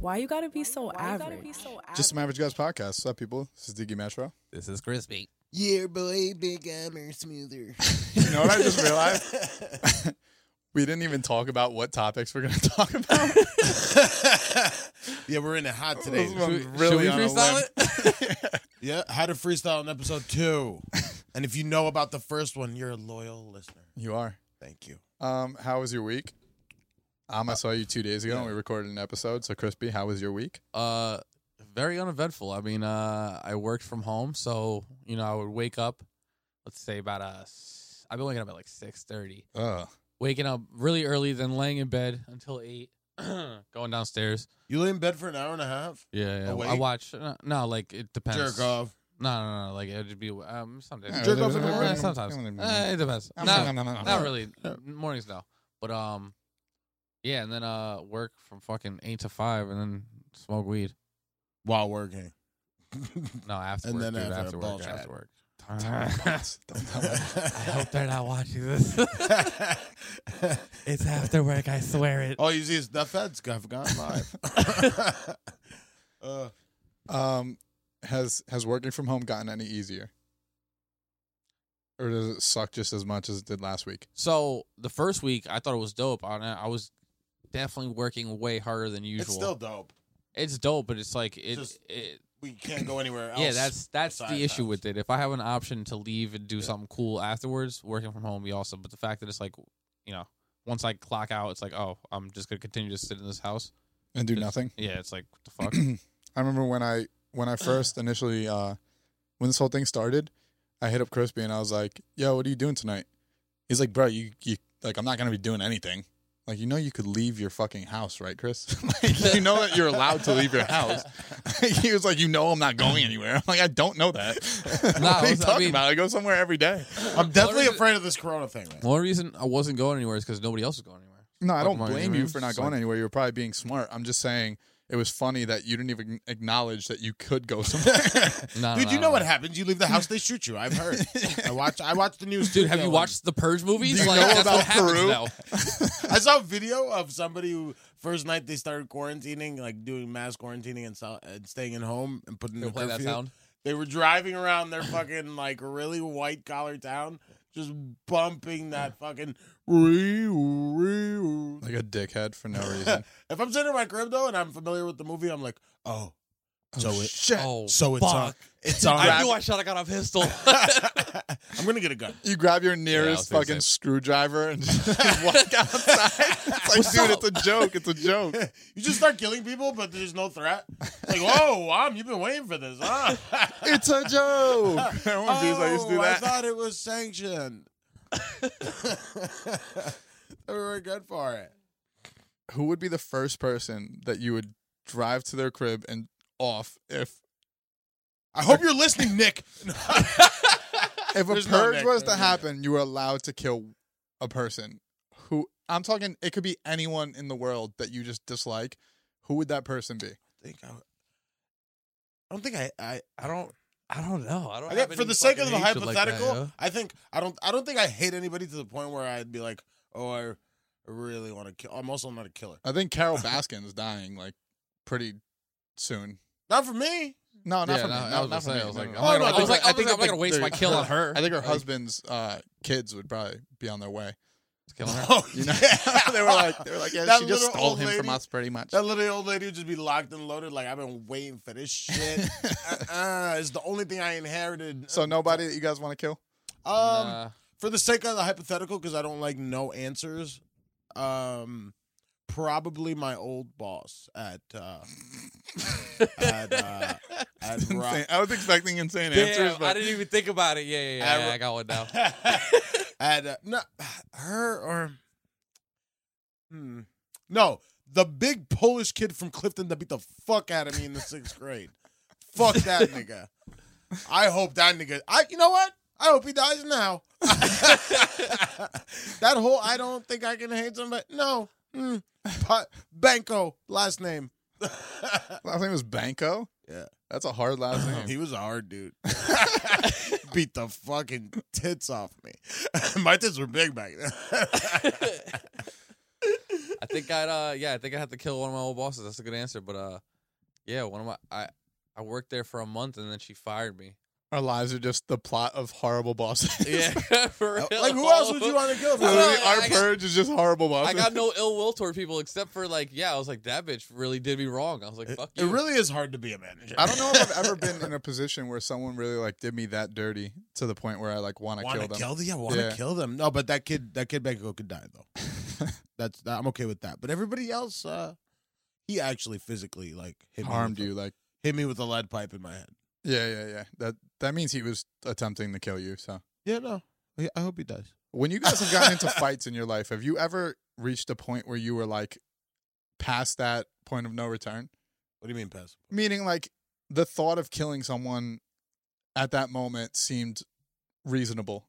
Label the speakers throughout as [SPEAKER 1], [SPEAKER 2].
[SPEAKER 1] Why you gotta be so average?
[SPEAKER 2] Just some average guys podcast. What's up, people? This is Diggy Matro.
[SPEAKER 3] This is crispy.
[SPEAKER 4] Yeah, boy, big armor smoother.
[SPEAKER 2] You know what I just realized? we didn't even talk about what topics we're gonna talk about.
[SPEAKER 4] yeah, we're in it hot
[SPEAKER 2] This
[SPEAKER 4] today.
[SPEAKER 2] one's
[SPEAKER 3] Should- should
[SPEAKER 2] really
[SPEAKER 3] we
[SPEAKER 2] on a
[SPEAKER 3] freestyle
[SPEAKER 2] limb.
[SPEAKER 4] Yeah, how to freestyle in episode two. and if you know about the first one, you're a loyal listener.
[SPEAKER 2] You are.
[SPEAKER 4] Thank you.
[SPEAKER 2] Um, how was your week? Um, I saw you two days ago and we recorded an episode. So, Crispy, how was your week?
[SPEAKER 3] Uh, very uneventful. I mean, uh, I worked from home, so you know, I would wake up. Let's say about uh, s- I've been waking up at like six thirty.
[SPEAKER 2] Uh,
[SPEAKER 3] Waking up really early, then laying in bed until eight. going downstairs.
[SPEAKER 4] You lay in bed for an hour and a half?
[SPEAKER 3] Yeah, yeah. I
[SPEAKER 4] Awake?
[SPEAKER 3] watch. No, no, like it depends.
[SPEAKER 4] Jerk off.
[SPEAKER 3] No, no, no. Like it'd be um sometimes.
[SPEAKER 2] Yeah,
[SPEAKER 4] Jerk off in the
[SPEAKER 3] Eh,
[SPEAKER 4] morning?
[SPEAKER 3] Sometimes. Eh, it depends.
[SPEAKER 2] Um,
[SPEAKER 3] Not- not really.
[SPEAKER 4] Yeah.
[SPEAKER 3] Mornings no, but um, yeah, and then uh, work from fucking eight to five, and then smoke weed.
[SPEAKER 4] While working.
[SPEAKER 3] No, after
[SPEAKER 4] And
[SPEAKER 3] work,
[SPEAKER 4] then
[SPEAKER 3] dude,
[SPEAKER 4] after
[SPEAKER 3] after,
[SPEAKER 4] a ball
[SPEAKER 3] work,
[SPEAKER 4] chat.
[SPEAKER 3] after work. I hope
[SPEAKER 4] I
[SPEAKER 3] they're not watching this. it's after work, I swear it.
[SPEAKER 4] All you see is the feds have gone live. uh,
[SPEAKER 2] Um, has has working from home gotten any easier, or does it suck just as much as it did last week?
[SPEAKER 3] So the first week, I thought it was dope. I I was definitely working way harder than usual.
[SPEAKER 4] it's still dope.
[SPEAKER 3] It's dope, but it's like it.
[SPEAKER 4] Just
[SPEAKER 3] it
[SPEAKER 4] We can't go anywhere else.
[SPEAKER 3] yeah, that's that's
[SPEAKER 4] besides
[SPEAKER 3] the issue
[SPEAKER 4] house.
[SPEAKER 3] with it. If I have an option to leave and do
[SPEAKER 4] Yeah.
[SPEAKER 3] something cool afterwards, working from home would be awesome. But the fact that it's like, you know, once I clock out, it's like, oh, I'm just gonna continue to sit in this house.
[SPEAKER 2] And do
[SPEAKER 3] Just-
[SPEAKER 2] nothing.
[SPEAKER 3] Yeah, it's like what the fuck.
[SPEAKER 2] I remember when I when I first initially uh, when this whole thing started, I hit up Crispy and I was like, "Yo, what are you doing tonight?" He's like, "Bro, you you like I'm not gonna be doing anything." Like you know you could leave your fucking house, right, Chris? like you know that you're allowed to leave your house. he was like, "You know I'm not going anywhere." I'm like, "I don't know that."
[SPEAKER 3] No,
[SPEAKER 2] what are
[SPEAKER 3] I
[SPEAKER 2] you
[SPEAKER 3] mean-
[SPEAKER 2] talking about? I go somewhere every day.
[SPEAKER 4] I'm definitely
[SPEAKER 3] Well,
[SPEAKER 4] afraid of this corona thing, man.
[SPEAKER 3] The only reason I wasn't going anywhere is because nobody else was going anywhere.
[SPEAKER 2] No, I
[SPEAKER 3] Fuck
[SPEAKER 2] don't
[SPEAKER 3] my
[SPEAKER 2] blame you
[SPEAKER 3] ignorance.
[SPEAKER 2] for not
[SPEAKER 3] It's
[SPEAKER 2] going
[SPEAKER 3] like-
[SPEAKER 2] anywhere. You're probably being smart. I'm just saying it was funny that you didn't even acknowledge that you could go somewhere.
[SPEAKER 3] No,
[SPEAKER 4] Dude,
[SPEAKER 3] no,
[SPEAKER 4] you
[SPEAKER 3] no,
[SPEAKER 4] know
[SPEAKER 3] no.
[SPEAKER 4] what happens? You leave the house, they shoot you. I've heard. I watch. I watch the news.
[SPEAKER 3] Dude,
[SPEAKER 4] too,
[SPEAKER 3] have you
[SPEAKER 4] Dylan.
[SPEAKER 3] watched the Purge movies?
[SPEAKER 2] Do you
[SPEAKER 3] like,
[SPEAKER 2] know
[SPEAKER 3] that's
[SPEAKER 2] about
[SPEAKER 3] what happens
[SPEAKER 2] Peru?
[SPEAKER 3] now.
[SPEAKER 4] I saw a video of somebody who first night they started quarantining, like doing mass quarantining and, so, and staying at home and putting in
[SPEAKER 3] You'll
[SPEAKER 4] the
[SPEAKER 3] play that
[SPEAKER 4] curfew.
[SPEAKER 3] sound.
[SPEAKER 4] They were driving around their fucking like really white collar town, just bumping that fucking. If
[SPEAKER 2] like a dickhead for no reason.
[SPEAKER 4] I'm sitting in my crib though and I'm familiar with the movie, I'm like, oh, so
[SPEAKER 2] oh,
[SPEAKER 4] it,
[SPEAKER 2] shit.
[SPEAKER 3] Oh,
[SPEAKER 4] so it's
[SPEAKER 3] fuck.
[SPEAKER 4] on, it's on.
[SPEAKER 3] I knew I should have got a pistol.
[SPEAKER 4] I'm gonna get a gun.
[SPEAKER 2] You grab your
[SPEAKER 3] Yeah, I
[SPEAKER 2] nearest
[SPEAKER 3] was gonna
[SPEAKER 2] fucking
[SPEAKER 3] say-
[SPEAKER 2] screwdriver and just walk outside. It's like, dude, it's a joke. It's a joke.
[SPEAKER 4] You just start killing people, but there's no threat. It's like, whoa, Om, you've been waiting for this, huh?
[SPEAKER 2] It's a joke. Remember when dudes like, used to do
[SPEAKER 4] Oh, I
[SPEAKER 2] that?
[SPEAKER 4] thought it was sanctioned. we were good for it.
[SPEAKER 2] Who would be the first person that you would drive to their crib and off if
[SPEAKER 4] I hope you're listening, Nick.
[SPEAKER 2] if a
[SPEAKER 4] There's no
[SPEAKER 2] purge
[SPEAKER 4] neck,
[SPEAKER 2] was to
[SPEAKER 4] there's no
[SPEAKER 2] happen, you were allowed to kill a person who I'm talking. It could be anyone in the world that you just dislike. Who would that person be?
[SPEAKER 4] think I, I don't think I, I, I don't.
[SPEAKER 3] I don't know. I don't.
[SPEAKER 4] I
[SPEAKER 3] have
[SPEAKER 4] got, for
[SPEAKER 3] any
[SPEAKER 4] the sake of
[SPEAKER 3] fucking
[SPEAKER 4] the
[SPEAKER 3] hatred like that,
[SPEAKER 4] hypothetical,
[SPEAKER 3] yo.
[SPEAKER 4] I think I don't. I don't think I hate anybody to the point where I'd be like, oh, I really want to kill. I'm also not a killer.
[SPEAKER 2] I think Carol Baskin's dying like pretty soon.
[SPEAKER 4] Not for me.
[SPEAKER 2] No, not
[SPEAKER 3] Yeah,
[SPEAKER 2] for me.
[SPEAKER 3] no,
[SPEAKER 2] No,
[SPEAKER 3] I
[SPEAKER 2] not
[SPEAKER 3] was gonna
[SPEAKER 2] for
[SPEAKER 3] say,
[SPEAKER 2] me.
[SPEAKER 3] I was
[SPEAKER 2] No,
[SPEAKER 3] like,
[SPEAKER 2] no, Oh,
[SPEAKER 3] I'm
[SPEAKER 2] no.
[SPEAKER 3] not gonna-
[SPEAKER 4] I was like,
[SPEAKER 3] I think I'm not
[SPEAKER 2] think
[SPEAKER 3] gonna waste
[SPEAKER 2] their-
[SPEAKER 3] my kill on her.
[SPEAKER 2] I think her
[SPEAKER 3] Like-
[SPEAKER 2] husband's uh, kids would probably be on their way.
[SPEAKER 3] Killing her.
[SPEAKER 4] Oh,
[SPEAKER 2] You know,
[SPEAKER 4] yeah.
[SPEAKER 2] they were like, they were like, yeah,
[SPEAKER 4] That
[SPEAKER 2] she just
[SPEAKER 4] little
[SPEAKER 2] stole
[SPEAKER 4] old
[SPEAKER 2] him from
[SPEAKER 4] lady-
[SPEAKER 2] us pretty much.
[SPEAKER 4] That little old lady would just be locked and loaded. Like I've been waiting for this shit. uh-uh, it's the only thing I inherited.
[SPEAKER 2] so nobody that you guys want to kill?
[SPEAKER 4] um,
[SPEAKER 3] Nah.
[SPEAKER 4] for the sake of the hypothetical, because I don't like no answers. Um, probably my old boss at uh, at uh, at Rock.
[SPEAKER 2] Insane. I was expecting insane answers,
[SPEAKER 3] Damn,
[SPEAKER 2] but
[SPEAKER 3] I didn't even think about it. Yeah, yeah, yeah.
[SPEAKER 4] I-
[SPEAKER 3] yeah, I got one now.
[SPEAKER 4] at uh, no her or hmm no the big Polish kid from Clifton that beat the fuck out of me in the sixth grade. Fuck that nigga. I hope that nigga. I you know what? I hope he dies now. that whole I don't think I can hate somebody. No. Mm. Pa- Banco last name.
[SPEAKER 2] last name was Banco.
[SPEAKER 4] Yeah.
[SPEAKER 2] that's a hard last name.
[SPEAKER 4] He was a hard dude. Beat the fucking tits off me. My tits were big back then.
[SPEAKER 5] I think I'd uh yeah, I think I had to kill one of my old bosses. That's a good answer. But uh yeah, one of my I I worked there for a month and then she fired me.
[SPEAKER 2] Our lives are just the plot of horrible bosses.
[SPEAKER 5] Yeah, for real.
[SPEAKER 4] Like, who else would you want to kill?
[SPEAKER 5] I
[SPEAKER 2] Literally,
[SPEAKER 5] know,
[SPEAKER 2] our
[SPEAKER 5] I got-
[SPEAKER 2] purge is just horrible
[SPEAKER 5] I
[SPEAKER 2] bosses.
[SPEAKER 5] got no ill will toward people except for like, yeah, I was like, that bitch really did me wrong. I was like,
[SPEAKER 4] It,
[SPEAKER 5] fuck
[SPEAKER 4] it
[SPEAKER 5] you.
[SPEAKER 4] really is hard to be a manager.
[SPEAKER 2] I don't know if I've ever been in a position where someone really like did me that dirty to the point where I like want to
[SPEAKER 4] want
[SPEAKER 2] kill
[SPEAKER 4] to
[SPEAKER 2] them.
[SPEAKER 4] kill them. Yeah, want to
[SPEAKER 2] Yeah.
[SPEAKER 4] kill them. No, but that kid, that kid Benko could die though. That's I'm okay with that. But everybody else, uh, he actually physically like hit me
[SPEAKER 2] Harmed
[SPEAKER 4] with a-
[SPEAKER 2] you like
[SPEAKER 4] hit me with a lead pipe in my head.
[SPEAKER 2] yeah yeah yeah. That that means he was attempting to kill you. So
[SPEAKER 4] Yeah, no. I- I hope he does.
[SPEAKER 2] when you guys have gotten into fights in your life, have you ever reached a point where you were like past that point of no return?
[SPEAKER 4] What do you mean, pass?
[SPEAKER 2] Meaning like the thought of killing someone at that moment seemed reasonable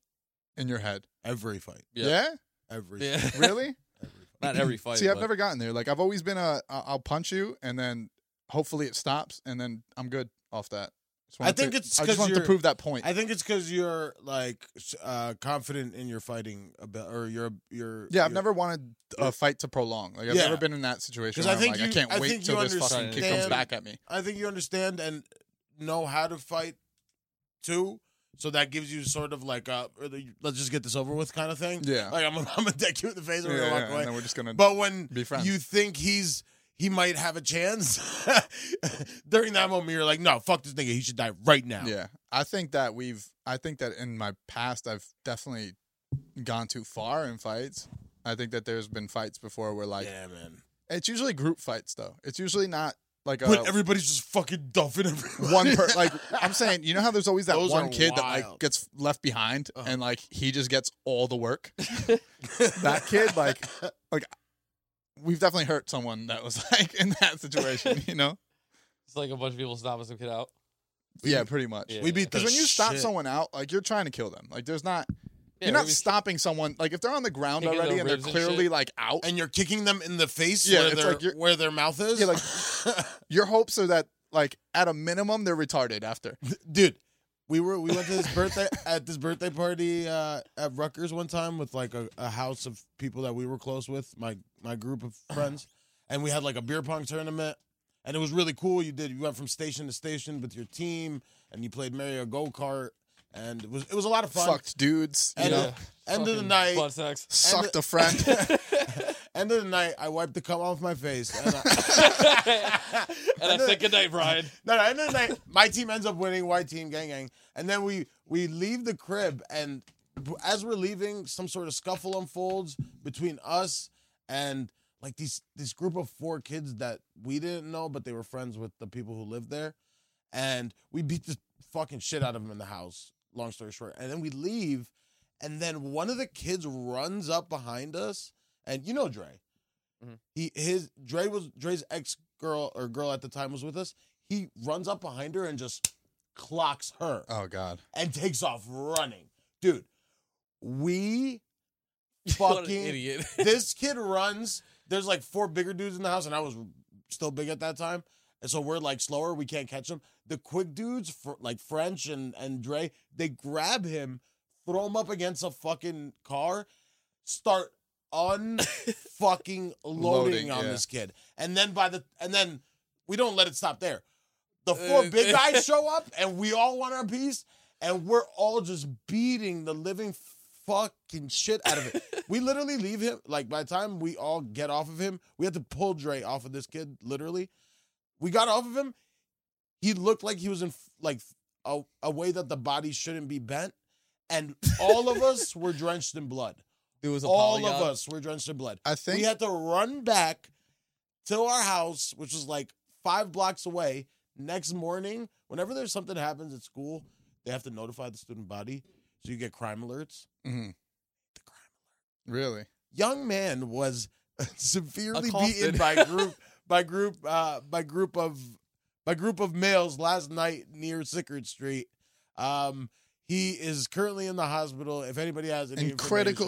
[SPEAKER 2] in your head.
[SPEAKER 4] Every fight,
[SPEAKER 5] Yeah.
[SPEAKER 2] yeah?
[SPEAKER 4] every
[SPEAKER 5] Yeah.
[SPEAKER 4] fight.
[SPEAKER 2] Really?
[SPEAKER 4] Every fight.
[SPEAKER 5] Not every fight.
[SPEAKER 2] See, I've
[SPEAKER 5] but-
[SPEAKER 2] never gotten there. Like I've always been a, I- I'll punch you, and then hopefully it stops, and then I'm good off that. Just wanted
[SPEAKER 4] I think
[SPEAKER 2] to-
[SPEAKER 4] it's
[SPEAKER 2] I
[SPEAKER 4] 'cause
[SPEAKER 2] just wanted to
[SPEAKER 4] you're-
[SPEAKER 2] prove that point.
[SPEAKER 4] I think it's because you're like s- uh, confident in your fighting about, or your your.
[SPEAKER 2] yeah, I've
[SPEAKER 4] your-
[SPEAKER 2] never wanted a fight to prolong. Like I've
[SPEAKER 4] Yeah.
[SPEAKER 2] never been in that situation.
[SPEAKER 4] 'Cause
[SPEAKER 2] Where
[SPEAKER 4] I
[SPEAKER 2] I
[SPEAKER 4] think
[SPEAKER 2] am like,
[SPEAKER 4] you-
[SPEAKER 2] I can't
[SPEAKER 4] I
[SPEAKER 2] wait
[SPEAKER 4] think
[SPEAKER 2] till
[SPEAKER 4] you
[SPEAKER 2] this fucking kid comes
[SPEAKER 5] understand-
[SPEAKER 2] back at me.
[SPEAKER 4] I think you understand and know how to fight too. So that gives you sort of like a or the- let's just get this over with kind of thing.
[SPEAKER 2] Yeah,
[SPEAKER 4] Like I'm, I'm gonna deck you in the face and
[SPEAKER 2] yeah,
[SPEAKER 4] we're
[SPEAKER 2] yeah,
[SPEAKER 4] gonna walk
[SPEAKER 2] and
[SPEAKER 4] away.
[SPEAKER 2] then we're just gonna.
[SPEAKER 4] But when
[SPEAKER 2] Be friends.
[SPEAKER 4] you think he's he might have a chance during that moment, you're like, no, fuck this nigga. He should die right now.
[SPEAKER 2] yeah, I think that we've. I think that in my past, I've definitely gone too far in fights. I think that there's been fights before where like
[SPEAKER 4] yeah, man.
[SPEAKER 2] it's usually group fights though. It's usually not like a
[SPEAKER 4] but everybody's just fucking duffing everybody.
[SPEAKER 2] one per like I'm saying, you know how there's always that
[SPEAKER 4] Those are
[SPEAKER 2] one kid that like
[SPEAKER 4] wild.
[SPEAKER 2] gets left behind
[SPEAKER 4] Uh-huh.
[SPEAKER 2] and like he just gets all the work. that kid, like- We've definitely hurt someone that was like in that situation, you know?
[SPEAKER 5] It's like a bunch of people stopping some kid out.
[SPEAKER 2] Yeah, pretty much.
[SPEAKER 5] Yeah.
[SPEAKER 4] we beat
[SPEAKER 2] Because
[SPEAKER 4] the
[SPEAKER 2] when you stop
[SPEAKER 4] shit.
[SPEAKER 2] someone out, like you're trying to kill them. Like there's not
[SPEAKER 5] Yeah,
[SPEAKER 2] you're not
[SPEAKER 5] maybe-
[SPEAKER 2] stopping someone like if they're on the ground
[SPEAKER 5] Kicking
[SPEAKER 2] already
[SPEAKER 5] their
[SPEAKER 2] and they're
[SPEAKER 5] ribs and
[SPEAKER 2] clearly
[SPEAKER 5] shit.
[SPEAKER 2] like out,
[SPEAKER 4] and you're kicking them in the face
[SPEAKER 2] Yeah,
[SPEAKER 4] where
[SPEAKER 2] it's
[SPEAKER 4] their
[SPEAKER 2] like you're-
[SPEAKER 4] where their mouth is.
[SPEAKER 2] Yeah, like- your hopes are that like at a minimum they're retarded after.
[SPEAKER 4] dude we were we went to this birthday at this birthday party uh at Rutgers one time with like a, a house of people that we were close with my my group of friends and we had like a beer pong tournament and it was really cool you did you went from station to station with your team and you played Mario go-kart and it was it was a lot of fun
[SPEAKER 2] Fucked dudes, you
[SPEAKER 4] And,
[SPEAKER 2] know,
[SPEAKER 4] uh, end of the
[SPEAKER 5] Fucking
[SPEAKER 4] night-
[SPEAKER 5] Butt sex.
[SPEAKER 2] sucked a friend.
[SPEAKER 4] end of the night I wiped the cum off my face and I,
[SPEAKER 5] and I said, good night, Brian.
[SPEAKER 4] No, no, end of the night, my team ends up winning. White team, gang, gang. And then we we leave the crib, and b- as we're leaving, some sort of scuffle unfolds between us and like these this group of four kids that we didn't know, but they were friends with the people who lived there, and we beat the fucking shit out of them in the house. Long story short, and then we leave, and then one of the kids runs up behind us, and you know Dre.
[SPEAKER 5] Mhm.
[SPEAKER 4] He his Dre was Dre's ex girl or girl at the time was with us. He runs up behind her and just clocks her
[SPEAKER 2] oh god.
[SPEAKER 4] and takes off running. Dude, we
[SPEAKER 5] What an
[SPEAKER 4] fucking
[SPEAKER 5] idiot.
[SPEAKER 4] this kid runs. There's like four bigger dudes in the house, and I was still big at that time. And so we're like slower, we can't catch him. The quick dudes, fr- like French and and Dre, they grab him, throw him up against a fucking car, start unfucking loading
[SPEAKER 2] Loading,
[SPEAKER 4] on
[SPEAKER 2] yeah.
[SPEAKER 4] this kid, and then by the and then we don't let it stop there. The four big guys show up, and we all want our piece, and we're all just beating the living fucking shit out of it. we literally leave him. Like by the time we all get off of him, we had to pull Dre off of this kid. Literally, we got off of him. He looked like he was in f- like a, a way that the body shouldn't be bent, and all of us were drenched in blood.
[SPEAKER 5] It was a
[SPEAKER 4] All
[SPEAKER 5] polygon.
[SPEAKER 4] of us were drenched in blood.
[SPEAKER 2] I think
[SPEAKER 4] We had to run back to our house, which was like five blocks away. Next morning, whenever there's something happens at school, they have to notify the student body, so you get crime alerts.
[SPEAKER 2] Mhm.
[SPEAKER 4] The crime
[SPEAKER 2] really.
[SPEAKER 4] young man was severely
[SPEAKER 5] Accosted.
[SPEAKER 4] beaten by group by group uh, by group of by group of males last night near Sickard Street. Um, he is currently in the hospital. If anybody has any
[SPEAKER 2] in critical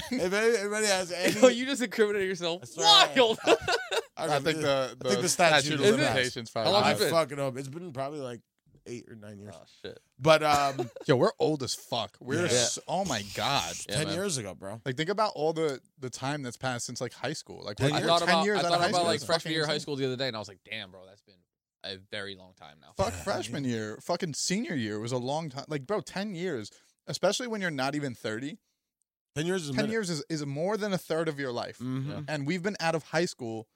[SPEAKER 2] condition.
[SPEAKER 4] if any- anybody has any,
[SPEAKER 5] Yo, you just incriminated yourself.
[SPEAKER 4] That's right.
[SPEAKER 5] Wild.
[SPEAKER 4] I,
[SPEAKER 2] I think the, the,
[SPEAKER 4] think the statute
[SPEAKER 2] statute,
[SPEAKER 4] is
[SPEAKER 2] of
[SPEAKER 4] the best.
[SPEAKER 2] limitations
[SPEAKER 5] How long
[SPEAKER 2] probably.
[SPEAKER 5] you
[SPEAKER 4] I
[SPEAKER 5] been?
[SPEAKER 4] fucking hope it's been probably like eight or nine years.
[SPEAKER 3] Oh shit.
[SPEAKER 4] But um,
[SPEAKER 2] Yo, we're old as fuck. We're
[SPEAKER 4] Yeah.
[SPEAKER 2] s- oh my god.
[SPEAKER 3] Yeah,
[SPEAKER 4] ten
[SPEAKER 3] man.
[SPEAKER 4] years ago, bro.
[SPEAKER 2] Like think about all the the time that's passed since like high school. Like we're,
[SPEAKER 3] I
[SPEAKER 2] we're
[SPEAKER 3] thought
[SPEAKER 2] ten
[SPEAKER 3] about,
[SPEAKER 2] years
[SPEAKER 3] I
[SPEAKER 2] out
[SPEAKER 3] thought
[SPEAKER 2] of high
[SPEAKER 3] about
[SPEAKER 2] school.
[SPEAKER 3] like
[SPEAKER 2] It's
[SPEAKER 3] freshman
[SPEAKER 2] fucking
[SPEAKER 3] year of high
[SPEAKER 2] insane.
[SPEAKER 3] school the other day, and I was like, damn, bro, that's been a very long time now.
[SPEAKER 2] Fuck
[SPEAKER 4] Yeah,
[SPEAKER 2] freshman year. Fucking senior year was a long time. Like bro, ten years. Especially when you're not even thirty.
[SPEAKER 4] Ten years is a
[SPEAKER 2] Ten
[SPEAKER 4] minute.
[SPEAKER 2] years is, is more than a third of your life.
[SPEAKER 4] Mhm.
[SPEAKER 3] Yeah.
[SPEAKER 2] And we've been out of high school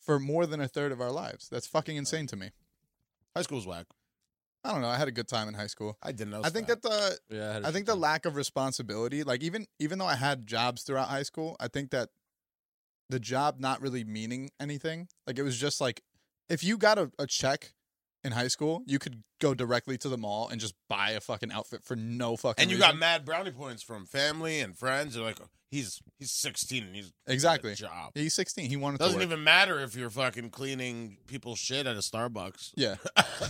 [SPEAKER 2] for more than a third of our lives. That's fucking insane to me.
[SPEAKER 4] High school's whack.
[SPEAKER 2] I don't know. I had a good time in high school.
[SPEAKER 4] I didn't know.
[SPEAKER 2] I think that the
[SPEAKER 5] Yeah, had a
[SPEAKER 2] I
[SPEAKER 5] shit
[SPEAKER 2] think the
[SPEAKER 5] time.
[SPEAKER 2] lack of responsibility, like even even though I had jobs throughout high school, I think that the job not really meaning anything. Like it was just like if you got a, a check in high school, you could go directly to the mall and just buy a fucking outfit for no fucking.
[SPEAKER 4] and you got
[SPEAKER 2] reason.
[SPEAKER 4] mad brownie points from family and friends. You're like, he's he's 16 and he's got a
[SPEAKER 2] exactly.
[SPEAKER 4] job.
[SPEAKER 2] He's sixteen. He wanted to
[SPEAKER 4] Doesn't
[SPEAKER 2] work.
[SPEAKER 4] even matter if you're fucking cleaning people's shit at a Starbucks.
[SPEAKER 2] Yeah.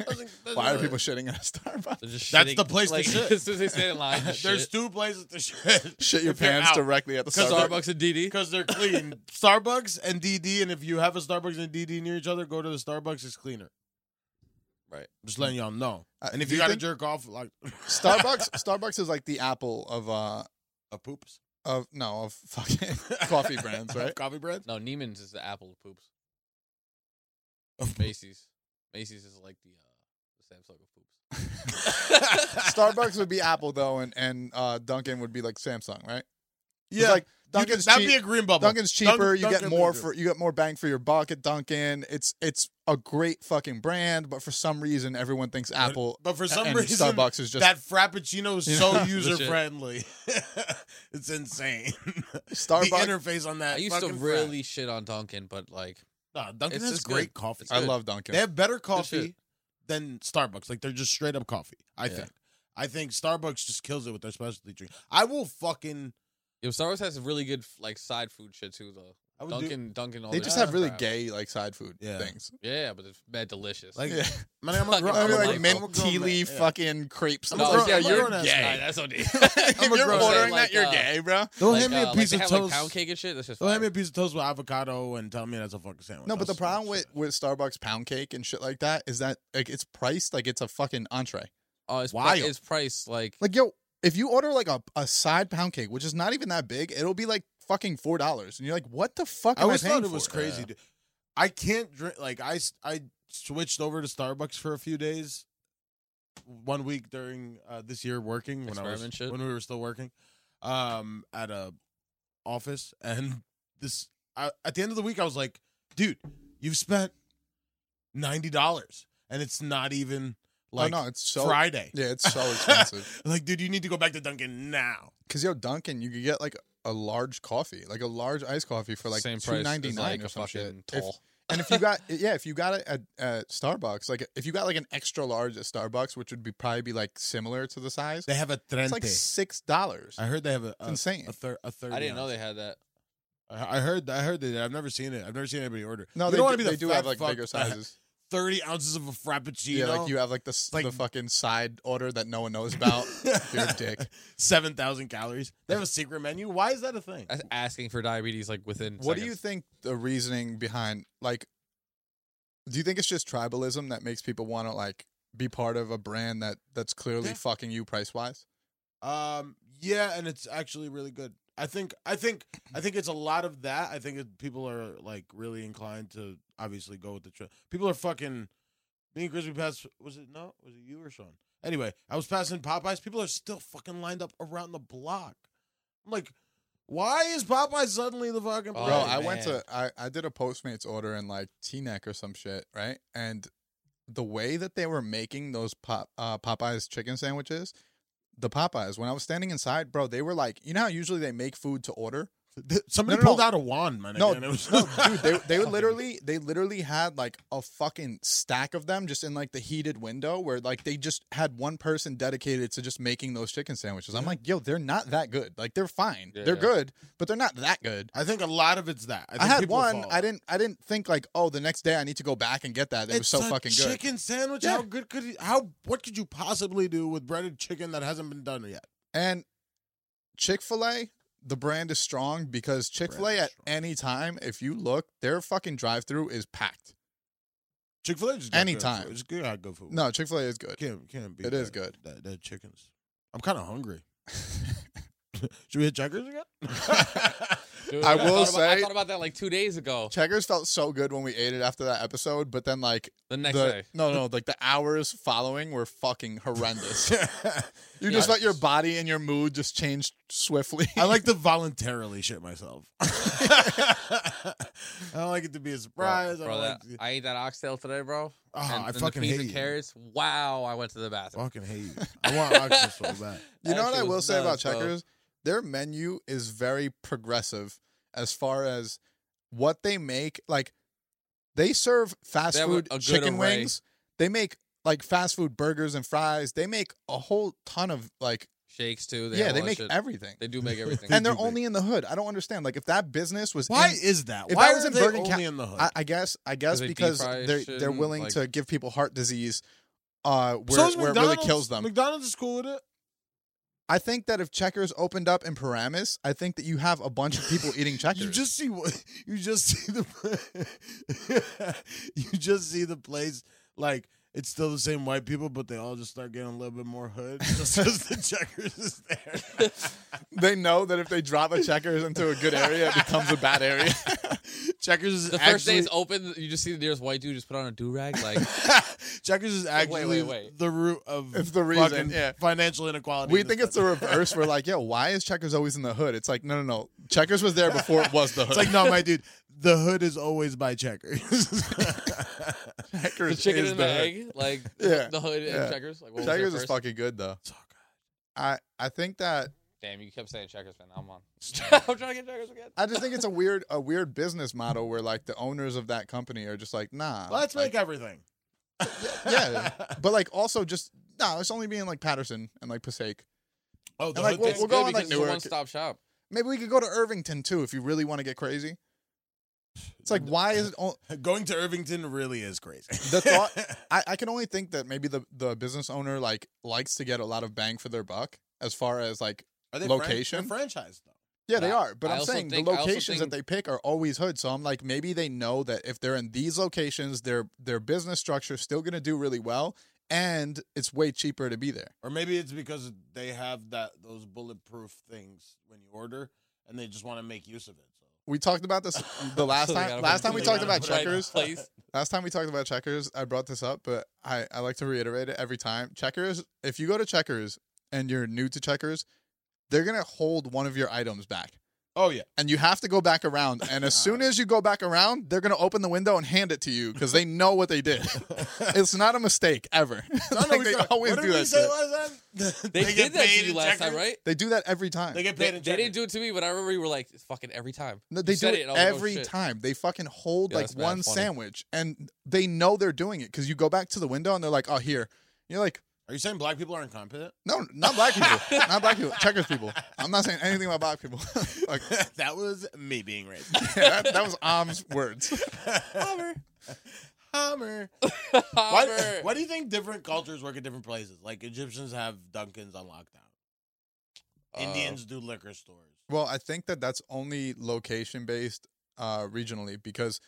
[SPEAKER 4] Doesn't-
[SPEAKER 2] Why are
[SPEAKER 4] doesn't-
[SPEAKER 2] people shitting at a Starbucks?
[SPEAKER 3] They're just
[SPEAKER 4] That's
[SPEAKER 3] shitting-
[SPEAKER 4] the place to
[SPEAKER 3] like,
[SPEAKER 4] shit.
[SPEAKER 3] As soon as they stand in line, just
[SPEAKER 4] There's
[SPEAKER 3] shit.
[SPEAKER 4] two places to shit.
[SPEAKER 2] Shit your
[SPEAKER 4] If you're
[SPEAKER 2] pants
[SPEAKER 4] out.
[SPEAKER 2] directly at the
[SPEAKER 4] Cause
[SPEAKER 2] Starbucks.
[SPEAKER 3] Starbucks and DD.
[SPEAKER 4] Because they're clean. Starbucks and DD, and if you have a Starbucks and DD near each other, go to the Starbucks. It's cleaner.
[SPEAKER 3] Right.
[SPEAKER 4] Just letting y'all know.
[SPEAKER 2] Uh,
[SPEAKER 4] And if
[SPEAKER 2] do
[SPEAKER 4] you
[SPEAKER 2] you
[SPEAKER 4] got to
[SPEAKER 2] think-
[SPEAKER 4] jerk off, like
[SPEAKER 2] Starbucks. Starbucks is like the apple of uh
[SPEAKER 4] a poops,
[SPEAKER 2] of no of fucking coffee brands, right?
[SPEAKER 4] coffee brands.
[SPEAKER 3] No, Neiman's is the apple of poops.
[SPEAKER 4] Of
[SPEAKER 3] Macy's. Macy's is like the uh, the Samsung of poops.
[SPEAKER 2] Starbucks would be Apple though, and and uh, Dunkin' would be like Samsung, right? 'Cause,
[SPEAKER 4] Yeah,
[SPEAKER 2] like
[SPEAKER 4] You could-
[SPEAKER 2] Dunkin's
[SPEAKER 4] that'd
[SPEAKER 2] cheap-
[SPEAKER 4] be a green bubble.
[SPEAKER 2] Dunkin's cheaper. you
[SPEAKER 4] Dunkin'
[SPEAKER 2] get
[SPEAKER 4] would
[SPEAKER 2] more
[SPEAKER 4] be-
[SPEAKER 2] for you get more bang for your buck at Dunkin'. It's it's a great fucking brand, but for some reason everyone thinks Apple
[SPEAKER 4] but for some
[SPEAKER 2] and
[SPEAKER 4] reason
[SPEAKER 2] Starbucks is just
[SPEAKER 4] that Frappuccino is
[SPEAKER 2] You
[SPEAKER 4] so
[SPEAKER 2] know?
[SPEAKER 4] user
[SPEAKER 3] Legit.
[SPEAKER 4] friendly. it's insane. the
[SPEAKER 2] Starbucks.
[SPEAKER 4] interface on that.
[SPEAKER 3] I used to
[SPEAKER 4] fucking
[SPEAKER 3] really shit on Dunkin', but like
[SPEAKER 4] Frap. Nah, Dunkin'
[SPEAKER 3] it's
[SPEAKER 4] has
[SPEAKER 3] just
[SPEAKER 4] great
[SPEAKER 3] good.
[SPEAKER 4] coffee.
[SPEAKER 3] It's
[SPEAKER 2] I
[SPEAKER 3] good.
[SPEAKER 2] love Dunkin'.
[SPEAKER 4] They have better coffee
[SPEAKER 3] shit.
[SPEAKER 4] than Starbucks. Like they're just straight up coffee. I
[SPEAKER 3] Yeah.
[SPEAKER 4] think. I think Starbucks just kills it with their specialty drink. I will fucking.
[SPEAKER 3] Yo, Star Wars has really good like side food shit too though.
[SPEAKER 4] I would Oh, do-
[SPEAKER 3] Dunkin' Dunkin' all
[SPEAKER 2] They
[SPEAKER 3] that
[SPEAKER 2] just
[SPEAKER 3] shit
[SPEAKER 2] have really
[SPEAKER 3] crap.
[SPEAKER 2] gay like side food
[SPEAKER 4] Yeah.
[SPEAKER 2] things.
[SPEAKER 3] Yeah, but it's mad delicious.
[SPEAKER 4] Like,
[SPEAKER 2] Yeah,
[SPEAKER 4] Man, I'm a
[SPEAKER 3] Fucking
[SPEAKER 4] grown.
[SPEAKER 2] I
[SPEAKER 3] I'm
[SPEAKER 2] mean,
[SPEAKER 3] a
[SPEAKER 2] like
[SPEAKER 3] grown-
[SPEAKER 2] mint tea leaf
[SPEAKER 4] yeah.
[SPEAKER 2] fucking crepe.
[SPEAKER 4] I'm
[SPEAKER 2] Sauce.
[SPEAKER 3] no,
[SPEAKER 4] a grown-
[SPEAKER 3] like, yeah,
[SPEAKER 4] I'm a
[SPEAKER 3] you're
[SPEAKER 4] grown-ass
[SPEAKER 3] gay.
[SPEAKER 4] guy.
[SPEAKER 3] That's OD.
[SPEAKER 2] if
[SPEAKER 4] I'm a
[SPEAKER 2] you're
[SPEAKER 4] grown-
[SPEAKER 2] ordering
[SPEAKER 3] like,
[SPEAKER 2] that, you're
[SPEAKER 3] uh,
[SPEAKER 2] gay, bro.
[SPEAKER 4] Don't
[SPEAKER 3] Like,
[SPEAKER 4] hand me
[SPEAKER 3] uh,
[SPEAKER 4] a
[SPEAKER 3] like,
[SPEAKER 4] piece
[SPEAKER 3] they
[SPEAKER 4] of
[SPEAKER 3] have,
[SPEAKER 4] toast.
[SPEAKER 3] like pound cake and shit. That's just
[SPEAKER 4] Don't hand me
[SPEAKER 3] fire.
[SPEAKER 4] a piece of toast with avocado and tell me that's a fucking sandwich.
[SPEAKER 2] No, but the
[SPEAKER 4] That's
[SPEAKER 2] problem with
[SPEAKER 4] bullshit.
[SPEAKER 2] with Starbucks pound cake and shit like that is that like it's priced like it's a fucking entree.
[SPEAKER 3] Oh, it's, pri-
[SPEAKER 2] Wild.
[SPEAKER 3] it's priced like
[SPEAKER 2] Like, yo, if you order like a, a side pound cake, which is not even that big, it'll be like fucking four dollars, and you're like, what the fuck?
[SPEAKER 4] I
[SPEAKER 2] Am I,
[SPEAKER 4] always
[SPEAKER 2] paying
[SPEAKER 4] thought it was
[SPEAKER 2] for?
[SPEAKER 4] crazy. dude. I can't drink. Like I, s- I switched over to Starbucks for a few days. One week during uh, this year working when I was
[SPEAKER 3] Experiment shit?
[SPEAKER 4] when we were still working, um, at a office, and this I, at the end of the week I was like, dude, you've spent ninety dollars, and it's not even like
[SPEAKER 2] oh no, it's so
[SPEAKER 4] Friday.
[SPEAKER 2] yeah, it's so expensive.
[SPEAKER 4] like, dude, you need to go back to Dunkin' now.
[SPEAKER 2] Cause yo, Dunkin', you could get like a large coffee, like a large iced coffee for like
[SPEAKER 3] same
[SPEAKER 2] two
[SPEAKER 3] price
[SPEAKER 2] ninety
[SPEAKER 3] as
[SPEAKER 2] nine
[SPEAKER 3] like
[SPEAKER 2] or
[SPEAKER 3] a
[SPEAKER 2] some shit.
[SPEAKER 3] fucking
[SPEAKER 2] If-
[SPEAKER 3] tall.
[SPEAKER 2] and if you got yeah, if you got it at, at Starbucks, like if you got like an extra large at Starbucks, which would be probably be like similar to the size,
[SPEAKER 4] They have a
[SPEAKER 2] it's
[SPEAKER 4] trente.
[SPEAKER 2] like six dollars.
[SPEAKER 4] I heard they have a,
[SPEAKER 2] It's
[SPEAKER 4] a,
[SPEAKER 2] insane.
[SPEAKER 4] a, thir- a thirty.
[SPEAKER 3] I didn't know
[SPEAKER 4] ounce.
[SPEAKER 3] they had that.
[SPEAKER 4] I I heard. I heard that. I've never seen it. I've never seen anybody order.
[SPEAKER 2] No,
[SPEAKER 4] You
[SPEAKER 2] they,
[SPEAKER 4] don't
[SPEAKER 2] do,
[SPEAKER 4] wanna be the
[SPEAKER 2] they do
[SPEAKER 4] fat
[SPEAKER 2] have like
[SPEAKER 4] fuck
[SPEAKER 2] bigger
[SPEAKER 4] that-
[SPEAKER 2] sizes.
[SPEAKER 4] Thirty ounces of a frappuccino.
[SPEAKER 2] yeah, like you have like the s-
[SPEAKER 4] Like-
[SPEAKER 2] the fucking side order that no one knows about. You're a dick.
[SPEAKER 4] Seven thousand calories. They have a secret menu. Why is that a thing?
[SPEAKER 3] That's asking for diabetes like within.
[SPEAKER 2] What do you think the reasoning behind like do you think it's just tribalism that makes people want to like be part of a brand that that's clearly
[SPEAKER 4] Yeah.
[SPEAKER 2] fucking you price wise?
[SPEAKER 4] Um, yeah, and it's actually really good. I think. I think. I think it's a lot of that. I think it, people are like really inclined to obviously go with the trend. People are fucking. Me and Crispy Pass was it no? Was it you or Sean? Anyway, I was passing Popeyes. People are still fucking lined up around the block. I'm like, why is Popeyes suddenly the fucking?
[SPEAKER 3] Oh,
[SPEAKER 2] Bro,
[SPEAKER 4] place?
[SPEAKER 2] I went
[SPEAKER 3] man.
[SPEAKER 2] to I, I did a Postmates order in like T neck or some shit, right? And the way that they were making those pop uh, Popeyes chicken sandwiches, the Popeyes, when I was standing inside, bro, they were like, you know how usually they make food to order?
[SPEAKER 4] Th- Somebody
[SPEAKER 2] No, no,
[SPEAKER 4] pulled
[SPEAKER 2] no.
[SPEAKER 4] out a wand, man.
[SPEAKER 2] No,
[SPEAKER 4] again. It was,
[SPEAKER 2] no, dude, they they would literally they literally had like a fucking stack of them just in like the heated window where like they just had one person dedicated to just making those chicken sandwiches. I'm like, yo, they're not that good. Like they're fine,
[SPEAKER 3] Yeah,
[SPEAKER 2] they're
[SPEAKER 3] yeah.
[SPEAKER 2] good, but they're not that good.
[SPEAKER 4] I think a lot of it's that. I,
[SPEAKER 2] I,
[SPEAKER 4] think
[SPEAKER 2] had
[SPEAKER 4] people
[SPEAKER 2] one.
[SPEAKER 4] fall.
[SPEAKER 2] I didn't. I didn't think like, oh, the next day I need to go back and get that. It was
[SPEAKER 4] It's
[SPEAKER 2] so
[SPEAKER 4] a
[SPEAKER 2] fucking good.
[SPEAKER 4] Chicken sandwich.
[SPEAKER 2] Yeah.
[SPEAKER 4] How good could you, how? What could you possibly do with breaded chicken that hasn't been done yet?
[SPEAKER 2] And Chick Fil A, the brand is strong because Chick Fil A
[SPEAKER 4] Brand is
[SPEAKER 2] at
[SPEAKER 4] strong.
[SPEAKER 2] any time, if you look, their fucking drive through is packed.
[SPEAKER 4] Chick Fil A just
[SPEAKER 2] Anytime.
[SPEAKER 4] Good food. It's good, got good food.
[SPEAKER 2] No, Chick Fil A is good.
[SPEAKER 4] can't can't be.
[SPEAKER 2] It is good.
[SPEAKER 4] That, that chickens. I'm kind of hungry. Should we hit checkers again?
[SPEAKER 3] Dude,
[SPEAKER 2] I will
[SPEAKER 3] thought about-
[SPEAKER 2] say-
[SPEAKER 3] I thought about that like two days ago.
[SPEAKER 2] Checkers felt so good when we ate it after that episode, but then like
[SPEAKER 3] The next
[SPEAKER 2] the
[SPEAKER 3] day,
[SPEAKER 2] no no like the hours following were fucking horrendous. you just
[SPEAKER 3] Yeah.
[SPEAKER 2] let your body and your mood just change swiftly.
[SPEAKER 4] I like to voluntarily shit myself. I don't like it to be a surprise.
[SPEAKER 3] bro,
[SPEAKER 4] I,
[SPEAKER 3] bro,
[SPEAKER 4] don't
[SPEAKER 3] that,
[SPEAKER 4] like to-
[SPEAKER 3] I ate that oxtail today, bro.
[SPEAKER 2] Ah,
[SPEAKER 4] Oh,
[SPEAKER 3] and,
[SPEAKER 4] I
[SPEAKER 3] and the
[SPEAKER 4] fucking
[SPEAKER 3] peas
[SPEAKER 4] hate
[SPEAKER 3] and
[SPEAKER 4] you.
[SPEAKER 3] carrots. Wow, I went to the bathroom.
[SPEAKER 4] fucking hate you. I want oxygen so bad.
[SPEAKER 2] You
[SPEAKER 3] That
[SPEAKER 2] know what
[SPEAKER 3] shit
[SPEAKER 2] I
[SPEAKER 3] was
[SPEAKER 2] will say about
[SPEAKER 3] nuts, bro.
[SPEAKER 2] Checkers? Their menu is very progressive as far as what they make. Like they serve fast
[SPEAKER 3] They have a-
[SPEAKER 2] food
[SPEAKER 3] a good
[SPEAKER 2] chicken
[SPEAKER 3] array.
[SPEAKER 2] wings. They make like fast food burgers and fries. They make a whole ton of like
[SPEAKER 3] Shakes too. They
[SPEAKER 2] yeah,
[SPEAKER 3] have
[SPEAKER 2] they
[SPEAKER 3] all that
[SPEAKER 2] make
[SPEAKER 3] shit.
[SPEAKER 2] everything.
[SPEAKER 3] They do make everything.
[SPEAKER 2] and
[SPEAKER 4] do
[SPEAKER 2] they're
[SPEAKER 4] make-
[SPEAKER 2] only in the hood. I don't understand. Like if that business was
[SPEAKER 4] Why
[SPEAKER 2] in-
[SPEAKER 4] is that?
[SPEAKER 2] if
[SPEAKER 4] Why
[SPEAKER 2] I was
[SPEAKER 4] are
[SPEAKER 2] in
[SPEAKER 4] they
[SPEAKER 2] Bergen
[SPEAKER 4] only
[SPEAKER 2] County-
[SPEAKER 4] in the hood?
[SPEAKER 2] I, I guess I guess
[SPEAKER 3] they deep
[SPEAKER 2] because
[SPEAKER 3] fry
[SPEAKER 2] they're
[SPEAKER 3] shit
[SPEAKER 2] they're
[SPEAKER 3] and,
[SPEAKER 2] willing
[SPEAKER 3] like-
[SPEAKER 2] to give people heart disease uh where,
[SPEAKER 4] So is
[SPEAKER 2] where it really
[SPEAKER 4] McDonald's.
[SPEAKER 2] kills them.
[SPEAKER 4] McDonald's is cool with it.
[SPEAKER 2] I think that if Checkers opened up in Paramus, I think that you have a bunch of people eating Checkers.
[SPEAKER 4] You just see what you just see the you just see the place like it's still the same white people, but they all just start getting a little bit more hood just because the checkers is there.
[SPEAKER 2] they know that if they drop a Checkers into a good area, it becomes a bad area.
[SPEAKER 4] checkers is
[SPEAKER 3] the first
[SPEAKER 4] actually
[SPEAKER 3] day it's open, you just see the nearest white dude just put on a do rag. Like,
[SPEAKER 4] checkers is actually
[SPEAKER 3] wait, wait.
[SPEAKER 4] the root of
[SPEAKER 2] It's the reason,
[SPEAKER 4] fucking
[SPEAKER 2] yeah.
[SPEAKER 4] financial inequality.
[SPEAKER 2] we
[SPEAKER 4] in this
[SPEAKER 2] think it's the
[SPEAKER 4] country.
[SPEAKER 2] reverse. We're like, yo, why is Checkers always in the hood? It's like, no, no, no. Checkers was there before it was the hood.
[SPEAKER 4] It's like no, my dude. The hood is always by checkers.
[SPEAKER 3] the
[SPEAKER 2] Checkers
[SPEAKER 3] chicken
[SPEAKER 2] is
[SPEAKER 3] and the
[SPEAKER 2] hood.
[SPEAKER 3] egg, like
[SPEAKER 2] Yeah,
[SPEAKER 3] the hood
[SPEAKER 2] yeah.
[SPEAKER 3] and checkers. Like, what was their
[SPEAKER 2] Checkers is
[SPEAKER 3] first?
[SPEAKER 2] fucking good though.
[SPEAKER 4] So good.
[SPEAKER 2] I I think that
[SPEAKER 3] Damn, you kept saying checkers, man. I'm on. I'm trying to get checkers again.
[SPEAKER 2] I just think it's a weird a weird business model where like the owners of that company are just like, nah,
[SPEAKER 4] Let's
[SPEAKER 2] like,
[SPEAKER 4] make everything.
[SPEAKER 2] yeah, but like also just no, it's only being like Patterson and like Passaic.
[SPEAKER 4] Oh,
[SPEAKER 2] And,
[SPEAKER 4] the
[SPEAKER 2] like,
[SPEAKER 4] hood
[SPEAKER 2] we'll-
[SPEAKER 4] thing-
[SPEAKER 3] It's
[SPEAKER 2] we'll
[SPEAKER 3] good
[SPEAKER 2] go on, like,
[SPEAKER 3] because it's a
[SPEAKER 2] Newark.
[SPEAKER 3] one-stop shop.
[SPEAKER 2] Maybe we could go to Irvington too if you really want to get crazy. It's like why is it? On-
[SPEAKER 4] Going to Irvington really is crazy.
[SPEAKER 2] The thought- I I can only think that maybe the the business owner like likes to get a lot of bang for their buck as far as like
[SPEAKER 4] Are
[SPEAKER 2] they fran- Location?
[SPEAKER 4] They're franchised though.
[SPEAKER 2] yeah they
[SPEAKER 3] I-
[SPEAKER 2] are, but
[SPEAKER 3] I
[SPEAKER 2] I am
[SPEAKER 3] also
[SPEAKER 2] saying
[SPEAKER 3] think-
[SPEAKER 2] the
[SPEAKER 3] I also
[SPEAKER 2] locations
[SPEAKER 3] think-
[SPEAKER 2] that they pick are always hood. So I'm like maybe they know that if they're in these locations, their their business structure is still gonna do really well, and it's way cheaper to be there.
[SPEAKER 4] Or maybe it's because they have that those bulletproof things when you order, and they just want to make use of it. So
[SPEAKER 2] We talked about this the last
[SPEAKER 3] So they
[SPEAKER 2] time.
[SPEAKER 3] gotta
[SPEAKER 2] Last
[SPEAKER 3] put-
[SPEAKER 2] time we
[SPEAKER 3] they
[SPEAKER 2] talked
[SPEAKER 3] gotta
[SPEAKER 2] about
[SPEAKER 3] put it in
[SPEAKER 2] checkers,
[SPEAKER 3] place.
[SPEAKER 2] Last time we talked about checkers, I brought this up, but I, I like to reiterate it every time. Checkers, if you go to checkers and you're new to checkers, they're going to hold one of your items back.
[SPEAKER 4] oh yeah,
[SPEAKER 2] And you have to go back around. And as soon as you go back around, they're going to open the window and hand it to you because they know what they did. it's not a mistake ever.
[SPEAKER 4] I
[SPEAKER 2] like they always
[SPEAKER 4] what
[SPEAKER 2] do
[SPEAKER 4] did we
[SPEAKER 2] that
[SPEAKER 4] say
[SPEAKER 2] shit.
[SPEAKER 4] last time?
[SPEAKER 3] They,
[SPEAKER 4] get
[SPEAKER 3] did that
[SPEAKER 4] paid
[SPEAKER 3] to you
[SPEAKER 4] in
[SPEAKER 3] last time,
[SPEAKER 4] checkers?
[SPEAKER 3] right?
[SPEAKER 2] They do that every time.
[SPEAKER 4] They get
[SPEAKER 3] They,
[SPEAKER 4] paid in
[SPEAKER 3] they didn't
[SPEAKER 4] checkers.
[SPEAKER 3] do it to me, but I remember you were like, it's fucking every time.
[SPEAKER 2] No, they
[SPEAKER 3] You
[SPEAKER 2] do
[SPEAKER 3] said
[SPEAKER 2] it,
[SPEAKER 3] it, and I was like, oh,
[SPEAKER 2] every
[SPEAKER 3] shit.
[SPEAKER 2] time. They fucking hold
[SPEAKER 3] Yeah,
[SPEAKER 2] like
[SPEAKER 3] that's bad.
[SPEAKER 2] one
[SPEAKER 3] Funny.
[SPEAKER 2] sandwich and they know they're doing it because you go back to the window and they're like, oh, here. You're like,
[SPEAKER 4] Are you saying black people are incompetent?
[SPEAKER 2] No, not black people. not black people. Checkers people. I'm not saying anything about black people. like
[SPEAKER 4] that was me being racist.
[SPEAKER 2] yeah, that, that was Om's words.
[SPEAKER 4] Hummer, Hummer. Why,
[SPEAKER 3] However,
[SPEAKER 4] why do you think different cultures work at different places? Like Egyptians have Dunkins on lockdown.
[SPEAKER 3] uh,
[SPEAKER 4] Indians do liquor stores.
[SPEAKER 2] Well, I think that that's only location based, uh, regionally because,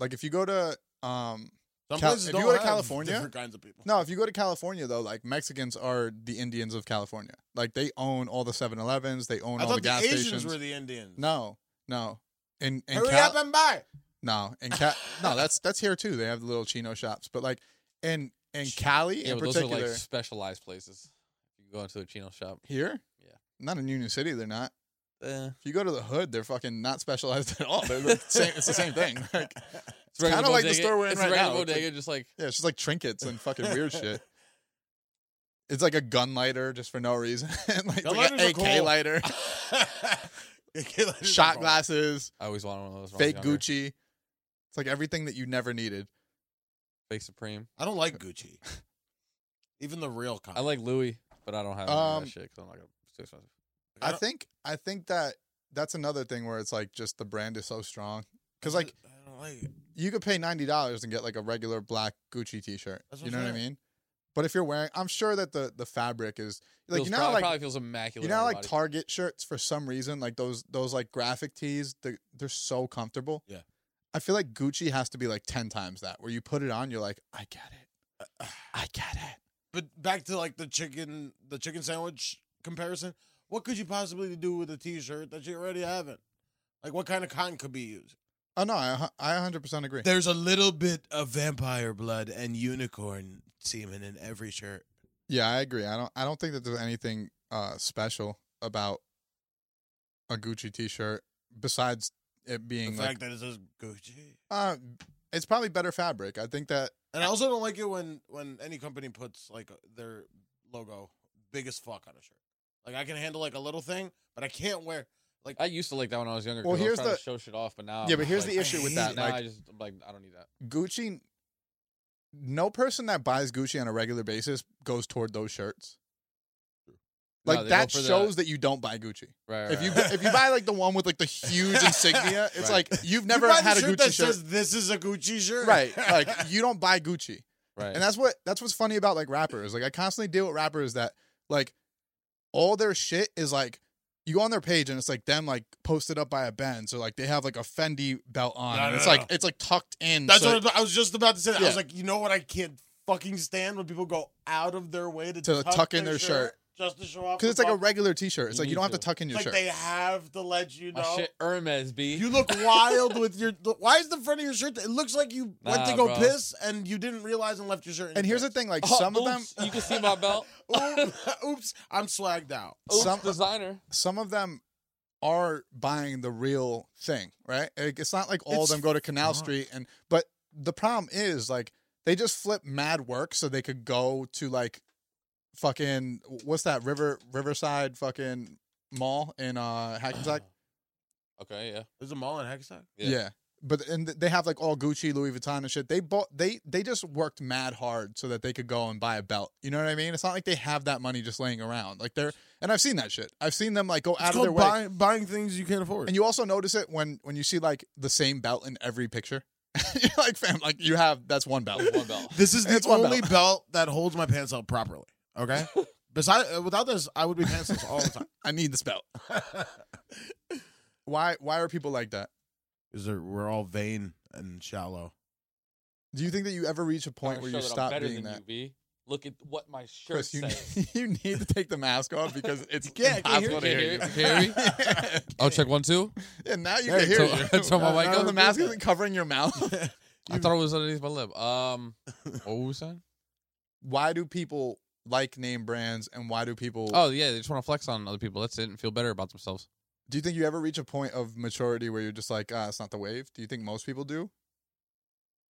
[SPEAKER 2] like, if you go to um,
[SPEAKER 4] Some
[SPEAKER 2] Cal-
[SPEAKER 4] places
[SPEAKER 2] if
[SPEAKER 4] don't
[SPEAKER 2] you go to
[SPEAKER 4] have
[SPEAKER 2] California-
[SPEAKER 4] different kinds of people.
[SPEAKER 2] no, if you go to California though, like Mexicans are the Indians of California. Like they own all the 7-Elevens, they own
[SPEAKER 4] I
[SPEAKER 2] all
[SPEAKER 4] thought
[SPEAKER 2] the gas
[SPEAKER 4] Asians
[SPEAKER 2] stations.
[SPEAKER 4] were the Indians.
[SPEAKER 2] no, no. In in
[SPEAKER 4] Hurry
[SPEAKER 2] Cal-
[SPEAKER 4] up and buy.
[SPEAKER 2] no in Cal- no that's that's here too. They have the little chino shops, but like in in Cali
[SPEAKER 3] yeah,
[SPEAKER 2] in
[SPEAKER 3] but those
[SPEAKER 2] particular.
[SPEAKER 3] are like specialized places. You go into a chino shop.
[SPEAKER 2] Here?
[SPEAKER 3] Yeah.
[SPEAKER 2] Not in Union City, they're not.
[SPEAKER 3] Eh,
[SPEAKER 2] If you go to the hood, they're fucking not specialized at all. They're Oh, the same, it's the same thing. Like,
[SPEAKER 3] it's regular
[SPEAKER 2] kinda like the
[SPEAKER 3] bodega-
[SPEAKER 2] store we're in
[SPEAKER 3] it's
[SPEAKER 2] right
[SPEAKER 3] regular
[SPEAKER 2] now. It's
[SPEAKER 3] bodega, just like
[SPEAKER 2] yeah, it's just like trinkets and fucking weird shit. It's like a gun lighter just for no reason. like, it's
[SPEAKER 4] Gun
[SPEAKER 2] like an
[SPEAKER 4] lighters
[SPEAKER 2] AK
[SPEAKER 4] are cool.
[SPEAKER 2] lighter, shot
[SPEAKER 4] Shot
[SPEAKER 2] glasses,
[SPEAKER 3] I always wanted one of those. when I was
[SPEAKER 2] fake
[SPEAKER 3] younger.
[SPEAKER 2] Gucci. It's like everything that you never needed.
[SPEAKER 3] fake Supreme.
[SPEAKER 4] I don't like Gucci. Even the real kind.
[SPEAKER 3] I like Louis, but I don't have any of
[SPEAKER 2] Um,
[SPEAKER 3] that shit because I'm not gonna. It's too expensive.
[SPEAKER 2] I,
[SPEAKER 4] don't-
[SPEAKER 2] think I think that that's another thing where it's like just the brand is so strong. Because like
[SPEAKER 4] I don't like it.
[SPEAKER 2] you could pay ninety dollars and get like a regular black Gucci T-shirt.
[SPEAKER 4] That's what
[SPEAKER 2] You
[SPEAKER 4] I'm
[SPEAKER 2] know what I
[SPEAKER 4] saying.
[SPEAKER 2] mean? But if you're wearing, I'm sure that the the fabric is like
[SPEAKER 3] feels
[SPEAKER 2] you know how,
[SPEAKER 3] probably,
[SPEAKER 2] like
[SPEAKER 3] probably feels immaculate.
[SPEAKER 2] you know
[SPEAKER 3] on
[SPEAKER 2] how,
[SPEAKER 3] your
[SPEAKER 2] like
[SPEAKER 3] body.
[SPEAKER 2] Target shirts for some reason like those those like graphic tees they're, they're so comfortable.
[SPEAKER 4] Yeah.
[SPEAKER 2] I feel like Gucci has to be like ten times that. Where you put it on, you're like, I get it, I get it.
[SPEAKER 4] But back to like the chicken, the chicken sandwich comparison. What could you possibly do with a T-shirt that you already haven't? Like, what kind of cotton could be used?
[SPEAKER 2] Oh no, I I 100 percent agree.
[SPEAKER 4] There's a little bit of vampire blood and unicorn semen in every shirt.
[SPEAKER 2] Yeah, I agree. I don't I don't think that there's anything uh special about a Gucci T-shirt besides it
[SPEAKER 4] The
[SPEAKER 2] being like
[SPEAKER 4] fact that it says Gucci.
[SPEAKER 2] uh, it's probably better fabric. I think that
[SPEAKER 4] And I also don't like it when when any company puts like their logo big as fuck on a shirt. Like I can handle like a little thing, but I can't wear.
[SPEAKER 3] I used to like that when I was younger.
[SPEAKER 2] Well,
[SPEAKER 3] 'cause I
[SPEAKER 2] here's
[SPEAKER 3] was trying
[SPEAKER 2] the-
[SPEAKER 3] to show shit off, but
[SPEAKER 2] Yeah,
[SPEAKER 3] now I'm
[SPEAKER 2] but
[SPEAKER 3] just
[SPEAKER 2] here's
[SPEAKER 3] like,
[SPEAKER 2] the issue with
[SPEAKER 3] I
[SPEAKER 2] that,
[SPEAKER 3] hate it. Now
[SPEAKER 2] like-
[SPEAKER 3] I just I'm like I don't need that.
[SPEAKER 2] Gucci. No person that buys Gucci on a regular basis goes toward those shirts.
[SPEAKER 3] No,
[SPEAKER 2] Like
[SPEAKER 3] they go
[SPEAKER 2] that
[SPEAKER 3] for the-
[SPEAKER 2] shows that you don't buy Gucci.
[SPEAKER 3] Right,
[SPEAKER 2] If you
[SPEAKER 3] right.
[SPEAKER 2] if you buy like the one with like the huge insignia, it's
[SPEAKER 3] Right.
[SPEAKER 2] like you've
[SPEAKER 4] You
[SPEAKER 2] never
[SPEAKER 4] buy the
[SPEAKER 2] had a
[SPEAKER 4] shirt
[SPEAKER 2] Gucci
[SPEAKER 4] that
[SPEAKER 2] shirt,
[SPEAKER 4] says this is a Gucci shirt,
[SPEAKER 2] right? Like you don't buy Gucci.
[SPEAKER 3] right.
[SPEAKER 2] And that's what that's what's funny about like rappers. Like I constantly deal with rappers that like all their shit is like you go on their page and it's like them like posted up by a band. So like they have like a Fendi belt on.
[SPEAKER 4] No,
[SPEAKER 2] and
[SPEAKER 4] no,
[SPEAKER 2] it's
[SPEAKER 4] no,
[SPEAKER 2] like
[SPEAKER 4] no.
[SPEAKER 2] it's like tucked in.
[SPEAKER 4] That's
[SPEAKER 2] so
[SPEAKER 4] what I was just about to say. I
[SPEAKER 2] Yeah.
[SPEAKER 4] was like, you know what? I can't fucking stand when people go out of their way to,
[SPEAKER 2] To
[SPEAKER 4] tuck,
[SPEAKER 2] tuck in
[SPEAKER 4] their,
[SPEAKER 2] their
[SPEAKER 4] shirt, just to show off.
[SPEAKER 2] Because
[SPEAKER 4] the
[SPEAKER 2] it's like a
[SPEAKER 4] fuck-
[SPEAKER 2] regular T-shirt. It's
[SPEAKER 3] You
[SPEAKER 2] like you
[SPEAKER 3] need
[SPEAKER 2] don't have to
[SPEAKER 3] to.
[SPEAKER 2] tuck in your
[SPEAKER 4] like
[SPEAKER 2] shirt.
[SPEAKER 4] they have to let you
[SPEAKER 3] My
[SPEAKER 4] know.
[SPEAKER 3] shit Hermes B.
[SPEAKER 4] You look wild with your. Why is the front of your shirt? It looks like you went
[SPEAKER 3] Nah,
[SPEAKER 4] to go
[SPEAKER 3] bro.
[SPEAKER 4] piss and you didn't realize and left your shirt. In
[SPEAKER 2] and
[SPEAKER 4] your
[SPEAKER 2] here's the thing: like
[SPEAKER 3] Oh,
[SPEAKER 2] some of them,
[SPEAKER 3] oops, You can see my belt.
[SPEAKER 4] pants. Oop- Oops, I'm swagged out.
[SPEAKER 3] Oops,
[SPEAKER 2] Some-
[SPEAKER 3] designer.
[SPEAKER 2] some of them are buying the real thing, right? Like, it's not like all
[SPEAKER 4] It's
[SPEAKER 2] of them go to Canal
[SPEAKER 4] fucked.
[SPEAKER 2] Street, and but the problem is like they just flip mad work so they could go to like fucking what's that river Riverside fucking mall in uh Hackensack?
[SPEAKER 3] Okay, yeah.
[SPEAKER 4] There's a mall in Hackensack.
[SPEAKER 2] yeah.
[SPEAKER 3] Yeah.
[SPEAKER 2] But and they have like all Gucci, Louis Vuitton, and shit. They bought they they just worked mad hard so that they could go and buy a belt. You know what I mean? It's not like they have that money just laying around. Like they're and I've seen that shit. I've seen them like go out of their way.
[SPEAKER 4] buying things you can't afford.
[SPEAKER 2] And you also notice it when when you see like the same belt in every picture. You're like, fam, like you have that's one belt.
[SPEAKER 3] One belt.
[SPEAKER 4] This is the
[SPEAKER 2] It's one
[SPEAKER 4] only belt. that holds my pants up properly. Okay. Besides, without this, I would be pantsless all the time.
[SPEAKER 2] I need this belt. Why why are people like that?
[SPEAKER 4] Is there? We're all vain and shallow.
[SPEAKER 2] Do you think that you ever reach a point
[SPEAKER 3] Trying to
[SPEAKER 2] where
[SPEAKER 3] show
[SPEAKER 2] you
[SPEAKER 3] that I'm
[SPEAKER 2] stop
[SPEAKER 3] better
[SPEAKER 2] being
[SPEAKER 3] than
[SPEAKER 2] that?
[SPEAKER 3] you, B. Look at what my shirt
[SPEAKER 2] Chris, you,
[SPEAKER 3] says.
[SPEAKER 2] you need to take the mask off because it's
[SPEAKER 4] can't- I can't hear
[SPEAKER 2] impossible to
[SPEAKER 3] you.
[SPEAKER 2] hear you.
[SPEAKER 3] Can't hear- Oh, check one two.
[SPEAKER 2] Yeah, now you
[SPEAKER 4] There
[SPEAKER 2] can
[SPEAKER 4] you
[SPEAKER 2] hear
[SPEAKER 4] go.
[SPEAKER 2] you.
[SPEAKER 3] That's what my mic
[SPEAKER 2] Now
[SPEAKER 3] is.
[SPEAKER 2] the mask isn't covering your mouth.
[SPEAKER 3] I thought it was underneath my lip. Um, what were we saying?
[SPEAKER 2] why do people like name brands and why do people
[SPEAKER 3] Oh yeah, they just want to flex on other people. That's it, and feel better about themselves.
[SPEAKER 2] do you think you ever reach a point of maturity where you're just like, ah, it's not the wave? Do you think most people do?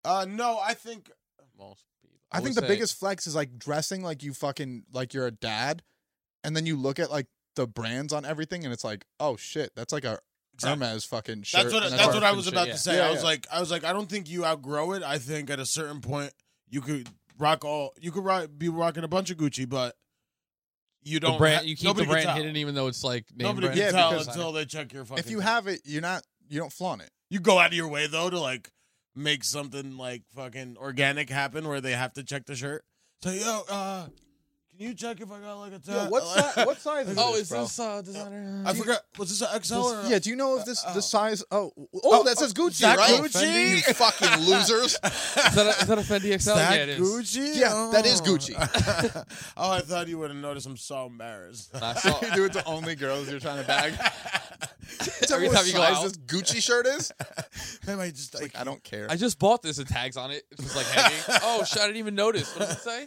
[SPEAKER 4] Uh, no, I think
[SPEAKER 3] Most people.
[SPEAKER 2] I,
[SPEAKER 3] would
[SPEAKER 2] think the
[SPEAKER 3] say-
[SPEAKER 2] biggest flex is like dressing like you fucking like you're a dad, and then you look at like the brands on everything, and it's like, oh shit, that's like a Hermes fucking shirt.
[SPEAKER 4] That's what
[SPEAKER 2] and
[SPEAKER 4] that's
[SPEAKER 2] our
[SPEAKER 4] what I
[SPEAKER 2] fucking
[SPEAKER 4] was
[SPEAKER 2] shit.
[SPEAKER 4] about
[SPEAKER 3] yeah.
[SPEAKER 4] to say.
[SPEAKER 2] Yeah,
[SPEAKER 4] I was
[SPEAKER 2] yeah.
[SPEAKER 4] like I was like I don't think you outgrow it. I think at a certain point you could rock all you could rock, be rocking a bunch of Gucci, but you
[SPEAKER 3] The
[SPEAKER 4] don't
[SPEAKER 3] brand,
[SPEAKER 4] ha-
[SPEAKER 3] you keep the
[SPEAKER 4] nobody can
[SPEAKER 3] brand
[SPEAKER 4] tell.
[SPEAKER 3] hidden, even though it's like name
[SPEAKER 4] Nobody
[SPEAKER 3] brand.
[SPEAKER 4] can
[SPEAKER 2] Yeah,
[SPEAKER 4] tell
[SPEAKER 2] because-
[SPEAKER 4] until they check your fucking
[SPEAKER 2] If you have it, you're not you don't flaunt it.
[SPEAKER 4] you go out of your way though to like make something like fucking organic happen where they have to check the shirt. So yo, uh can you check if I got like a
[SPEAKER 2] Yo,
[SPEAKER 4] tag?
[SPEAKER 2] what si- what size is
[SPEAKER 3] Oh,
[SPEAKER 2] this,
[SPEAKER 3] is
[SPEAKER 2] bro?
[SPEAKER 3] this uh, designer?
[SPEAKER 4] I forgot was this an XL or
[SPEAKER 2] yeah, do you know if this
[SPEAKER 4] Uh,
[SPEAKER 2] the
[SPEAKER 4] oh.
[SPEAKER 2] size? Oh, oh,
[SPEAKER 4] Oh,
[SPEAKER 2] that says
[SPEAKER 4] oh,
[SPEAKER 2] Gucci,
[SPEAKER 4] that
[SPEAKER 2] right?
[SPEAKER 4] Gucci?
[SPEAKER 2] you fucking losers.
[SPEAKER 3] Is that, a, is that a Fendi XL?
[SPEAKER 4] that
[SPEAKER 3] yeah, it is.
[SPEAKER 4] Gucci?
[SPEAKER 2] Yeah, that is
[SPEAKER 4] Oh.
[SPEAKER 2] Gucci.
[SPEAKER 4] oh, I thought you would have noticed. I'm so embarrassed.
[SPEAKER 3] I saw-
[SPEAKER 2] you do it to only girls you're trying to bag. Tell me
[SPEAKER 3] Every
[SPEAKER 2] what
[SPEAKER 3] time you go
[SPEAKER 2] size
[SPEAKER 3] out.
[SPEAKER 2] this Gucci shirt is.
[SPEAKER 4] Man, I just
[SPEAKER 2] It's like I don't care.
[SPEAKER 3] I just bought this. The tags on it. It's just like hanging. oh shit! I didn't even notice. What does it say?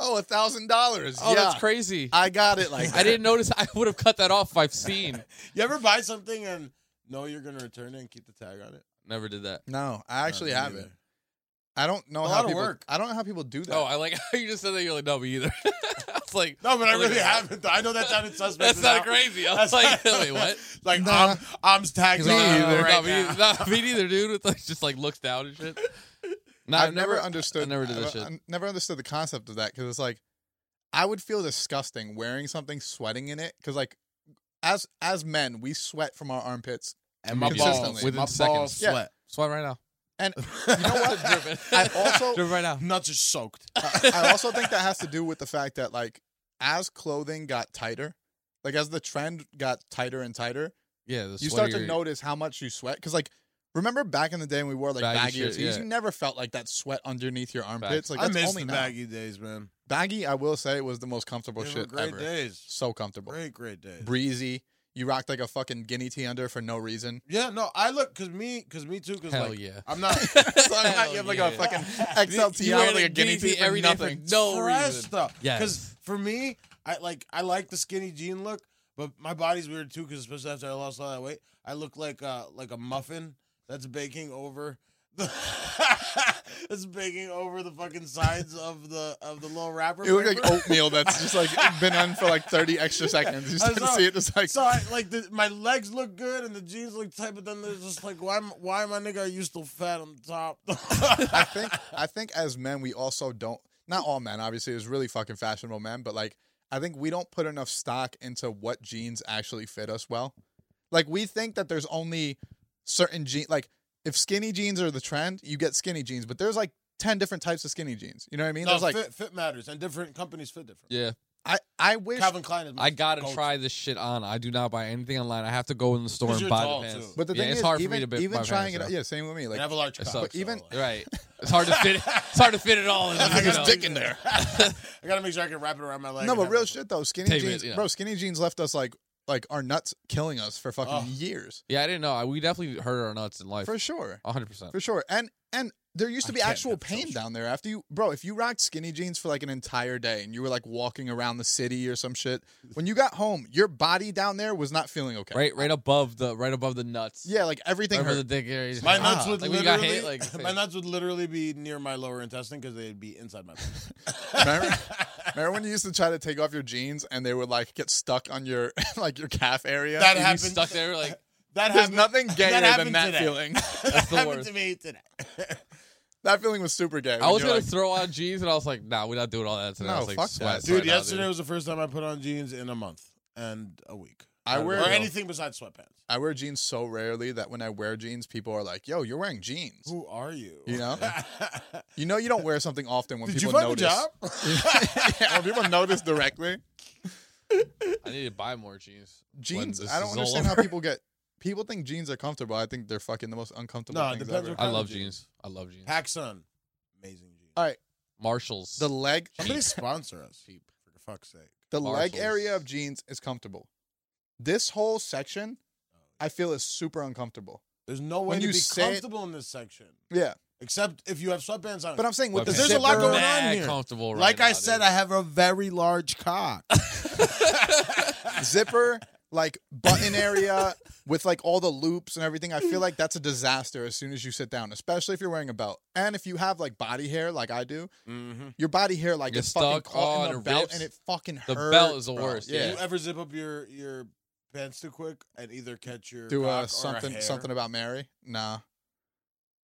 [SPEAKER 2] oh, a thousand dollars.
[SPEAKER 3] Oh,
[SPEAKER 2] yeah.
[SPEAKER 3] that's crazy. I,
[SPEAKER 2] I got it. Like that.
[SPEAKER 3] didn't notice. I would have cut that off if I've seen.
[SPEAKER 4] You ever buy something and know you're gonna return it and keep the tag on it?
[SPEAKER 3] Never did that.
[SPEAKER 2] No, I actually
[SPEAKER 4] me
[SPEAKER 2] have
[SPEAKER 4] neither.
[SPEAKER 2] it. I don't know
[SPEAKER 4] A
[SPEAKER 2] how
[SPEAKER 4] lot of
[SPEAKER 2] people.
[SPEAKER 4] work.
[SPEAKER 2] I don't know how people do that.
[SPEAKER 3] Oh, I like how you just said that. You're like, no, me either. I was like,
[SPEAKER 4] No, but I
[SPEAKER 3] Look at
[SPEAKER 4] really
[SPEAKER 3] that.
[SPEAKER 4] haven't. though. I know that sounded suspect.
[SPEAKER 3] that's
[SPEAKER 4] without-
[SPEAKER 3] not crazy. I was like, wait, what?
[SPEAKER 4] Like
[SPEAKER 2] Nah.
[SPEAKER 4] I'm, I'm tagged
[SPEAKER 3] He's
[SPEAKER 4] on
[SPEAKER 3] like,
[SPEAKER 4] it
[SPEAKER 3] no, no, no,
[SPEAKER 4] right
[SPEAKER 3] me,
[SPEAKER 4] now.
[SPEAKER 3] no, me neither, dude. With like, just like looks down and shit. No,
[SPEAKER 2] I've, never,
[SPEAKER 3] I
[SPEAKER 2] understood.
[SPEAKER 3] never did that
[SPEAKER 2] I've-
[SPEAKER 3] shit.
[SPEAKER 2] I never understood the concept of that because it's like, I would feel disgusting wearing something, sweating in it. Because like, as as men, we sweat from our armpits.
[SPEAKER 4] And my balls,
[SPEAKER 2] Consistently.
[SPEAKER 4] my
[SPEAKER 3] Within
[SPEAKER 4] balls
[SPEAKER 3] seconds.
[SPEAKER 2] Yeah.
[SPEAKER 4] sweat.
[SPEAKER 3] Sweat right now.
[SPEAKER 2] And
[SPEAKER 4] You know what?
[SPEAKER 3] Dripping.
[SPEAKER 2] I also-
[SPEAKER 3] Dripping right now.
[SPEAKER 4] Nuts are soaked.
[SPEAKER 2] I I also think that has to do with the fact that like, as clothing got tighter, like as the trend got tighter and tighter,
[SPEAKER 3] Yeah, the
[SPEAKER 2] you start to
[SPEAKER 3] sweatier-
[SPEAKER 2] notice how much you sweat because like Remember back in the day when we wore like baggy,
[SPEAKER 5] Baggy
[SPEAKER 2] or
[SPEAKER 5] shit,
[SPEAKER 2] tees?
[SPEAKER 5] yeah.
[SPEAKER 2] You never felt like that sweat underneath your armpits. Like
[SPEAKER 4] I
[SPEAKER 2] that's
[SPEAKER 4] miss
[SPEAKER 2] only
[SPEAKER 4] the
[SPEAKER 2] now.
[SPEAKER 4] baggy days, man.
[SPEAKER 2] Baggy, I will say, was the most comfortable
[SPEAKER 4] They were
[SPEAKER 2] shit
[SPEAKER 4] great
[SPEAKER 2] ever.
[SPEAKER 4] days.
[SPEAKER 2] So comfortable,
[SPEAKER 4] Great, great days.
[SPEAKER 2] breezy. You rocked like a fucking guinea tee under for no reason.
[SPEAKER 4] yeah, no, I look because me, because me too, because
[SPEAKER 5] Hell
[SPEAKER 4] like
[SPEAKER 5] yeah.
[SPEAKER 4] I'm not
[SPEAKER 2] So I'm not- you have like a
[SPEAKER 3] Hell yeah.
[SPEAKER 2] fucking
[SPEAKER 3] You
[SPEAKER 2] XLT
[SPEAKER 3] wear
[SPEAKER 2] out like
[SPEAKER 3] the
[SPEAKER 2] a guinea tee for
[SPEAKER 3] every day for
[SPEAKER 2] nothing.
[SPEAKER 3] no
[SPEAKER 4] fresh
[SPEAKER 3] reason.
[SPEAKER 4] stuff.
[SPEAKER 5] Yes.
[SPEAKER 4] Because for me, I like I like the skinny jean look, but my body's weird too. Because especially after I lost all that weight, I look like uh like a muffin that's baking over. The that's baking over the fucking sides of the of the little wrapper.
[SPEAKER 2] It looked like
[SPEAKER 4] paper.
[SPEAKER 2] oatmeal that's just like been on for like 30 extra seconds. You just
[SPEAKER 4] I
[SPEAKER 2] didn't
[SPEAKER 4] saw-
[SPEAKER 2] see it. Just like
[SPEAKER 4] so I, like the, my legs look good and the jeans look tight, but then there's just like why am- why my nigga are you still fat on the top?
[SPEAKER 2] I think I think as men we also don't not all men obviously it's really fucking fashionable men but like I think we don't put enough stock into what jeans actually fit us well. Like we think that there's only certain jeans like if skinny jeans are the trend, you get skinny jeans, but there's like 10 different types of skinny jeans. You know what I mean?
[SPEAKER 4] no,
[SPEAKER 2] there's like
[SPEAKER 4] fit, fit matters and different companies fit different.
[SPEAKER 5] Yeah.
[SPEAKER 2] I I wish
[SPEAKER 4] Calvin Klein is my
[SPEAKER 5] I gotta
[SPEAKER 4] go-to.
[SPEAKER 5] try this shit on. I do not buy anything online. I have to go in the store
[SPEAKER 4] 'Cause
[SPEAKER 5] and
[SPEAKER 4] you're
[SPEAKER 5] buy
[SPEAKER 4] tall,
[SPEAKER 5] the pants.
[SPEAKER 4] too.
[SPEAKER 2] but the
[SPEAKER 5] yeah,
[SPEAKER 2] thing
[SPEAKER 5] it's
[SPEAKER 2] is
[SPEAKER 5] hard
[SPEAKER 2] even,
[SPEAKER 5] for me to buy
[SPEAKER 2] even
[SPEAKER 5] my
[SPEAKER 2] trying it
[SPEAKER 5] pants,
[SPEAKER 2] out.
[SPEAKER 5] though.
[SPEAKER 2] Yeah, same with me.
[SPEAKER 4] And
[SPEAKER 2] Like
[SPEAKER 4] I have a large
[SPEAKER 5] It
[SPEAKER 4] cock.
[SPEAKER 5] sucks.
[SPEAKER 4] so,
[SPEAKER 2] Even-
[SPEAKER 4] like,
[SPEAKER 5] Right. It's hard to fit. It's hard to fit it all. In,
[SPEAKER 4] I
[SPEAKER 5] you
[SPEAKER 4] gotta
[SPEAKER 5] know?
[SPEAKER 2] dick in there.
[SPEAKER 4] I gotta make sure I can wrap it around my leg.
[SPEAKER 2] no,
[SPEAKER 4] and
[SPEAKER 2] but
[SPEAKER 4] have
[SPEAKER 2] real
[SPEAKER 4] it-
[SPEAKER 2] shit though, skinny
[SPEAKER 5] Take it,
[SPEAKER 2] jeans,
[SPEAKER 5] yeah.
[SPEAKER 2] bro. Skinny jeans left us like like our nuts killing us for fucking
[SPEAKER 4] Ugh.
[SPEAKER 2] years
[SPEAKER 5] Yeah, I didn't know. I, we definitely hurt our nuts in life.
[SPEAKER 2] for sure.
[SPEAKER 5] 100. percent
[SPEAKER 2] For sure. And and there used to
[SPEAKER 4] I
[SPEAKER 2] be
[SPEAKER 4] can't
[SPEAKER 2] actual
[SPEAKER 4] have
[SPEAKER 2] pain
[SPEAKER 4] children.
[SPEAKER 2] down there after you bro, if you rocked skinny jeans for like an entire day and you were like walking around the city or some shit, when you got home, your body down there was not feeling okay.
[SPEAKER 5] Right, right above the right above the nuts.
[SPEAKER 2] Yeah, like everything
[SPEAKER 5] right above the
[SPEAKER 2] hurt.
[SPEAKER 5] dick area. It's
[SPEAKER 4] My
[SPEAKER 5] like,
[SPEAKER 4] nuts
[SPEAKER 5] ah,
[SPEAKER 4] would
[SPEAKER 5] like when you got
[SPEAKER 4] literally,
[SPEAKER 5] hit. Like
[SPEAKER 4] my nuts would literally be near my lower intestine because they'd be inside my. penis.
[SPEAKER 2] Remember? Remember when you used to try to take off your jeans and they would like get stuck on your like your calf area?
[SPEAKER 4] That
[SPEAKER 5] you
[SPEAKER 4] happened.
[SPEAKER 5] stuck there. Like
[SPEAKER 4] That
[SPEAKER 2] There's
[SPEAKER 4] happened.
[SPEAKER 2] nothing gayer than
[SPEAKER 4] happened
[SPEAKER 2] that
[SPEAKER 4] today.
[SPEAKER 2] feeling.
[SPEAKER 4] that
[SPEAKER 5] the
[SPEAKER 4] happened
[SPEAKER 5] worst.
[SPEAKER 4] to me today.
[SPEAKER 2] that feeling was super gay.
[SPEAKER 5] I
[SPEAKER 2] when
[SPEAKER 5] was
[SPEAKER 2] you're
[SPEAKER 5] gonna
[SPEAKER 2] like,
[SPEAKER 5] throw on jeans, and I was like, Nah, we're not doing all that today. I
[SPEAKER 2] No,
[SPEAKER 5] was like,
[SPEAKER 2] fuck
[SPEAKER 5] sweats
[SPEAKER 2] that.
[SPEAKER 4] Dude,
[SPEAKER 5] right now,
[SPEAKER 4] yesterday was the first time I put on jeans in a month and a week.
[SPEAKER 2] I
[SPEAKER 4] or
[SPEAKER 2] wear
[SPEAKER 4] anything besides sweatpants.
[SPEAKER 2] I wear jeans so rarely that when I wear jeans, people are like, "Yo, you're wearing jeans."
[SPEAKER 4] Who are you?
[SPEAKER 2] You know? You know, you don't wear something often when
[SPEAKER 4] Did you
[SPEAKER 2] people
[SPEAKER 4] find
[SPEAKER 2] notice.
[SPEAKER 4] a job?
[SPEAKER 2] yeah, when people notice directly.
[SPEAKER 5] I need to buy more jeans. when
[SPEAKER 2] Jeans.
[SPEAKER 5] this
[SPEAKER 2] I don't
[SPEAKER 5] is all
[SPEAKER 2] understand how
[SPEAKER 5] over.
[SPEAKER 2] people get. People think jeans are comfortable. I think they're fucking the most uncomfortable
[SPEAKER 4] No, it
[SPEAKER 2] things
[SPEAKER 4] depends
[SPEAKER 2] ever.
[SPEAKER 4] what-
[SPEAKER 5] I love jeans. I love jeans.
[SPEAKER 4] Pac Sun, amazing jeans.
[SPEAKER 2] All right,
[SPEAKER 5] Marshalls.
[SPEAKER 2] the leg,
[SPEAKER 4] Somebody sponsor us.
[SPEAKER 5] Cheap.
[SPEAKER 4] For fuck's sake.
[SPEAKER 2] the leg
[SPEAKER 5] Marshalls.
[SPEAKER 2] area of jeans is comfortable. This whole section, I feel, is super uncomfortable.
[SPEAKER 4] There's no way
[SPEAKER 2] When
[SPEAKER 4] to
[SPEAKER 2] you
[SPEAKER 4] be
[SPEAKER 2] say it-
[SPEAKER 4] comfortable in this section.
[SPEAKER 2] Yeah,
[SPEAKER 4] Except if you have sweatpants on.
[SPEAKER 2] but I'm saying with the
[SPEAKER 4] Okay. There's a lot
[SPEAKER 2] zipper-
[SPEAKER 4] going on
[SPEAKER 5] Mad
[SPEAKER 4] here.
[SPEAKER 5] Comfortable. Right
[SPEAKER 4] like I
[SPEAKER 5] now,
[SPEAKER 4] said,
[SPEAKER 5] dude.
[SPEAKER 4] I have a very large cock.
[SPEAKER 2] zipper, like button area with like all the loops and everything. I feel like that's a disaster as soon as you sit down, especially if you're wearing a belt. And if you have like body hair, like I do,
[SPEAKER 4] mm-hmm.
[SPEAKER 2] your body hair like
[SPEAKER 5] Gets
[SPEAKER 2] is fucking
[SPEAKER 5] stuck,
[SPEAKER 2] caught
[SPEAKER 5] oh,
[SPEAKER 2] in the
[SPEAKER 5] and it
[SPEAKER 2] belt
[SPEAKER 5] rips.
[SPEAKER 2] and it fucking
[SPEAKER 5] The
[SPEAKER 2] hurts.
[SPEAKER 5] belt is the
[SPEAKER 2] bro.
[SPEAKER 5] worst,
[SPEAKER 4] Do
[SPEAKER 2] Yeah.
[SPEAKER 4] you ever zip up your your pants too quick and either catch your
[SPEAKER 2] Do
[SPEAKER 4] cock or
[SPEAKER 2] uh,
[SPEAKER 4] a
[SPEAKER 2] something
[SPEAKER 4] hair?
[SPEAKER 2] something about Mary? Nah.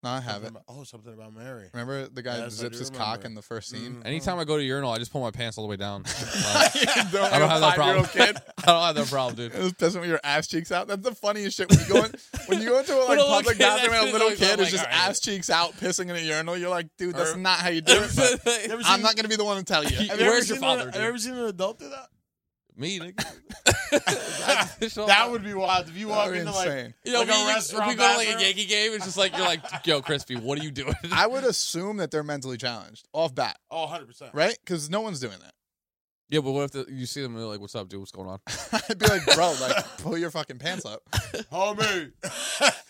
[SPEAKER 2] No, I haven't.
[SPEAKER 4] About, oh, something about Mary.
[SPEAKER 2] Remember the guy
[SPEAKER 4] Yes, I
[SPEAKER 2] zips
[SPEAKER 4] do
[SPEAKER 2] his cock
[SPEAKER 4] remember.
[SPEAKER 2] in the first scene?
[SPEAKER 4] Mm.
[SPEAKER 5] Anytime I go to urinal, I just pull my pants all the way down. Like,
[SPEAKER 2] I
[SPEAKER 5] I don't have that problem.
[SPEAKER 2] Kid.
[SPEAKER 5] I don't have that problem, dude.
[SPEAKER 2] It was pissing with your ass cheeks out. That's the funniest shit when you go in, when you go into a like
[SPEAKER 5] Little
[SPEAKER 2] public
[SPEAKER 5] kid,
[SPEAKER 2] bathroom
[SPEAKER 5] that's
[SPEAKER 2] and a little
[SPEAKER 5] always- I'm
[SPEAKER 2] kid is
[SPEAKER 5] like,
[SPEAKER 2] just
[SPEAKER 5] all right.
[SPEAKER 2] ass cheeks out pissing in a urinal. You're like, dude, that's
[SPEAKER 4] Or-
[SPEAKER 2] not how you do it. but
[SPEAKER 4] ever
[SPEAKER 2] I'm
[SPEAKER 4] seen-
[SPEAKER 2] not gonna be the one to tell you.
[SPEAKER 5] Have
[SPEAKER 4] you ever
[SPEAKER 5] Where's your
[SPEAKER 4] seen an-
[SPEAKER 5] father,
[SPEAKER 4] Have
[SPEAKER 5] dude?
[SPEAKER 4] you ever seen an adult do that?
[SPEAKER 5] Me, nigga.
[SPEAKER 4] That would be wild if you
[SPEAKER 2] That
[SPEAKER 4] walk
[SPEAKER 2] would be
[SPEAKER 4] into
[SPEAKER 2] insane.
[SPEAKER 4] like,
[SPEAKER 5] You know,
[SPEAKER 4] like
[SPEAKER 5] we,
[SPEAKER 4] a restaurant
[SPEAKER 5] we go to, like a
[SPEAKER 4] bathroom.
[SPEAKER 5] Yankee game. It's just like you're like, yo, crispy, what are you doing?
[SPEAKER 2] I would assume that they're mentally challenged off bat,
[SPEAKER 4] Oh, 100 percent.
[SPEAKER 2] right? Because no one's doing that.
[SPEAKER 5] yeah, but what if the, you see them and they're like, what's up, dude? What's going on?
[SPEAKER 2] I'd be like, bro, like pull your fucking pants up.
[SPEAKER 4] Homie.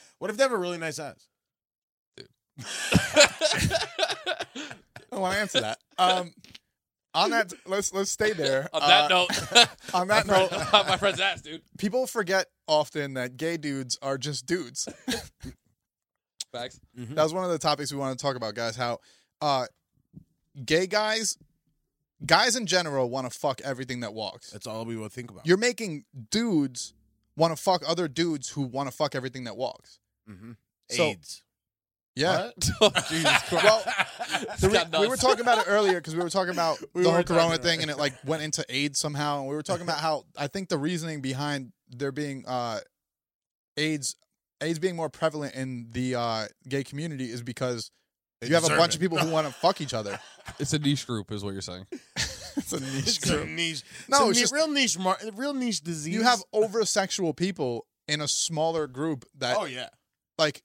[SPEAKER 4] what if they have a really nice ass?
[SPEAKER 2] I don't want to answer that. Um, on that, let's let's stay there.
[SPEAKER 5] On that
[SPEAKER 2] Uh,
[SPEAKER 5] note,
[SPEAKER 2] on that
[SPEAKER 5] my
[SPEAKER 2] note,
[SPEAKER 5] friend- my friend's ass, dude.
[SPEAKER 2] people forget often that gay dudes are just dudes.
[SPEAKER 5] Facts.
[SPEAKER 2] That was one of the topics we wanted to talk about, guys. How uh, gay guys, guys in general, want to fuck everything that walks.
[SPEAKER 4] That's all we will think about.
[SPEAKER 2] You're making dudes want to fuck other dudes who want to fuck everything that walks.
[SPEAKER 4] Mhm.
[SPEAKER 2] So-
[SPEAKER 4] AIDS.
[SPEAKER 2] Yeah.
[SPEAKER 5] Oh, Jesus Christ.
[SPEAKER 2] Well,
[SPEAKER 5] It's
[SPEAKER 2] The re-
[SPEAKER 5] got
[SPEAKER 2] we
[SPEAKER 5] nuts.
[SPEAKER 2] were talking about it earlier because we were talking about
[SPEAKER 4] We
[SPEAKER 2] the
[SPEAKER 4] were
[SPEAKER 2] whole
[SPEAKER 4] talking
[SPEAKER 2] corona
[SPEAKER 4] about
[SPEAKER 2] thing
[SPEAKER 4] it.
[SPEAKER 2] and it like went into AIDS somehow. And we were talking about how I think the reasoning behind there being uh, AIDS AIDS being more prevalent in the uh, gay community is because
[SPEAKER 4] They
[SPEAKER 2] you have a
[SPEAKER 4] deserve
[SPEAKER 2] bunch
[SPEAKER 4] it.
[SPEAKER 2] of people who want to fuck each other.
[SPEAKER 5] It's a niche group, is what you're saying.
[SPEAKER 2] it's a niche
[SPEAKER 4] It's a
[SPEAKER 2] group.
[SPEAKER 4] niche.
[SPEAKER 2] No,
[SPEAKER 4] No,
[SPEAKER 2] it's
[SPEAKER 4] it's
[SPEAKER 2] just-
[SPEAKER 4] a ni- real niche. Mar- real niche disease.
[SPEAKER 2] You have over sexual people in a smaller group that
[SPEAKER 4] Oh yeah.
[SPEAKER 2] like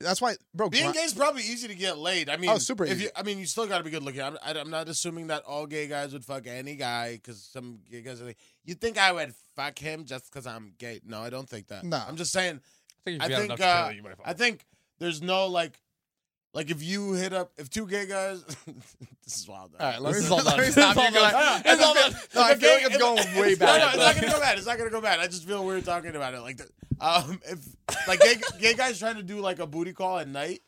[SPEAKER 2] That's why, bro.
[SPEAKER 4] Oh, Being
[SPEAKER 2] gri-
[SPEAKER 4] gay is probably easy to get laid. I mean,
[SPEAKER 2] Oh, super
[SPEAKER 4] if
[SPEAKER 2] easy.
[SPEAKER 4] You, I mean, you still got to be good looking. I'm, I, I'm not assuming that all gay guys would fuck any guy because some gay guys are like, you think I would fuck him just because I'm gay? No, I don't think that.
[SPEAKER 2] No.
[SPEAKER 4] I'm just saying.
[SPEAKER 3] think
[SPEAKER 4] I
[SPEAKER 3] if you had
[SPEAKER 4] think,
[SPEAKER 3] enough to
[SPEAKER 4] uh,
[SPEAKER 3] kill, you might fuck.
[SPEAKER 4] I think there's no like, like if you hit up if two gay guys, this is wild.
[SPEAKER 2] all right, let
[SPEAKER 3] This
[SPEAKER 2] me,
[SPEAKER 3] is all
[SPEAKER 2] let
[SPEAKER 3] done.
[SPEAKER 2] me
[SPEAKER 3] This
[SPEAKER 2] stop
[SPEAKER 3] is
[SPEAKER 2] you
[SPEAKER 3] all
[SPEAKER 2] guys.
[SPEAKER 3] done.
[SPEAKER 2] I
[SPEAKER 3] It's all
[SPEAKER 2] feel-
[SPEAKER 3] done.
[SPEAKER 2] no, I
[SPEAKER 4] If a
[SPEAKER 2] feel
[SPEAKER 4] gay-
[SPEAKER 2] like it's
[SPEAKER 4] if-
[SPEAKER 2] going way
[SPEAKER 4] No,
[SPEAKER 2] back.
[SPEAKER 4] no, it's
[SPEAKER 2] but-
[SPEAKER 4] not gonna go bad. It's not gonna go bad. I just feel weird talking about it like that. Um, if like gay, gay guys trying to do like a booty call at night,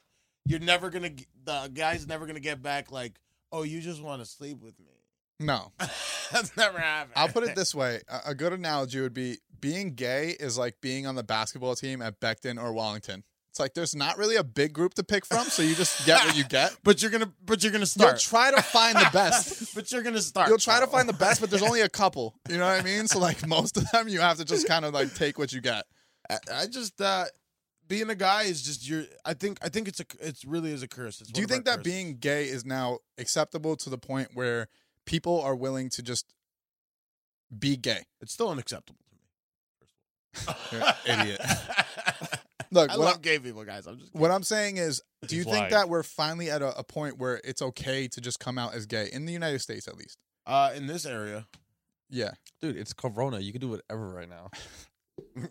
[SPEAKER 4] you're never gonna g- the guy's never gonna get back. Like, oh, you just want to sleep with me.
[SPEAKER 2] No,
[SPEAKER 4] That's never happened.
[SPEAKER 2] I'll put it this way: a, a good analogy would be being gay is like being on the basketball team at Beckton or Wellington. It's like there's not really a big group to pick from, so you just get what you get.
[SPEAKER 4] But you're gonna, but you're gonna
[SPEAKER 2] You'll
[SPEAKER 4] start.
[SPEAKER 2] try to find the best.
[SPEAKER 4] but you're gonna start.
[SPEAKER 2] You'll try to
[SPEAKER 4] though.
[SPEAKER 2] find the best, but there's only a couple. You know what I mean? So like most of them, you have to just kind of like take what you get.
[SPEAKER 4] I, I just uh, being a guy is just your. I think I think it's a it's really is a curse. It's
[SPEAKER 2] Do you
[SPEAKER 4] one of
[SPEAKER 2] think
[SPEAKER 4] our
[SPEAKER 2] that
[SPEAKER 4] curses.
[SPEAKER 2] being gay is now acceptable to the point where people are willing to just be gay?
[SPEAKER 4] it's still unacceptable to me?
[SPEAKER 2] You're an idiot. Look,
[SPEAKER 4] I
[SPEAKER 2] what,
[SPEAKER 4] love
[SPEAKER 2] I,
[SPEAKER 4] gay people, guys. I'm just
[SPEAKER 2] what I'm saying is, do you
[SPEAKER 3] He's
[SPEAKER 2] think
[SPEAKER 3] lying.
[SPEAKER 2] that we're finally at a, a point where it's okay to just come out as gay in the United States, at least?
[SPEAKER 4] uh, in this area.
[SPEAKER 2] Yeah,
[SPEAKER 3] Dude, it's Corona. You can do whatever right now.
[SPEAKER 2] you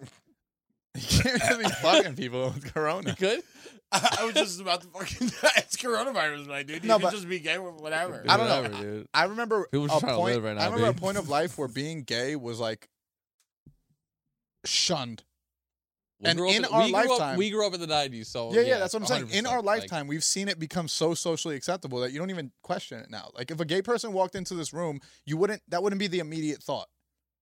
[SPEAKER 2] can't really be fucking people with Corona.
[SPEAKER 3] Good.
[SPEAKER 4] I, I was just about to fucking. it's coronavirus, my dude. You
[SPEAKER 2] No,
[SPEAKER 4] can
[SPEAKER 2] but-
[SPEAKER 4] just be gay with whatever.
[SPEAKER 2] I don't know.
[SPEAKER 3] dude.
[SPEAKER 2] I remember
[SPEAKER 3] People
[SPEAKER 2] a
[SPEAKER 3] just trying to
[SPEAKER 2] point.
[SPEAKER 3] live right now,
[SPEAKER 2] I remember
[SPEAKER 3] B.
[SPEAKER 2] a point of life where being gay was like shunned.
[SPEAKER 3] We
[SPEAKER 2] And
[SPEAKER 3] grew up
[SPEAKER 2] in our
[SPEAKER 3] we grew up-
[SPEAKER 2] lifetime-
[SPEAKER 3] we grew up in the '90s, so
[SPEAKER 2] yeah, yeah, that's what I'm saying. In
[SPEAKER 3] 100%,
[SPEAKER 2] our
[SPEAKER 3] like,
[SPEAKER 2] lifetime, we've seen it become so socially acceptable that you don't even question it now. Like if a gay person walked into this room, you wouldn't that wouldn't be the immediate thought.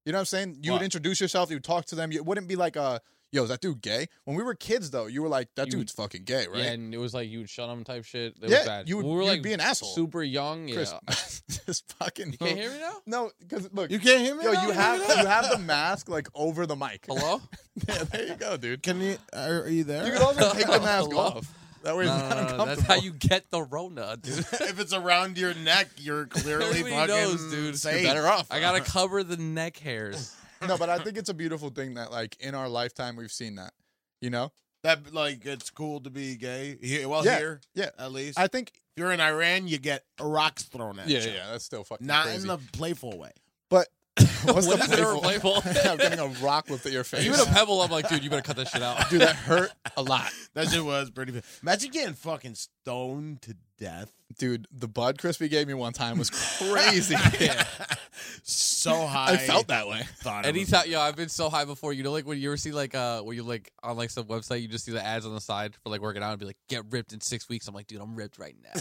[SPEAKER 2] You know what I'm saying? You
[SPEAKER 3] What?
[SPEAKER 2] would introduce yourself, you would talk to them, you- it wouldn't be like uh Yo, is that dude gay? When we were kids, though, you were like, "That
[SPEAKER 3] You
[SPEAKER 2] dude's fucking gay,
[SPEAKER 3] yeah,
[SPEAKER 2] right?"
[SPEAKER 3] and it was like you would shut them type shit. It
[SPEAKER 2] Yeah,
[SPEAKER 3] was bad.
[SPEAKER 2] you would-
[SPEAKER 3] we were
[SPEAKER 2] you'd
[SPEAKER 3] like
[SPEAKER 2] be an asshole.
[SPEAKER 3] Super young, yeah.
[SPEAKER 2] Chris, this fucking.
[SPEAKER 3] You can't hear me now.
[SPEAKER 2] No, because look,
[SPEAKER 4] You can't hear me.
[SPEAKER 2] yo,
[SPEAKER 4] now?
[SPEAKER 2] you have you have the mask like over the mic.
[SPEAKER 3] Hello.
[SPEAKER 2] yeah, there you go, dude.
[SPEAKER 4] Can you? Are, are you there?
[SPEAKER 2] You could also take the mask
[SPEAKER 3] Hello.
[SPEAKER 2] off. That way, it's
[SPEAKER 3] No,
[SPEAKER 2] not
[SPEAKER 3] no, no,
[SPEAKER 2] uncomfortable.
[SPEAKER 3] that's how you get the Rona, dude.
[SPEAKER 4] if it's around your neck, you're clearly
[SPEAKER 3] Everybody
[SPEAKER 4] fucking
[SPEAKER 3] knows, dude.
[SPEAKER 4] safe.
[SPEAKER 3] You're better off. I gotta cover the neck hairs.
[SPEAKER 2] no, but I think it's a beautiful thing that like in our lifetime we've seen that. You know?
[SPEAKER 4] That like it's cool to be gay. Here, well,
[SPEAKER 2] Yeah,
[SPEAKER 4] here
[SPEAKER 2] yeah.
[SPEAKER 4] at least.
[SPEAKER 2] I think
[SPEAKER 4] if you're in Iran, you get rocks thrown at
[SPEAKER 2] Yeah,
[SPEAKER 4] you.
[SPEAKER 2] yeah, that's still fucking
[SPEAKER 4] Not
[SPEAKER 2] crazy.
[SPEAKER 4] in the playful way.
[SPEAKER 2] but what's
[SPEAKER 3] When
[SPEAKER 2] the
[SPEAKER 3] is there a
[SPEAKER 2] playful?
[SPEAKER 3] playful?
[SPEAKER 2] I'm getting a rock whipped at your face.
[SPEAKER 3] Even a pebble, I'm like, dude, you better cut that shit out.
[SPEAKER 2] Dude, that hurt a lot.
[SPEAKER 4] That shit was pretty. bad. Imagine getting fucking stoned to death.
[SPEAKER 2] Dude, the bud crispy gave me one time was crazy.
[SPEAKER 4] so high.
[SPEAKER 2] I felt that way.
[SPEAKER 4] Thought it was-
[SPEAKER 3] Anytime, yo, I've been so high before. You know, like when you ever see like, uh, where you like on like some website, you just see the ads on the side for like working out and be like, get ripped in six weeks. I'm like, dude, I'm ripped right now.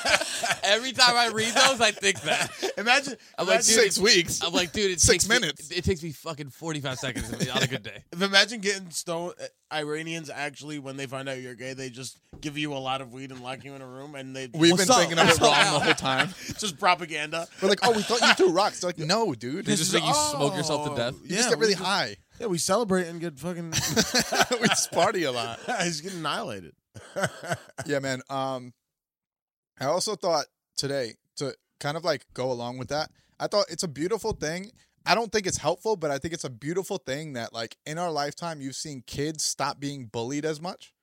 [SPEAKER 3] Every time I read those, I think that.
[SPEAKER 4] Imagine.
[SPEAKER 3] I'm like, dude,
[SPEAKER 4] imagine-
[SPEAKER 2] Six weeks.
[SPEAKER 3] I'm like, dude, it
[SPEAKER 2] Six
[SPEAKER 3] takes me-
[SPEAKER 2] minutes.
[SPEAKER 3] it takes me fucking 45 seconds to be on a good day.
[SPEAKER 4] If imagine getting stoned, uh, Iranians actually, when they find out you're gay, they just give you a lot of weed and lock you in a room, and they
[SPEAKER 2] We've
[SPEAKER 3] What's
[SPEAKER 2] been
[SPEAKER 3] up?
[SPEAKER 2] thinking of it
[SPEAKER 3] What's
[SPEAKER 2] wrong
[SPEAKER 3] up?
[SPEAKER 2] the whole time.
[SPEAKER 4] It's just propaganda.
[SPEAKER 2] We're like, oh, we thought you threw rocks. They're like, no, dude.
[SPEAKER 3] They
[SPEAKER 2] You
[SPEAKER 3] just make you smoke yourself to death.
[SPEAKER 4] Oh,
[SPEAKER 2] just get
[SPEAKER 4] we
[SPEAKER 2] really high.
[SPEAKER 4] Yeah, we celebrate and get fucking.
[SPEAKER 2] we just party a lot.
[SPEAKER 4] He's getting annihilated.
[SPEAKER 2] yeah, man. Um, I also thought today to kind of like go along with that. I thought it's a beautiful thing. I don't think it's helpful, but I think it's a beautiful thing that like in our lifetime you've seen kids stop being bullied as much.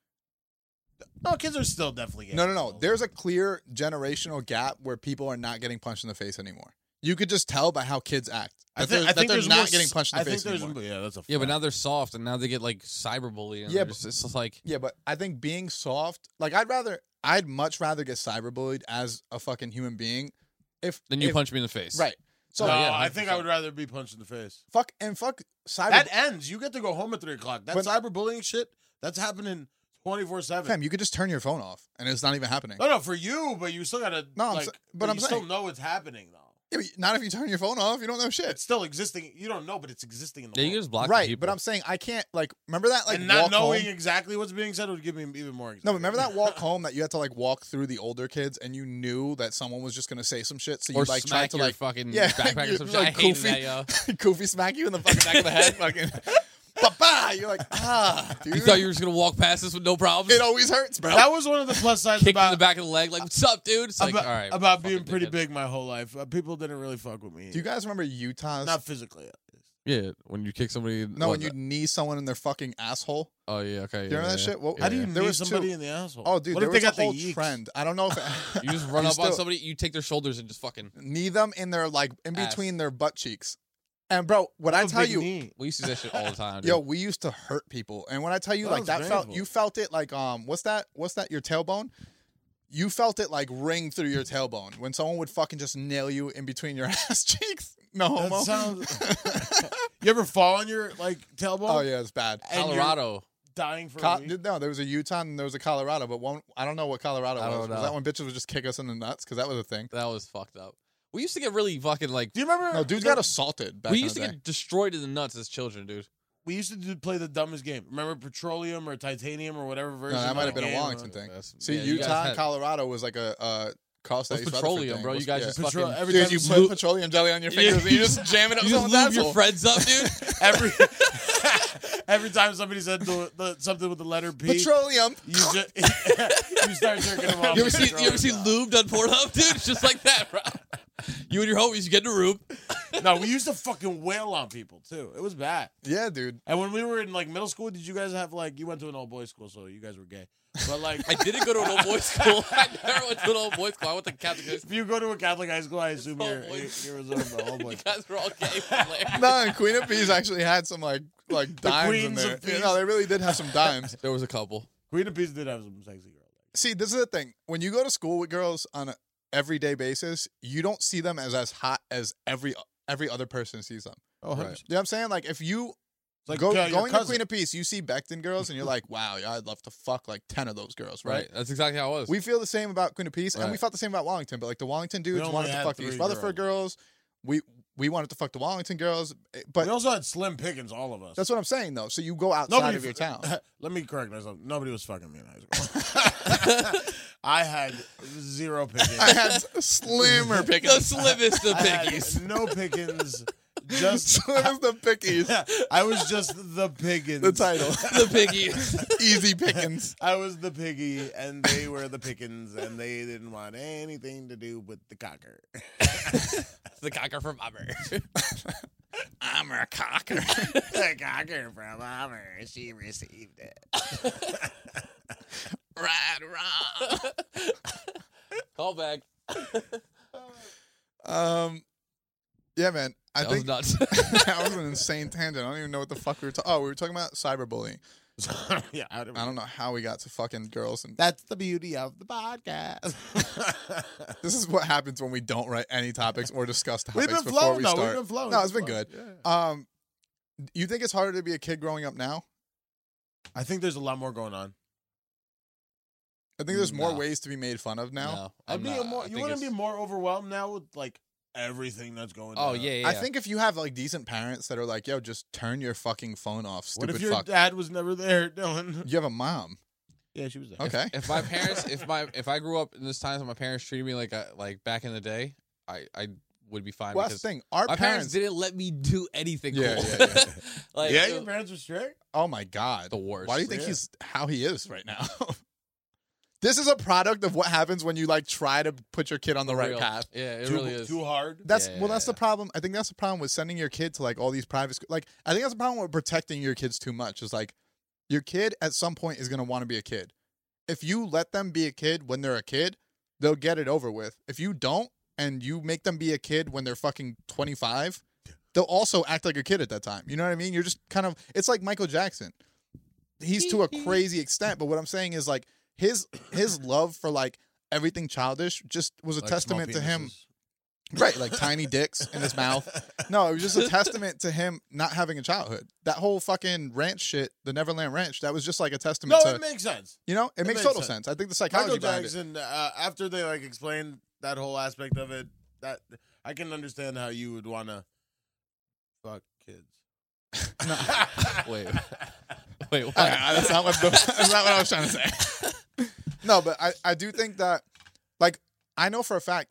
[SPEAKER 4] no, kids are still definitely gay.
[SPEAKER 2] No, no, no. There's a clear generational gap where people are not getting punched in the face anymore. You could just tell by how kids act.
[SPEAKER 4] I
[SPEAKER 2] That
[SPEAKER 4] think,
[SPEAKER 2] they're,
[SPEAKER 4] I
[SPEAKER 2] that
[SPEAKER 4] think
[SPEAKER 2] they're
[SPEAKER 4] there's
[SPEAKER 2] not
[SPEAKER 4] more,
[SPEAKER 2] getting punched in the
[SPEAKER 4] I
[SPEAKER 2] face
[SPEAKER 4] think there's,
[SPEAKER 2] anymore.
[SPEAKER 4] Yeah, that's a
[SPEAKER 3] Yeah, but
[SPEAKER 4] fact.
[SPEAKER 3] now they're soft and now they get like cyberbullying.
[SPEAKER 2] Yeah,
[SPEAKER 3] Yeah,
[SPEAKER 2] but-
[SPEAKER 3] just, it's just like
[SPEAKER 2] Yeah, but I think being soft, like I'd rather, I'd much rather get cyberbullied as a fucking human being. If
[SPEAKER 3] then you
[SPEAKER 2] if-
[SPEAKER 3] punch me in the face.
[SPEAKER 2] right. So
[SPEAKER 4] no,
[SPEAKER 3] yeah,
[SPEAKER 4] I think I
[SPEAKER 3] 100%.
[SPEAKER 4] would rather be punched in the face.
[SPEAKER 2] Fuck and fuck cyber.
[SPEAKER 4] That ends. You get to go home at three o'clock. That
[SPEAKER 2] But-
[SPEAKER 4] cyberbullying shit. That's happening twenty four seven.
[SPEAKER 2] fam, you could just turn your phone off and it's not even happening.
[SPEAKER 4] No, no, for you, but you still gotta.
[SPEAKER 2] No, I'm
[SPEAKER 4] like,
[SPEAKER 2] sa- but I'm
[SPEAKER 4] you
[SPEAKER 2] saying-
[SPEAKER 4] still know it's happening though.
[SPEAKER 2] Yeah, but not if you turn your phone off. You don't know
[SPEAKER 4] It's
[SPEAKER 2] shit.
[SPEAKER 4] still existing. You don't know, but it's existing in the
[SPEAKER 3] Yeah, you
[SPEAKER 4] world.
[SPEAKER 3] just block the
[SPEAKER 2] right,
[SPEAKER 3] people.
[SPEAKER 2] but I'm saying I can't like remember that like
[SPEAKER 4] and not
[SPEAKER 2] walk
[SPEAKER 4] knowing
[SPEAKER 2] home.
[SPEAKER 4] exactly what's being said would give me even more. Anxiety.
[SPEAKER 2] No, but remember that walk home that you had to like walk through the older kids and you knew that someone was just gonna say some shit, so you
[SPEAKER 3] or
[SPEAKER 2] like
[SPEAKER 3] smack
[SPEAKER 2] tried to
[SPEAKER 3] your
[SPEAKER 2] like
[SPEAKER 3] fucking
[SPEAKER 2] yeah,
[SPEAKER 3] backpack or
[SPEAKER 2] you're,
[SPEAKER 3] something.
[SPEAKER 2] like,
[SPEAKER 3] I hate
[SPEAKER 2] goofy.
[SPEAKER 3] that, yo.
[SPEAKER 2] goofy smack you in the fucking back of the head, fucking papa. You're like ah, dude.
[SPEAKER 3] You thought you were just gonna walk past this with no problems?
[SPEAKER 2] it always hurts, bro.
[SPEAKER 4] That was one of the plus sides
[SPEAKER 3] Kicked in
[SPEAKER 4] about
[SPEAKER 3] the back of the leg, like, what's up, dude? It's like,
[SPEAKER 4] about,
[SPEAKER 3] all right.
[SPEAKER 4] about
[SPEAKER 3] fucking
[SPEAKER 4] being pretty
[SPEAKER 3] dickhead.
[SPEAKER 4] big my whole life. Uh, people didn't really fuck with me.
[SPEAKER 2] Do you guys remember Utah's?
[SPEAKER 4] Not physically. at least.
[SPEAKER 5] Yeah, when you kick somebody.
[SPEAKER 2] No,
[SPEAKER 5] what,
[SPEAKER 2] when you knee someone in their fucking asshole.
[SPEAKER 5] Oh yeah, okay.
[SPEAKER 2] Do you
[SPEAKER 5] yeah,
[SPEAKER 2] remember that
[SPEAKER 5] yeah.
[SPEAKER 2] shit? Well,
[SPEAKER 5] Yeah,
[SPEAKER 4] How do you
[SPEAKER 5] yeah.
[SPEAKER 2] There
[SPEAKER 4] knee
[SPEAKER 2] was two-
[SPEAKER 4] somebody in the asshole?
[SPEAKER 2] Oh, dude,
[SPEAKER 4] what
[SPEAKER 2] there
[SPEAKER 4] if they
[SPEAKER 2] was
[SPEAKER 4] got
[SPEAKER 2] a whole
[SPEAKER 4] the yeeks?
[SPEAKER 2] trend. I don't know if
[SPEAKER 3] You just run
[SPEAKER 2] You
[SPEAKER 3] up on
[SPEAKER 2] still-
[SPEAKER 3] somebody, you take their shoulders and just fucking.
[SPEAKER 2] knee them in their like in
[SPEAKER 3] Ass.
[SPEAKER 2] between their butt cheeks. And bro, when I
[SPEAKER 4] That was
[SPEAKER 2] tell
[SPEAKER 4] big
[SPEAKER 2] you,
[SPEAKER 4] knee.
[SPEAKER 3] We used to do that shit all the time. Dude.
[SPEAKER 2] yo, we used to hurt people. And when I tell you,
[SPEAKER 4] That
[SPEAKER 2] like
[SPEAKER 4] was
[SPEAKER 2] that felt
[SPEAKER 4] painful.
[SPEAKER 2] you felt it like um, what's that? What's that? Your tailbone. You felt it like ring through your tailbone when someone would fucking just nail you in between your ass cheeks. No
[SPEAKER 4] That
[SPEAKER 2] homo.
[SPEAKER 4] sounds. you ever fall on your like tailbone?
[SPEAKER 2] oh yeah, it's bad.
[SPEAKER 4] and you're
[SPEAKER 3] Colorado.
[SPEAKER 4] dying for
[SPEAKER 2] Co-
[SPEAKER 4] a week.
[SPEAKER 2] dude, no, there was a Utah and there was a Colorado, but one I don't know what Colorado
[SPEAKER 5] I
[SPEAKER 2] was.
[SPEAKER 5] don't
[SPEAKER 2] Was
[SPEAKER 5] know.
[SPEAKER 2] that when bitches would just kick us in the nuts? Because that was a thing.
[SPEAKER 3] That was fucked up. We used to get really fucking like.
[SPEAKER 4] Do you remember?
[SPEAKER 2] No, dudes got assaulted. Back
[SPEAKER 3] we
[SPEAKER 2] in
[SPEAKER 3] used
[SPEAKER 2] the
[SPEAKER 3] to
[SPEAKER 2] day.
[SPEAKER 3] get destroyed in the nuts as children, dude.
[SPEAKER 4] We used to do, play the dumbest game. Remember petroleum or titanium or whatever version?
[SPEAKER 2] No, that
[SPEAKER 4] of
[SPEAKER 2] might
[SPEAKER 4] the
[SPEAKER 2] have been a
[SPEAKER 4] game?
[SPEAKER 2] Wallington thing.
[SPEAKER 5] That's-
[SPEAKER 2] See,
[SPEAKER 3] Yeah, you guys
[SPEAKER 2] Utah and
[SPEAKER 3] had-
[SPEAKER 2] Colorado was like a uh, Carl
[SPEAKER 3] That's
[SPEAKER 2] State Rutherford
[SPEAKER 3] petroleum,
[SPEAKER 2] thing.
[SPEAKER 3] bro. You
[SPEAKER 2] Was-
[SPEAKER 3] guys
[SPEAKER 2] yeah.
[SPEAKER 3] just
[SPEAKER 4] Petro-
[SPEAKER 3] fucking.
[SPEAKER 4] every
[SPEAKER 2] Dude,
[SPEAKER 4] time
[SPEAKER 2] you
[SPEAKER 4] you
[SPEAKER 2] blew petroleum jelly on your fingers. and you just jamming it
[SPEAKER 3] You
[SPEAKER 2] with
[SPEAKER 3] just
[SPEAKER 2] someone's
[SPEAKER 3] lube your
[SPEAKER 2] asshole.
[SPEAKER 3] friends up, dude.
[SPEAKER 4] every every time somebody said the, the, something with the letter P,
[SPEAKER 2] Petroleum.
[SPEAKER 4] you just you start jerking them off.
[SPEAKER 3] You ever
[SPEAKER 4] with
[SPEAKER 3] see you ever
[SPEAKER 4] petroleum.
[SPEAKER 3] see lubed on Pornhub, dude? It's just like that, bro. You and your homies, you get in a room.
[SPEAKER 4] No, we used to fucking wail on people too. It was bad.
[SPEAKER 2] Yeah, dude.
[SPEAKER 4] And when we were in like middle school, did you guys have like you went to an all boys school, so you guys were gay. But like,
[SPEAKER 3] I didn't go to an old boys school. I never went to an old boys school. I went to Catholic. high school.
[SPEAKER 4] if you go to a Catholic high school, I assume
[SPEAKER 3] all
[SPEAKER 4] you're you're,
[SPEAKER 3] boys.
[SPEAKER 4] you're Oh reserved for all
[SPEAKER 3] You
[SPEAKER 4] boys.
[SPEAKER 3] guys were all gay. Blair.
[SPEAKER 2] No, and Queen of Peas actually had some like like dimes in
[SPEAKER 4] queens
[SPEAKER 2] there.
[SPEAKER 4] of
[SPEAKER 2] You
[SPEAKER 4] peas.
[SPEAKER 2] know, they really did have some dimes.
[SPEAKER 3] There was a couple.
[SPEAKER 4] Queen of Peace did have some sexy girls.
[SPEAKER 2] See, this is the thing. When you go to school with girls on an everyday basis, you don't see them as as hot as every every other person sees them.
[SPEAKER 4] Oh,
[SPEAKER 5] Right.
[SPEAKER 2] You know what I'm saying? Like if you
[SPEAKER 4] It's like
[SPEAKER 2] go
[SPEAKER 4] uh, your
[SPEAKER 2] going to
[SPEAKER 4] cousin.
[SPEAKER 2] Queen of Peace, you see Becton girls, and you're like, wow, yeah, I'd love to fuck like ten of those girls,
[SPEAKER 5] Right.
[SPEAKER 2] right?
[SPEAKER 5] That's exactly how it was.
[SPEAKER 2] We feel the same about Queen of Peace, and we
[SPEAKER 5] Right.
[SPEAKER 2] felt the same about Wallington. But like the Wallington dudes
[SPEAKER 4] only
[SPEAKER 2] wanted to
[SPEAKER 4] had
[SPEAKER 2] fuck the East
[SPEAKER 4] three
[SPEAKER 2] Rutherford girls. We we wanted to fuck the Wallington girls, eh, but
[SPEAKER 4] we also had slim pickings, all of us.
[SPEAKER 2] that's what I'm saying though. So you go outside
[SPEAKER 4] Nobody
[SPEAKER 2] of your
[SPEAKER 4] f-
[SPEAKER 2] town.
[SPEAKER 4] Let me correct myself. Nobody was fucking me in high school. I had zero pickings.
[SPEAKER 2] I had slimmer
[SPEAKER 3] The
[SPEAKER 2] pickings.
[SPEAKER 3] slimmest of
[SPEAKER 4] I had
[SPEAKER 3] piggies.
[SPEAKER 4] no pickings. Just
[SPEAKER 2] Slim as the pickies.
[SPEAKER 4] I was just the pickings.
[SPEAKER 2] The title,
[SPEAKER 3] The piggies.
[SPEAKER 2] easy pickings.
[SPEAKER 4] I was the piggy, and they were the pickings, and they didn't want anything to do with the cocker.
[SPEAKER 3] the cocker from Umber.
[SPEAKER 2] I'm a cocker.
[SPEAKER 4] the cocker from Homer, she received it.
[SPEAKER 2] right, wrong.
[SPEAKER 3] Call back.
[SPEAKER 2] Um, yeah, man. I
[SPEAKER 3] That was
[SPEAKER 2] think
[SPEAKER 3] nuts.
[SPEAKER 2] that was an insane tangent. I don't even know what the fuck we were talking. Oh, we were talking about cyberbullying.
[SPEAKER 4] yeah, I
[SPEAKER 2] I don't know how we got to fucking girls and
[SPEAKER 4] That's the beauty of the podcast.
[SPEAKER 2] This is what happens when we don't write any topics or discuss topics
[SPEAKER 4] We've been
[SPEAKER 2] before
[SPEAKER 4] flowing
[SPEAKER 2] we
[SPEAKER 4] though.
[SPEAKER 2] start.
[SPEAKER 4] We've been flowing.
[SPEAKER 2] No, it's been
[SPEAKER 4] Flowing.
[SPEAKER 2] good.
[SPEAKER 4] Yeah.
[SPEAKER 2] Um, you think it's harder to be a kid growing up now?
[SPEAKER 4] I think there's a lot more going on.
[SPEAKER 2] I think there's more
[SPEAKER 5] No.
[SPEAKER 2] ways to be made fun of now.
[SPEAKER 5] No,
[SPEAKER 4] I'd
[SPEAKER 5] I'm
[SPEAKER 4] be
[SPEAKER 5] not.
[SPEAKER 4] a more.
[SPEAKER 5] I
[SPEAKER 4] You
[SPEAKER 5] think
[SPEAKER 4] wouldn't be
[SPEAKER 5] it's-
[SPEAKER 4] more overwhelmed now with like everything that's going.
[SPEAKER 3] Oh
[SPEAKER 4] down.
[SPEAKER 3] yeah, yeah.
[SPEAKER 2] I
[SPEAKER 3] yeah.
[SPEAKER 2] think if you have like decent parents that are like, "Yo, just turn your fucking phone off,
[SPEAKER 4] What
[SPEAKER 2] stupid
[SPEAKER 4] if your
[SPEAKER 2] fuck."
[SPEAKER 4] dad was never there, Dylan?
[SPEAKER 2] you have a mom,
[SPEAKER 4] Yeah, she was there.
[SPEAKER 2] okay?
[SPEAKER 5] if my parents, if my if I grew up in this time, and my parents treated me like I, like back in the day, I I would be fine.
[SPEAKER 2] well, that's
[SPEAKER 5] because
[SPEAKER 2] the thing. Our
[SPEAKER 5] my parents,
[SPEAKER 2] parents.
[SPEAKER 5] didn't let me do anything.
[SPEAKER 2] Yeah,
[SPEAKER 5] cool.
[SPEAKER 2] yeah, yeah.
[SPEAKER 3] like,
[SPEAKER 4] yeah,
[SPEAKER 3] it-
[SPEAKER 4] your parents were strict.
[SPEAKER 2] oh my god,
[SPEAKER 5] the worst.
[SPEAKER 2] Why do you think
[SPEAKER 4] Yeah.
[SPEAKER 2] he's how he is right now? this is a product of what happens when you like try to put your kid on the right
[SPEAKER 5] Real.
[SPEAKER 2] path.
[SPEAKER 3] Yeah, it
[SPEAKER 4] too,
[SPEAKER 3] really is.
[SPEAKER 4] too hard.
[SPEAKER 2] That's
[SPEAKER 5] Yeah,
[SPEAKER 2] well. That's the
[SPEAKER 5] yeah.
[SPEAKER 2] problem. I think that's the problem with sending your kid to like all these private schools. Like I think that's the problem with protecting your kids too much. Is like your kid at some point is gonna want to be a kid. If you let them be a kid when they're a kid, they'll get it over with. If you don't and you make them be a kid when they're fucking twenty five, they'll also act like a kid at that time. You know what I mean? You're just kind of. It's like Michael Jackson. He's to a crazy extent, but what I'm saying is like his his love for like everything childish just was a
[SPEAKER 4] Like
[SPEAKER 2] testament to
[SPEAKER 4] small
[SPEAKER 2] him
[SPEAKER 4] penises.
[SPEAKER 2] Right, like tiny dicks in his mouth. No, it was just a testament to him not having a childhood. That whole fucking ranch shit, the Neverland Ranch, that was just like a
[SPEAKER 4] No,
[SPEAKER 2] testament
[SPEAKER 4] it
[SPEAKER 2] to
[SPEAKER 4] makes sense.
[SPEAKER 2] you know, it,
[SPEAKER 4] it
[SPEAKER 2] makes
[SPEAKER 4] makes
[SPEAKER 2] total sense.
[SPEAKER 4] sense.
[SPEAKER 2] I think the psychology
[SPEAKER 4] Michael
[SPEAKER 2] behind it.
[SPEAKER 4] Jackson. Uh, after they like explained that whole aspect of it, that I can understand how you would want to fuck kids.
[SPEAKER 5] Wait, wait. What?
[SPEAKER 2] Uh, uh, that's not what the, that's not what I was trying to say. No, but I, I do think that like I know for a fact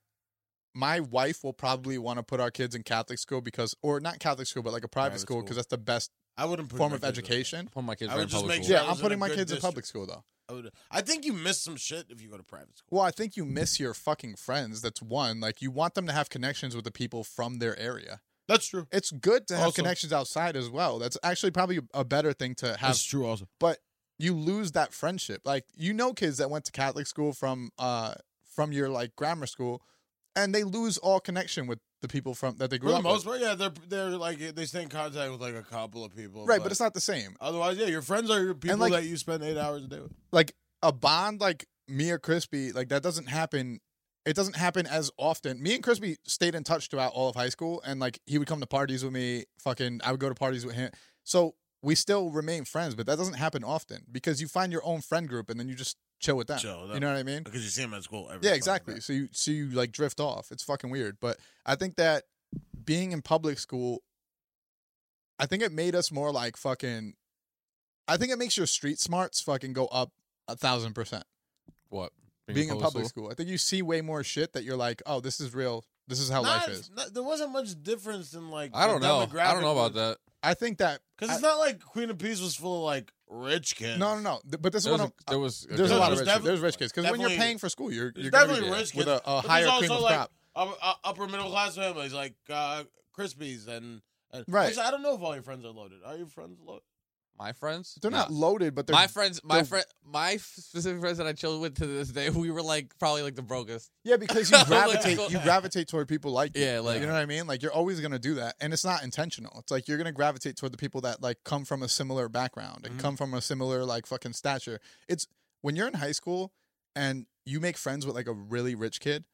[SPEAKER 2] my wife will probably want to put our kids in Catholic school because or not Catholic school, but like a private,
[SPEAKER 4] Private
[SPEAKER 2] school
[SPEAKER 4] school.
[SPEAKER 2] because that's the best
[SPEAKER 4] I wouldn't put
[SPEAKER 2] form
[SPEAKER 4] my
[SPEAKER 2] of
[SPEAKER 4] kids in-
[SPEAKER 2] education.
[SPEAKER 5] One of my kids
[SPEAKER 4] I
[SPEAKER 5] were
[SPEAKER 4] would
[SPEAKER 5] in
[SPEAKER 4] just
[SPEAKER 5] public
[SPEAKER 4] make
[SPEAKER 5] school.
[SPEAKER 4] sure-
[SPEAKER 2] Yeah,
[SPEAKER 4] I
[SPEAKER 2] I'm
[SPEAKER 4] was in
[SPEAKER 2] putting
[SPEAKER 4] a
[SPEAKER 2] my
[SPEAKER 4] good
[SPEAKER 2] kids in
[SPEAKER 4] district.
[SPEAKER 2] public school though.
[SPEAKER 4] I, would, I think you miss some shit if you go to private school.
[SPEAKER 2] Well, I think you miss your fucking friends. That's one. Like you want them to have connections with the people from their area.
[SPEAKER 4] That's true.
[SPEAKER 2] It's good to have
[SPEAKER 4] Also-
[SPEAKER 2] connections outside as well. That's actually probably a better thing to have
[SPEAKER 4] That's true. Also,
[SPEAKER 2] you lose that friendship. Like you know kids that went to Catholic school from uh from your like grammar school and they lose all connection with the people from that they
[SPEAKER 4] for
[SPEAKER 2] grew
[SPEAKER 4] the
[SPEAKER 2] up
[SPEAKER 4] most
[SPEAKER 2] with.
[SPEAKER 4] part, yeah, they're they're like they stay in contact with like a couple of people.
[SPEAKER 2] Right, but it's not the same.
[SPEAKER 4] Otherwise, yeah, your friends are your people
[SPEAKER 2] like-
[SPEAKER 4] that you spend eight hours a day with.
[SPEAKER 2] Like a bond like me or Crispy, like that doesn't happen it doesn't happen as often. Me and Crispy stayed in touch throughout all of high school and like he would come to parties with me, fucking I would go to parties with him. So we still remain friends, but that doesn't happen often because you find your own friend group and then you just chill with them.
[SPEAKER 4] Chill with
[SPEAKER 2] You
[SPEAKER 4] them.
[SPEAKER 2] know what I mean?
[SPEAKER 4] Because you see them at school every
[SPEAKER 2] yeah exactly so you so you like drift off it's fucking weird but i think that being in public school i think it made us more like fucking i think it makes your street smarts fucking go up a thousand percent
[SPEAKER 5] What?
[SPEAKER 2] being in public school. i think you see way more shit that you're like oh this is real this is how life is
[SPEAKER 4] there wasn't much difference in like.
[SPEAKER 5] I don't know. I don't know about that.
[SPEAKER 2] i think that
[SPEAKER 4] Because it's not like Queen of Peace was full of like rich kids.
[SPEAKER 2] no no no th- but this is
[SPEAKER 5] There was, a,
[SPEAKER 2] what i'm
[SPEAKER 5] there was a
[SPEAKER 2] there's a
[SPEAKER 5] good
[SPEAKER 2] lot of
[SPEAKER 4] there's
[SPEAKER 2] rich
[SPEAKER 4] defi-
[SPEAKER 2] there's rich kids because when you're
[SPEAKER 4] definitely-
[SPEAKER 2] paying for school you're,
[SPEAKER 4] There's
[SPEAKER 2] you're gonna
[SPEAKER 4] definitely
[SPEAKER 2] be
[SPEAKER 4] rich
[SPEAKER 2] with
[SPEAKER 4] kids,
[SPEAKER 2] a, a
[SPEAKER 4] but there's
[SPEAKER 2] higher
[SPEAKER 4] also,
[SPEAKER 2] cream of
[SPEAKER 4] like,
[SPEAKER 2] crop
[SPEAKER 4] upper, uh, upper middle class families like uh, Krispies and, and
[SPEAKER 2] Right.
[SPEAKER 4] Actually, I don't know if all your friends are loaded. Are your friends loaded?
[SPEAKER 5] My friends?
[SPEAKER 2] they're not loaded but they're
[SPEAKER 5] my friends, my
[SPEAKER 2] they're-
[SPEAKER 5] friend, my f- specific friends that I chilled with to this day, we were like probably like the brokest.
[SPEAKER 2] Yeah, because you
[SPEAKER 5] Like,
[SPEAKER 2] gravitate
[SPEAKER 5] go-
[SPEAKER 2] you gravitate toward people like you.
[SPEAKER 5] Yeah, like-
[SPEAKER 2] you know what I mean. Like you're always gonna do that, and it's not intentional. It's like you're gonna gravitate toward the people that like come from a similar background and
[SPEAKER 4] Mhm.
[SPEAKER 5] Mm-hmm.
[SPEAKER 2] come from a similar like fucking stature. It's when you're in high school and you make friends with like a really rich kid,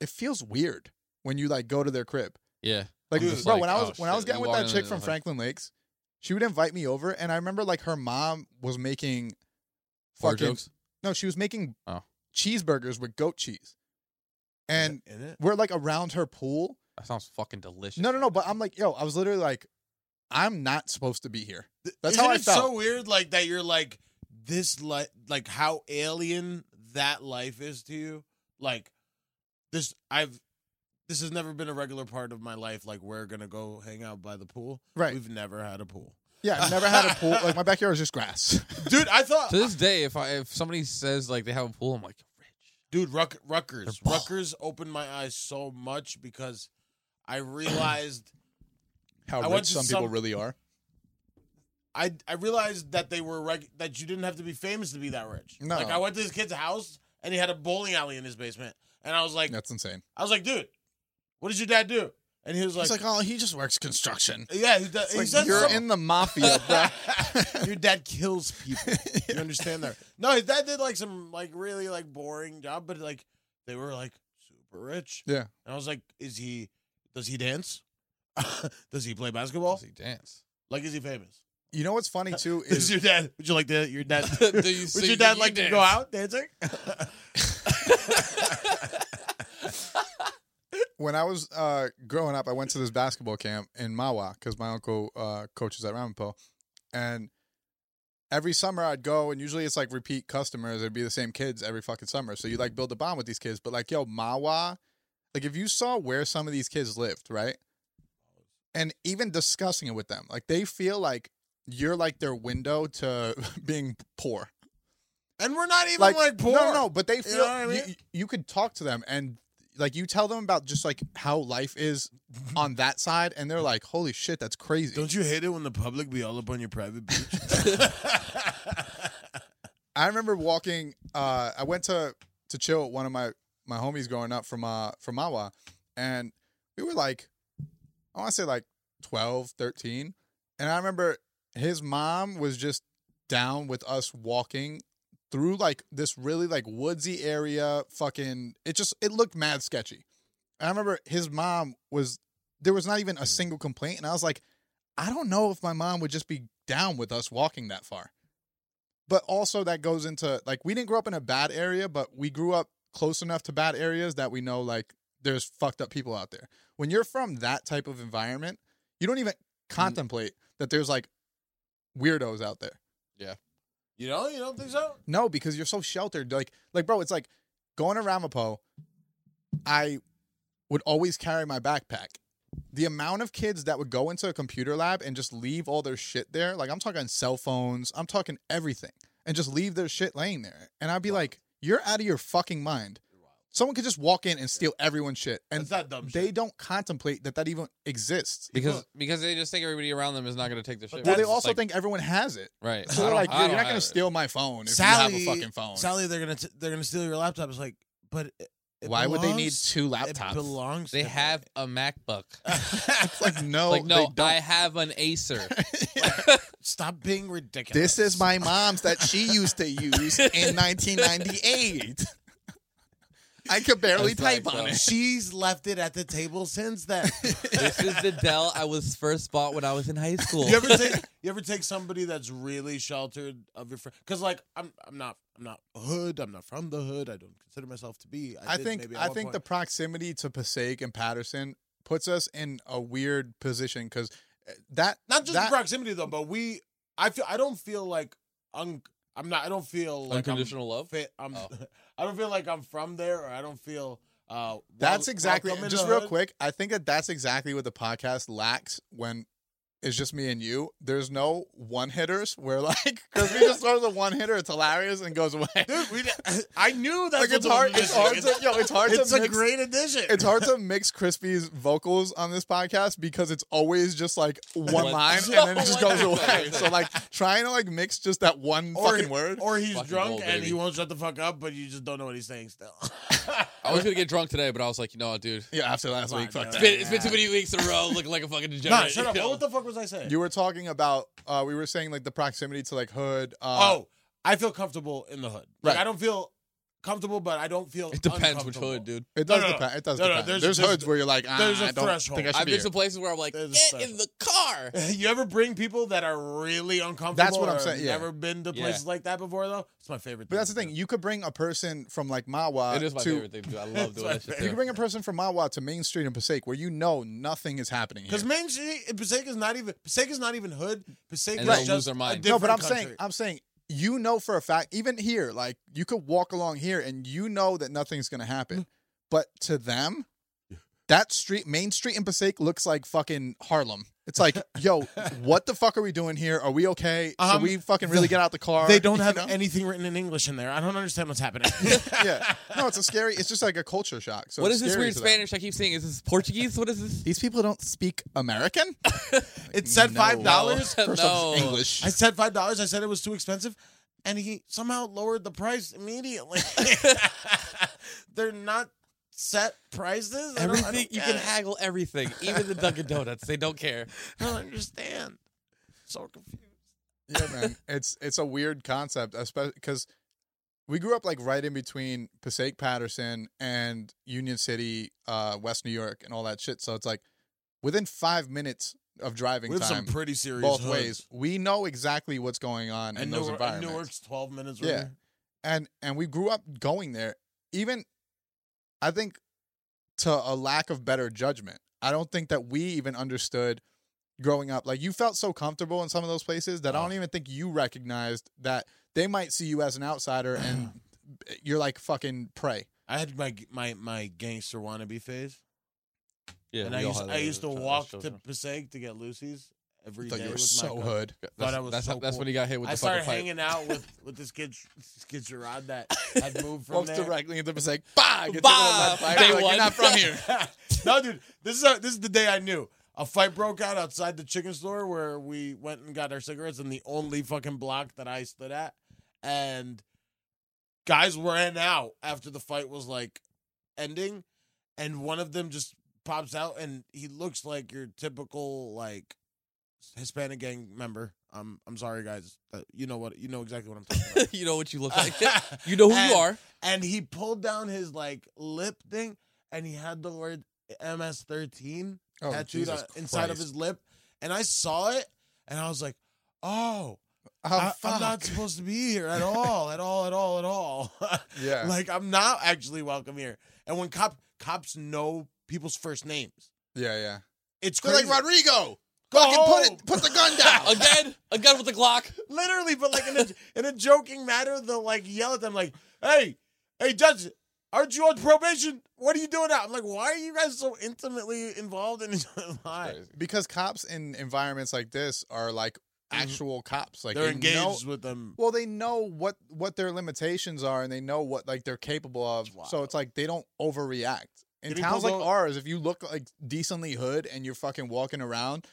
[SPEAKER 2] it feels weird when you like go to their crib.
[SPEAKER 5] Yeah,
[SPEAKER 2] Like,
[SPEAKER 4] Dude.
[SPEAKER 2] bro,
[SPEAKER 5] Like,
[SPEAKER 2] when I was
[SPEAKER 5] oh,
[SPEAKER 2] when I
[SPEAKER 5] shit.
[SPEAKER 2] was getting
[SPEAKER 5] You
[SPEAKER 2] with
[SPEAKER 5] walk
[SPEAKER 2] that
[SPEAKER 5] in
[SPEAKER 2] chick
[SPEAKER 5] and
[SPEAKER 2] from
[SPEAKER 5] like-
[SPEAKER 2] Franklin Lakes, she would invite me over, and I remember like her mom was making
[SPEAKER 5] fart
[SPEAKER 2] Fucking-
[SPEAKER 5] jokes.
[SPEAKER 2] no, she was making
[SPEAKER 5] Oh.
[SPEAKER 2] cheeseburgers with goat cheese, and
[SPEAKER 4] in it,
[SPEAKER 2] we're like around her pool.
[SPEAKER 5] That sounds fucking delicious.
[SPEAKER 2] No, no, no. But I'm like, yo, I was literally like, I'm not supposed to be here. That's
[SPEAKER 4] Isn't
[SPEAKER 2] how I
[SPEAKER 4] it so
[SPEAKER 2] felt.
[SPEAKER 4] weird, like that you're like this, like like how alien that life is to you. Like this, I've this has never been a regular part of my life. Like we're gonna go hang out by the pool.
[SPEAKER 2] Right.
[SPEAKER 4] We've never had a pool,
[SPEAKER 2] yeah, I've never had a pool. Like my backyard is just grass.
[SPEAKER 4] dude. I thought,
[SPEAKER 5] To this day, if I if somebody says like they have a pool, I'm like, rich.
[SPEAKER 4] dude, Ruck, Ruckers,
[SPEAKER 5] They're-
[SPEAKER 4] Ruckers opened my eyes so much because I realized
[SPEAKER 2] How
[SPEAKER 4] I went
[SPEAKER 2] rich
[SPEAKER 4] to
[SPEAKER 2] some, people
[SPEAKER 4] some-
[SPEAKER 2] really are.
[SPEAKER 4] I I realized that they were reg- that you didn't have to be famous to be that rich.
[SPEAKER 2] No.
[SPEAKER 4] Like I went to this kid's house and he had a bowling alley in his basement, and I was like,
[SPEAKER 2] That's insane.
[SPEAKER 4] I was like, dude, what did your dad do? And he was like,
[SPEAKER 2] It's like, oh, he just works construction.
[SPEAKER 4] yeah, he, does,
[SPEAKER 2] It's
[SPEAKER 4] he
[SPEAKER 2] like,
[SPEAKER 4] said
[SPEAKER 2] you're
[SPEAKER 4] something.
[SPEAKER 2] in the mafia, bro.
[SPEAKER 4] your dad kills people. You understand that? No, his dad did like some like really like boring job, but like they were like super rich.
[SPEAKER 2] Yeah.
[SPEAKER 4] And I was like, is he? Does he dance? does he play basketball?
[SPEAKER 5] Does he dance?
[SPEAKER 4] Like, is he famous?
[SPEAKER 2] You know what's funny too
[SPEAKER 4] Is
[SPEAKER 2] is
[SPEAKER 4] your dad? Would you like to? Your dad?
[SPEAKER 5] Do you
[SPEAKER 4] would
[SPEAKER 5] sing?
[SPEAKER 4] your
[SPEAKER 5] Do
[SPEAKER 4] dad
[SPEAKER 5] you
[SPEAKER 4] like to
[SPEAKER 5] dance?
[SPEAKER 4] go out dancing?
[SPEAKER 2] when I was uh, growing up, I went to this basketball camp in Mawa because my uncle uh, coaches at Ramapo, and every summer I'd go, and usually it's like repeat customers. It'd be the same kids every fucking summer, so you like build a bond with these kids. But like, yo, Mawa, like if you saw where some of these kids lived, right, and even discussing it with them, like they feel like you're like their window to being poor.
[SPEAKER 4] and we're not even
[SPEAKER 2] Like,
[SPEAKER 4] like, poor.
[SPEAKER 2] No, no, but they feel
[SPEAKER 4] know what I
[SPEAKER 2] you-
[SPEAKER 4] mean?
[SPEAKER 2] you, you could talk to them and like you tell them about just like how life is on that side, and they're like, "Holy shit, that's crazy."
[SPEAKER 4] Don't you hate it when the public be all up on your private beach?
[SPEAKER 2] I remember walking. Uh, I went to to chill with one of my my homies growing up from uh from Mawa, and we were like, I want to say like 12, 13. and I remember his mom was just down with us walking through like this really like woodsy area. Fucking, it just it looked mad sketchy. And I remember his mom was there was not even a single complaint, and I was like, I don't know if my mom would just be down with us walking that far. But also that goes into like we didn't grow up in a bad area, but we grew up close enough to bad areas that we know like there's fucked up people out there. When you're from that type of environment, you don't even contemplate that there's like weirdos out there.
[SPEAKER 4] you know, you don't think so?
[SPEAKER 2] No, because you're so sheltered. Like, like, bro, it's like going to Ramapo. I would always carry my backpack. The amount of kids that would go into a computer lab and just leave all their shit there, like I'm talking cell phones, I'm talking everything, and just leave their shit laying there, and I'd be like, "You're out of your fucking mind." Someone could just walk in and steal everyone's shit, and
[SPEAKER 4] That's not dumb
[SPEAKER 2] they
[SPEAKER 4] shit.
[SPEAKER 2] don't contemplate that that even exists.
[SPEAKER 5] because
[SPEAKER 4] Look.
[SPEAKER 3] because they just think everybody around them is not going to take the shit.
[SPEAKER 4] But
[SPEAKER 2] Well,
[SPEAKER 3] right?
[SPEAKER 2] they
[SPEAKER 4] That's
[SPEAKER 2] also
[SPEAKER 3] like-
[SPEAKER 2] think everyone has it.
[SPEAKER 3] right.
[SPEAKER 2] So
[SPEAKER 3] I
[SPEAKER 2] they're
[SPEAKER 3] don't-
[SPEAKER 2] like,
[SPEAKER 3] I
[SPEAKER 2] "Yo,
[SPEAKER 3] don't
[SPEAKER 2] you're not
[SPEAKER 3] have
[SPEAKER 2] gonna
[SPEAKER 3] it.
[SPEAKER 2] steal my phone if you have a fucking phone.
[SPEAKER 4] Sally, they're gonna t- they're gonna steal your laptop. It's like, but it, it
[SPEAKER 2] Why would they need
[SPEAKER 4] belongs-
[SPEAKER 2] two
[SPEAKER 4] It
[SPEAKER 2] laptops?
[SPEAKER 4] belongs.
[SPEAKER 5] they
[SPEAKER 4] to
[SPEAKER 5] have a MacBook.
[SPEAKER 2] It's like no,
[SPEAKER 5] like
[SPEAKER 2] they
[SPEAKER 5] no,
[SPEAKER 2] don't.
[SPEAKER 5] I have an Acer.
[SPEAKER 4] Stop being ridiculous.
[SPEAKER 2] This is my mom's that she used to use in 1998. I could barely
[SPEAKER 5] That's right,
[SPEAKER 2] type on
[SPEAKER 5] bro.
[SPEAKER 2] it.
[SPEAKER 4] She's left it at the table since then.
[SPEAKER 5] this is the Dell I was first bought when I was in high school.
[SPEAKER 4] you ever take you ever take somebody that's really sheltered of your friend? Because like I'm I'm not I'm not hood. I'm not from the hood. I don't consider myself to be. I,
[SPEAKER 2] I
[SPEAKER 4] did
[SPEAKER 2] think
[SPEAKER 4] maybe at
[SPEAKER 2] I
[SPEAKER 4] one
[SPEAKER 2] think the
[SPEAKER 4] point.
[SPEAKER 2] proximity to Passaic and Patterson puts us in a weird position because that
[SPEAKER 4] not just
[SPEAKER 2] that,
[SPEAKER 4] the proximity though, but we. I feel I don't feel like un, I'm not. I don't feel like I'm
[SPEAKER 3] Unconditional love.
[SPEAKER 4] fit. I'm.
[SPEAKER 3] Oh.
[SPEAKER 4] I don't feel like I'm from there, or I don't feel. Uh,
[SPEAKER 2] that's
[SPEAKER 4] wel-
[SPEAKER 2] exactly
[SPEAKER 4] welcome in
[SPEAKER 2] just
[SPEAKER 4] the
[SPEAKER 2] real
[SPEAKER 4] hood.
[SPEAKER 2] quick. I think that that's exactly what the podcast lacks when it's just me and you. There's no one hitters where like because we just throw the one hitter, it's hilarious and goes away.
[SPEAKER 4] Dude, we, I knew that's
[SPEAKER 2] like
[SPEAKER 4] what
[SPEAKER 2] it's hard. It's hard to yo. It's hard
[SPEAKER 4] It's
[SPEAKER 2] to
[SPEAKER 4] a
[SPEAKER 2] mix.
[SPEAKER 4] great addition.
[SPEAKER 2] it's hard to mix Crispy's vocals on this podcast because it's always just like one
[SPEAKER 3] One-
[SPEAKER 2] line and then it just goes
[SPEAKER 3] Oh my God.
[SPEAKER 2] away. So like trying to like mix just that one
[SPEAKER 4] Or-
[SPEAKER 2] fucking word.
[SPEAKER 4] Or he's
[SPEAKER 3] Fucking
[SPEAKER 4] drunk
[SPEAKER 3] gold,
[SPEAKER 4] and
[SPEAKER 3] baby.
[SPEAKER 4] he won't shut the fuck up, but you just don't know what he's saying still.
[SPEAKER 3] I was gonna get drunk today, but I was like, you know what, dude.
[SPEAKER 2] Yeah, after last week, fuck
[SPEAKER 4] Come on,
[SPEAKER 3] It's
[SPEAKER 2] that.
[SPEAKER 3] been, it's been too many weeks in a row looking like a fucking degenerate.
[SPEAKER 4] nah, shut up.
[SPEAKER 3] you know?
[SPEAKER 4] What the fuck was I saying?
[SPEAKER 2] You were talking about uh we were saying like the proximity to like hood. Uh,
[SPEAKER 4] oh, I feel comfortable in the hood. Like,
[SPEAKER 2] Right.
[SPEAKER 4] I don't feel comfortable, but I don't feel.
[SPEAKER 3] It depends which
[SPEAKER 4] uncomfortable.
[SPEAKER 3] hood, dude.
[SPEAKER 2] it does
[SPEAKER 4] no, no,
[SPEAKER 2] depend. It does
[SPEAKER 4] no, no,
[SPEAKER 2] depend.
[SPEAKER 4] there's-
[SPEAKER 2] there's,
[SPEAKER 4] there's-
[SPEAKER 2] hoods where you're like, ah,
[SPEAKER 4] there's a
[SPEAKER 2] I don't
[SPEAKER 4] threshold.
[SPEAKER 2] think I should
[SPEAKER 3] I've
[SPEAKER 2] be
[SPEAKER 3] been
[SPEAKER 2] here.
[SPEAKER 3] to places where I'm like,
[SPEAKER 4] There's a
[SPEAKER 3] get
[SPEAKER 4] special.
[SPEAKER 3] in the car.
[SPEAKER 4] You ever bring people that are really uncomfortable?
[SPEAKER 2] what
[SPEAKER 4] or
[SPEAKER 2] I'm
[SPEAKER 4] have
[SPEAKER 2] saying, yeah.
[SPEAKER 4] Never been to
[SPEAKER 3] Yeah.
[SPEAKER 4] places like that before, though. It's my favorite.
[SPEAKER 2] But that's the
[SPEAKER 4] to
[SPEAKER 2] thing.
[SPEAKER 4] do.
[SPEAKER 2] You could bring a person from like Mawa
[SPEAKER 3] It is my
[SPEAKER 2] to
[SPEAKER 3] favorite thing to do. I love
[SPEAKER 4] It's
[SPEAKER 3] doing
[SPEAKER 4] my
[SPEAKER 3] that shit.
[SPEAKER 2] you
[SPEAKER 4] favorite.
[SPEAKER 3] too.
[SPEAKER 2] could bring a person from Mawa to Main Street in Passaic where you know nothing is happening here.
[SPEAKER 4] Because Main Street, eh, Paseca's not even Paseca's not even hood. Paseca's
[SPEAKER 3] And they'll
[SPEAKER 4] just
[SPEAKER 3] lose their
[SPEAKER 4] a
[SPEAKER 3] mind.
[SPEAKER 2] no,
[SPEAKER 4] different
[SPEAKER 2] but I'm
[SPEAKER 4] country.
[SPEAKER 2] saying, I'm saying, you know for a fact, even here, like you could walk along here and you know that nothing's gonna
[SPEAKER 4] Mm-hmm.
[SPEAKER 2] happen, but to them, that street, Main Street in Passaic, looks like fucking Harlem. It's like, yo, what the fuck are we doing here? Are we okay? Should
[SPEAKER 4] Um,
[SPEAKER 2] we fucking really get out the car?
[SPEAKER 4] they don't
[SPEAKER 2] You
[SPEAKER 4] have
[SPEAKER 2] know?
[SPEAKER 4] anything written in English in there. I don't understand what's happening.
[SPEAKER 2] Yeah, no, it's a scary. It's just like a culture shock. So
[SPEAKER 5] what
[SPEAKER 2] it's
[SPEAKER 5] is this
[SPEAKER 2] scary
[SPEAKER 5] weird
[SPEAKER 2] to them.
[SPEAKER 5] Spanish I keep seeing? Is this Portuguese? What is this?
[SPEAKER 2] These people don't speak American.
[SPEAKER 4] It said
[SPEAKER 2] No.
[SPEAKER 4] $5.
[SPEAKER 2] First off, it's
[SPEAKER 5] No.
[SPEAKER 2] English.
[SPEAKER 4] I said five dollars. I said it was too expensive, and he somehow lowered the price immediately. They're not set prices. I don't- I don't
[SPEAKER 5] Everything you
[SPEAKER 4] get
[SPEAKER 5] can
[SPEAKER 4] it.
[SPEAKER 5] haggle everything, even the Dunkin' Donuts. They don't care.
[SPEAKER 4] I don't understand. So confused.
[SPEAKER 2] yeah, man, it's it's a weird concept, especially because we grew up like right in between Passaic Patterson and Union City, uh, West New York, and all that shit. So it's like within five minutes of driving
[SPEAKER 4] We have some
[SPEAKER 2] time,
[SPEAKER 4] pretty serious
[SPEAKER 2] both
[SPEAKER 4] hoods.
[SPEAKER 2] ways, we know exactly what's going on in
[SPEAKER 4] And,
[SPEAKER 2] those
[SPEAKER 4] Newark, and
[SPEAKER 2] environments.
[SPEAKER 4] Newark's twelve minutes.
[SPEAKER 2] Yeah.
[SPEAKER 4] away.
[SPEAKER 2] and and we grew up going there. Even, I think, to a lack of better judgment. I don't think that we even understood growing up. Like you felt so comfortable in some of those places
[SPEAKER 4] Oh.
[SPEAKER 2] that I don't even think you recognized that they might see you as an outsider and you're like fucking prey.
[SPEAKER 4] I had my my my gangster wannabe phase,
[SPEAKER 3] Yeah,
[SPEAKER 4] and
[SPEAKER 3] we
[SPEAKER 4] I
[SPEAKER 3] all
[SPEAKER 4] used
[SPEAKER 3] had
[SPEAKER 4] I
[SPEAKER 3] those
[SPEAKER 4] used to
[SPEAKER 3] as- as
[SPEAKER 4] walk to
[SPEAKER 3] children.
[SPEAKER 4] Passaic to get Lucy's every
[SPEAKER 2] I
[SPEAKER 4] day.
[SPEAKER 2] thought you were
[SPEAKER 4] with
[SPEAKER 2] so
[SPEAKER 4] my cousin.
[SPEAKER 2] hood.
[SPEAKER 4] Thought I was
[SPEAKER 3] that's,
[SPEAKER 4] so
[SPEAKER 3] how- that's
[SPEAKER 4] cool.
[SPEAKER 3] when he got hit with
[SPEAKER 4] I
[SPEAKER 3] the fucking
[SPEAKER 4] started
[SPEAKER 3] pipe.
[SPEAKER 4] hanging out with with this kid this kid Gerard that had moved from
[SPEAKER 2] Walks
[SPEAKER 4] there.
[SPEAKER 2] directly into Passaic. Bah! Gets
[SPEAKER 5] Bah!
[SPEAKER 2] hit with a lead pipe.
[SPEAKER 5] Day
[SPEAKER 2] Like, you're
[SPEAKER 5] one.
[SPEAKER 2] not from here.
[SPEAKER 4] no, dude, this is how, this is the day I knew. A fight broke out outside the chicken store where we went and got our cigarettes in the only fucking block that I stood at, and guys ran out after the fight was like ending, and one of them just pops out and he looks like your typical like Hispanic gang member. I'm I'm sorry guys, Uh, you know what you know exactly what I'm talking about.
[SPEAKER 5] you know what you look like. you know who
[SPEAKER 4] And-
[SPEAKER 5] you are.
[SPEAKER 4] and he pulled down his like lip thing and he had the word MS13
[SPEAKER 2] Oh,
[SPEAKER 4] tattooed
[SPEAKER 2] Jesus
[SPEAKER 4] on, inside of
[SPEAKER 2] Christ.
[SPEAKER 4] his lip and I saw it and I was like, "Oh,
[SPEAKER 2] Oh,
[SPEAKER 4] I, am not
[SPEAKER 2] fuck.
[SPEAKER 4] supposed to be here at all, at all, at all, at all."
[SPEAKER 2] Yeah.
[SPEAKER 4] like I'm not actually welcome here. And when cop cops know people's first names,
[SPEAKER 2] yeah, yeah.
[SPEAKER 4] it's
[SPEAKER 2] They're
[SPEAKER 4] crazy. Oh.
[SPEAKER 2] like Rodrigo.
[SPEAKER 4] Go
[SPEAKER 2] Fucking put
[SPEAKER 4] home."
[SPEAKER 2] it. Put the gun down.
[SPEAKER 5] Again, again with the Glock.
[SPEAKER 4] Literally, but like in a, in a joking manner, they'll like yell at them like, "Hey, hey, judge, aren't you on probation? What are you doing now?" I'm like, "Why are you guys so intimately involved in his life?"
[SPEAKER 2] actual cops. Like
[SPEAKER 4] Mm-hmm. They're
[SPEAKER 2] they
[SPEAKER 4] engaged
[SPEAKER 2] know-
[SPEAKER 4] with them.
[SPEAKER 2] well, they know what what their limitations are, and they know what like they're capable of.
[SPEAKER 4] It's
[SPEAKER 2] So
[SPEAKER 4] wild.
[SPEAKER 2] it's like they don't overreact. In
[SPEAKER 4] Getting
[SPEAKER 2] towns
[SPEAKER 4] pulled
[SPEAKER 2] like
[SPEAKER 4] over-
[SPEAKER 2] ours, if you look like decently hood and you're fucking walking around,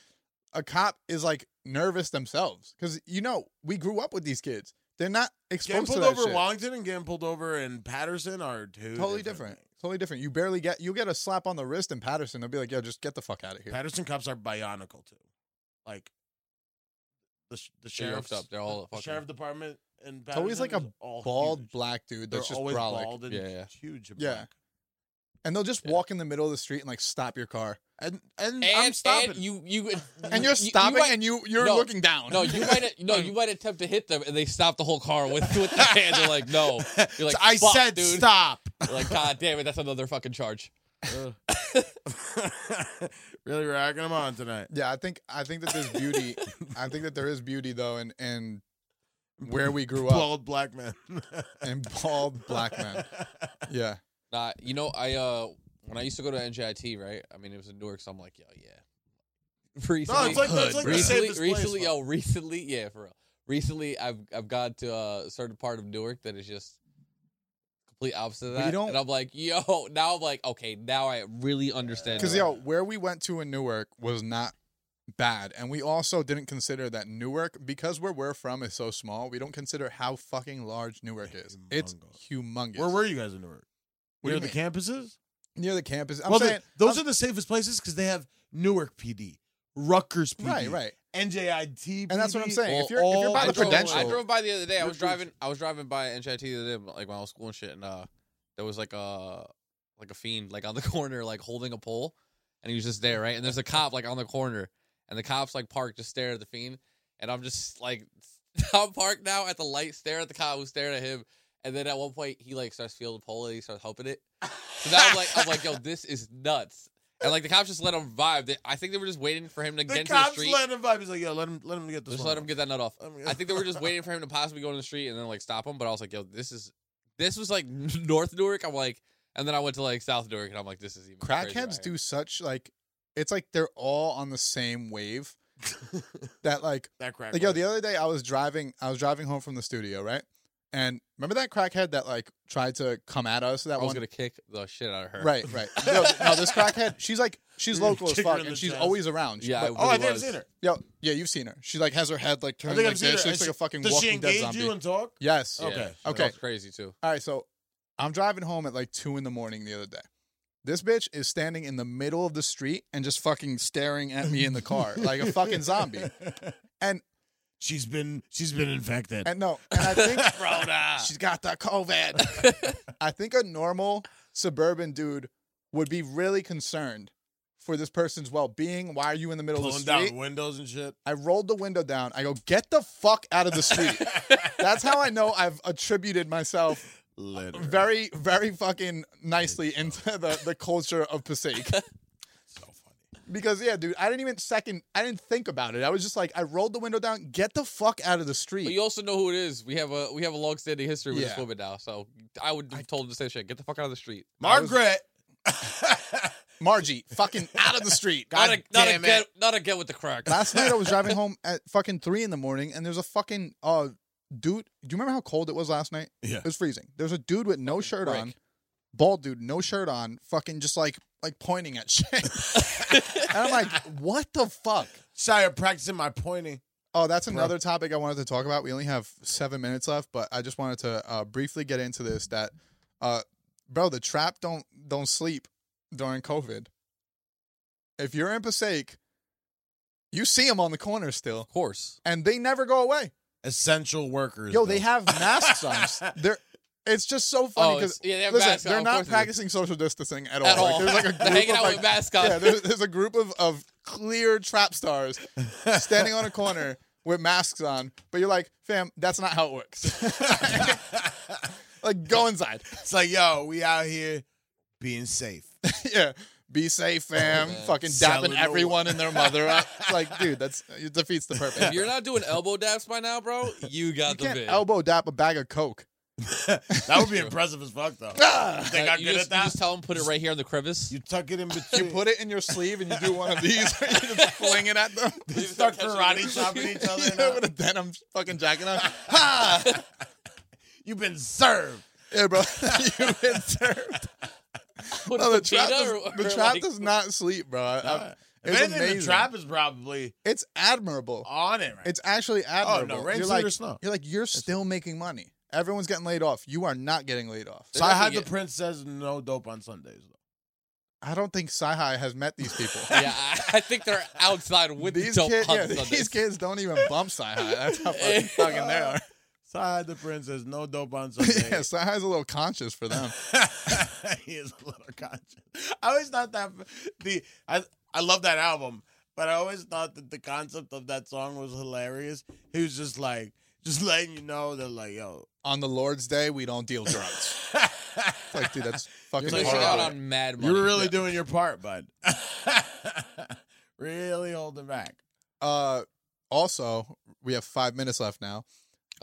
[SPEAKER 2] a cop is like nervous themselves because you know we grew up with these kids. They're not
[SPEAKER 4] Getting
[SPEAKER 2] exposed to
[SPEAKER 4] pulled
[SPEAKER 2] that
[SPEAKER 4] over
[SPEAKER 2] shit.
[SPEAKER 4] in Wellington and getting pulled over in Patterson are two
[SPEAKER 2] totally different.
[SPEAKER 4] things.
[SPEAKER 2] Totally different. You barely get you get a slap on the wrist in Patterson. They'll be like, "Yo, just get the fuck out of here."
[SPEAKER 4] Patterson cops are bionical too. Like the sh- the
[SPEAKER 5] They're
[SPEAKER 4] sheriff's
[SPEAKER 5] yoked up. They're all
[SPEAKER 4] the
[SPEAKER 5] fucking-
[SPEAKER 4] sheriff department in Patterson.
[SPEAKER 2] always like a
[SPEAKER 4] is all
[SPEAKER 2] bald
[SPEAKER 4] huge.
[SPEAKER 2] black dude
[SPEAKER 4] They're
[SPEAKER 2] that's just
[SPEAKER 4] always
[SPEAKER 2] brolic.
[SPEAKER 4] bald and
[SPEAKER 5] Yeah, yeah.
[SPEAKER 4] huge. and
[SPEAKER 2] Yeah.
[SPEAKER 4] black.
[SPEAKER 2] and they'll just
[SPEAKER 5] Yeah.
[SPEAKER 2] walk in the middle of the street and like stop your car.
[SPEAKER 4] and and,
[SPEAKER 3] And,
[SPEAKER 4] I'm stopping.
[SPEAKER 3] and you, you,
[SPEAKER 2] And you're
[SPEAKER 3] you- you
[SPEAKER 2] stopping
[SPEAKER 3] might-
[SPEAKER 2] and you you're
[SPEAKER 3] No.
[SPEAKER 2] looking down.
[SPEAKER 3] no, you might no, you might attempt to hit them, and they stop the whole car with with the hand. They're like, no, you're like,
[SPEAKER 4] So I
[SPEAKER 3] "Fuck,
[SPEAKER 4] said
[SPEAKER 3] dude."
[SPEAKER 4] stop.
[SPEAKER 3] You're like, god damn it, that's another fucking charge.
[SPEAKER 4] really ragging him on tonight.
[SPEAKER 2] Yeah, I think I think that there's beauty. I think that there is beauty though, and and where we grew up
[SPEAKER 4] Bald black man.
[SPEAKER 2] and bald black men. Yeah,
[SPEAKER 3] Nah, you know, I uh when I used to go to NJIT, right? I mean, it was in Newark, so I'm like, yo, yeah. Recently,
[SPEAKER 4] no, it's like it's like the
[SPEAKER 2] Hood,
[SPEAKER 3] recently,
[SPEAKER 4] safest place,
[SPEAKER 3] recently,
[SPEAKER 4] though.
[SPEAKER 3] yo, recently, yeah, for real. Recently, I've I've gone to a certain part of Newark that is just complete opposite of
[SPEAKER 2] But you
[SPEAKER 3] that,
[SPEAKER 2] don't-
[SPEAKER 3] and I'm like, yo, now I'm like, okay, now I really understand.
[SPEAKER 2] because
[SPEAKER 3] Newark.
[SPEAKER 2] yo, where we went to in Newark was not bad, and we also didn't consider that Newark because where we're from is so small. We don't consider how fucking large Newark is. It's humongous.
[SPEAKER 4] Where were you guys in Newark?
[SPEAKER 2] What do
[SPEAKER 4] Near
[SPEAKER 2] you
[SPEAKER 4] the
[SPEAKER 2] mean?
[SPEAKER 4] campuses?
[SPEAKER 2] near the campus? I'm
[SPEAKER 4] well, they-
[SPEAKER 2] saying
[SPEAKER 4] those are the safest places because they have Newark PD, Rutgers PD,
[SPEAKER 2] right, right.
[SPEAKER 4] NJIT,
[SPEAKER 2] And that's what I'm
[SPEAKER 4] PD,
[SPEAKER 2] saying. If you're-
[SPEAKER 4] all-
[SPEAKER 2] if you're by
[SPEAKER 4] all
[SPEAKER 2] the
[SPEAKER 4] the
[SPEAKER 2] Prudential-
[SPEAKER 3] I drove by the other day. I
[SPEAKER 4] Your
[SPEAKER 3] was
[SPEAKER 4] prudential.
[SPEAKER 3] driving. I was driving by NCHIT the other day, like my old school and shit, and uh, there was like a like a fiend like on the corner, like holding a pole, and he was just there, right? And there's a cop like on the corner, and the cops like parked just stare at the fiend, and I'm just like, I'm parked now at the light, stare at the cop who's staring at him, and then at one point he like starts feeling the pole and he starts helping it. So now I'm like, I'm like, yo, this is nuts. And like the cops just let him vibe. They, I think they were just waiting for him to
[SPEAKER 4] The
[SPEAKER 3] get into the
[SPEAKER 4] cops
[SPEAKER 3] street.
[SPEAKER 4] let him vibe. He's like, yo, let him, let him get this.
[SPEAKER 3] just
[SPEAKER 4] one
[SPEAKER 3] let him
[SPEAKER 4] off.
[SPEAKER 3] get that nut off.
[SPEAKER 4] Let him get-
[SPEAKER 3] I think they were just waiting for him to possibly go in the street and then like stop him. But I was like, yo, this is this was like North Newark. I'm like, and then I went to like South Newark and I'm like, this is even crazier
[SPEAKER 2] crackheads
[SPEAKER 3] out
[SPEAKER 2] do
[SPEAKER 3] here.
[SPEAKER 2] such like it's like they're all on the same wave that like
[SPEAKER 4] that crack.
[SPEAKER 2] like yo the other day i was driving i was driving home from the studio right and remember that crackhead that like tried to come at us that
[SPEAKER 3] I was
[SPEAKER 2] one
[SPEAKER 3] gonna kick the shit out of her.
[SPEAKER 2] right right yo, th- no this crackhead she's like she's
[SPEAKER 4] You're gonna
[SPEAKER 2] local as
[SPEAKER 4] kick her
[SPEAKER 2] fuck
[SPEAKER 4] in
[SPEAKER 2] and
[SPEAKER 4] the
[SPEAKER 2] she's
[SPEAKER 4] chest.
[SPEAKER 2] always around She-
[SPEAKER 3] Yeah. I
[SPEAKER 2] like,
[SPEAKER 3] really
[SPEAKER 4] oh, I think I've
[SPEAKER 3] was.
[SPEAKER 4] seen her.
[SPEAKER 2] yo yeah you've seen her she like has her head like
[SPEAKER 4] I
[SPEAKER 2] turned
[SPEAKER 4] think
[SPEAKER 2] like
[SPEAKER 4] I've seen her.
[SPEAKER 2] this she
[SPEAKER 4] Is
[SPEAKER 2] looks like a fucking
[SPEAKER 4] Does she
[SPEAKER 2] walking dead
[SPEAKER 4] engage
[SPEAKER 2] zombie
[SPEAKER 4] you and talk?
[SPEAKER 2] yes
[SPEAKER 3] Yeah.
[SPEAKER 4] Okay,
[SPEAKER 3] That
[SPEAKER 2] okay.
[SPEAKER 3] was crazy too.
[SPEAKER 2] all right so i'm driving home at like two in the morning the other day this bitch is standing in the middle of the street and just fucking staring at me in the car like a fucking zombie And-
[SPEAKER 4] she's been she's been infected.
[SPEAKER 2] And no, and I think
[SPEAKER 3] Rhoda.
[SPEAKER 2] she's got the COVID. I think a normal suburban dude would be really concerned for this person's well being. Why are you in the middle
[SPEAKER 4] Pulling
[SPEAKER 2] of the street?
[SPEAKER 4] down windows and shit.
[SPEAKER 2] I rolled the window down. I go, get the fuck out of the street. That's how I know I've attributed myself
[SPEAKER 4] Later.
[SPEAKER 2] very, very fucking nicely into the, the culture of Passaic.
[SPEAKER 4] so funny.
[SPEAKER 2] Because yeah, dude, I didn't even second I didn't think about it. I was just like, I rolled the window down, get the fuck out of the street.
[SPEAKER 3] But you also know who it is. We have a we have a long standing history with this
[SPEAKER 2] Yeah.
[SPEAKER 3] woman now. So I would have told him to say shit. Get the fuck out of the street.
[SPEAKER 4] Margaret.
[SPEAKER 2] Margie, fucking out of the street. God
[SPEAKER 3] Not, a, not
[SPEAKER 2] damn it.
[SPEAKER 3] again. Not again with the crack.
[SPEAKER 2] Last night I was driving home at fucking three in the morning, and there's a fucking uh dude. Do you remember how cold it was last night?
[SPEAKER 4] Yeah.
[SPEAKER 2] it was freezing. There's a dude with no shirt
[SPEAKER 3] brick.
[SPEAKER 2] on, bald dude, no shirt on, fucking just like like pointing at shit. and I'm like, what the fuck?
[SPEAKER 4] Sorry, I'm practicing my pointing.
[SPEAKER 2] Oh, that's another topic I wanted to talk about. We only have seven minutes left, but I just wanted to uh, briefly get into this. That, uh, bro, the trap don't don't sleep during COVID. If you're in Passaic, you see them on the corner still,
[SPEAKER 3] of course.
[SPEAKER 2] and they never go away.
[SPEAKER 4] Essential workers.
[SPEAKER 2] Yo,
[SPEAKER 4] though.
[SPEAKER 2] they have masks on. They're it's just so funny
[SPEAKER 3] oh,
[SPEAKER 2] because
[SPEAKER 3] it's- yeah, they have
[SPEAKER 2] listen,
[SPEAKER 3] masks on,
[SPEAKER 2] they're
[SPEAKER 3] of
[SPEAKER 2] not
[SPEAKER 3] course they do.
[SPEAKER 2] practicing social distancing at all.
[SPEAKER 3] at
[SPEAKER 2] Like,
[SPEAKER 3] all.
[SPEAKER 2] there's like a
[SPEAKER 3] They're
[SPEAKER 2] group
[SPEAKER 3] hanging
[SPEAKER 2] of
[SPEAKER 3] out
[SPEAKER 2] like,
[SPEAKER 3] with masks on.
[SPEAKER 2] yeah, there's, there's a group of, of clear trap stars standing on a corner with masks on, but you're like, fam, that's not how it works. like, go inside.
[SPEAKER 4] It's like, yo, we out here being safe.
[SPEAKER 2] yeah. Be safe, fam.
[SPEAKER 3] man.
[SPEAKER 2] Fucking
[SPEAKER 4] Selling
[SPEAKER 2] dapping
[SPEAKER 4] the-
[SPEAKER 2] everyone and their mother up. It's like, dude, that's it defeats the purpose.
[SPEAKER 3] If you're not doing elbow daps by now, bro, you got
[SPEAKER 2] you
[SPEAKER 3] the
[SPEAKER 2] can't
[SPEAKER 3] bit.
[SPEAKER 2] elbow dap a bag of coke.
[SPEAKER 4] that would be impressive as fuck, though. You think
[SPEAKER 3] Like,
[SPEAKER 4] I'm
[SPEAKER 3] Uh, you
[SPEAKER 4] good
[SPEAKER 3] just,
[SPEAKER 4] at that?
[SPEAKER 3] You just tell him put it right here in the crevice.
[SPEAKER 4] you tuck it in
[SPEAKER 2] You
[SPEAKER 4] between.
[SPEAKER 2] put it in your sleeve and you do one of these. Where you just fling it at them.
[SPEAKER 4] you start karate chopping each other. and
[SPEAKER 2] yeah,
[SPEAKER 4] all.
[SPEAKER 2] with a denim fucking jacket on.
[SPEAKER 4] You've been served.
[SPEAKER 2] Yeah, bro. You've been served.
[SPEAKER 3] Put
[SPEAKER 2] No, the
[SPEAKER 3] some
[SPEAKER 2] trap,
[SPEAKER 3] data
[SPEAKER 2] does,
[SPEAKER 3] or-
[SPEAKER 2] the
[SPEAKER 3] or,
[SPEAKER 2] trap
[SPEAKER 3] like-
[SPEAKER 2] does not sleep, bro. I- I-
[SPEAKER 4] if
[SPEAKER 2] it's
[SPEAKER 4] anything,
[SPEAKER 2] amazing.
[SPEAKER 4] the trap is probably
[SPEAKER 2] it's admirable.
[SPEAKER 4] on it. Oh, Right?
[SPEAKER 2] It's actually
[SPEAKER 3] Oh,
[SPEAKER 2] admirable.
[SPEAKER 4] rain,
[SPEAKER 2] you're
[SPEAKER 4] sleet,
[SPEAKER 2] like,
[SPEAKER 4] or snow.
[SPEAKER 2] You're like, you're still making money. Everyone's getting laid off. You are not getting laid off.
[SPEAKER 4] so I had
[SPEAKER 3] definitely
[SPEAKER 4] the prince says no dope on Sundays. Though.
[SPEAKER 2] I don't think Sci-Hi has met these people.
[SPEAKER 3] Yeah, I, I think they're outside with
[SPEAKER 2] these,
[SPEAKER 3] the dope
[SPEAKER 2] kid-
[SPEAKER 3] on
[SPEAKER 2] yeah,
[SPEAKER 3] Sundays.
[SPEAKER 2] these kids don't even bump Sci-Hi. That's how fucking, fucking they are.
[SPEAKER 4] So I had the prince says no dope on Sundays.
[SPEAKER 2] yeah, Sci-Hi's a little conscious for them.
[SPEAKER 4] he is a little conscious. I always thought that the I I love that album, but I always thought that the concept of that song was hilarious. He was just like just letting you know that like yo,
[SPEAKER 2] On the Lord's Day, we don't deal drugs. It's like, dude, that's fucking
[SPEAKER 3] Missing
[SPEAKER 2] horrible.
[SPEAKER 3] out on mad money.
[SPEAKER 4] you're really doing your part, bud. really holding back.
[SPEAKER 2] Uh, also, we have five minutes left now.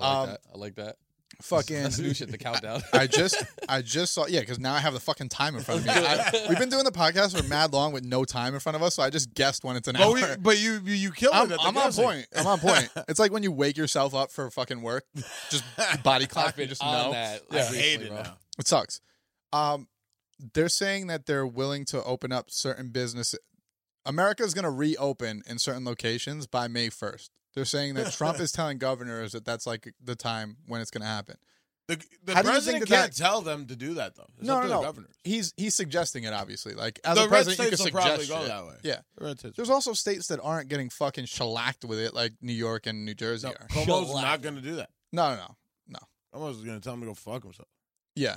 [SPEAKER 3] I like
[SPEAKER 2] um,
[SPEAKER 3] that. I like that.
[SPEAKER 2] Fucking
[SPEAKER 3] That's new shit. The countdown.
[SPEAKER 2] I just, I just saw, yeah, because now I have the fucking time in front of me. I, we've been doing the podcast for mad long with no time in front of us, so I just guessed when it's an
[SPEAKER 4] But
[SPEAKER 2] hour.
[SPEAKER 4] we, but you you, you killed
[SPEAKER 2] I'm,
[SPEAKER 4] it. At the
[SPEAKER 2] I'm on
[SPEAKER 4] guessing.
[SPEAKER 2] point. I'm on point. It's like when you wake yourself up for fucking work, just body clock.
[SPEAKER 3] I've
[SPEAKER 2] You
[SPEAKER 3] been
[SPEAKER 4] um,
[SPEAKER 2] just
[SPEAKER 3] on
[SPEAKER 2] know
[SPEAKER 3] that.
[SPEAKER 4] I
[SPEAKER 3] like,
[SPEAKER 4] hate
[SPEAKER 3] recently,
[SPEAKER 4] it
[SPEAKER 3] bro.
[SPEAKER 4] now.
[SPEAKER 2] it sucks. Um, they're saying that they're willing to open up certain businesses. America's going to reopen in certain locations by May 1st. They're saying that Trump is telling governors that that's like the time when it's going to happen.
[SPEAKER 4] The, the
[SPEAKER 2] How do you
[SPEAKER 4] president
[SPEAKER 2] think that
[SPEAKER 4] can't
[SPEAKER 2] that-
[SPEAKER 4] tell them to do that though. It's
[SPEAKER 2] No,
[SPEAKER 4] up
[SPEAKER 2] no,
[SPEAKER 4] to the
[SPEAKER 2] no.
[SPEAKER 4] governors.
[SPEAKER 2] He's he's suggesting it, obviously. Like as
[SPEAKER 4] the
[SPEAKER 2] a
[SPEAKER 4] red
[SPEAKER 2] president, you
[SPEAKER 4] states
[SPEAKER 2] could
[SPEAKER 4] will probably
[SPEAKER 2] suggest
[SPEAKER 4] go
[SPEAKER 2] shit.
[SPEAKER 4] that way.
[SPEAKER 2] Yeah.
[SPEAKER 4] The red states.
[SPEAKER 2] There's also states that aren't getting fucking shellacked with it, like New York and New Jersey
[SPEAKER 4] No,
[SPEAKER 2] are.
[SPEAKER 4] Cuomo's
[SPEAKER 3] Shellac.
[SPEAKER 4] not going to do that.
[SPEAKER 2] No, no, no.
[SPEAKER 4] Cuomo's is going to tell him to go fuck himself.
[SPEAKER 2] Yeah,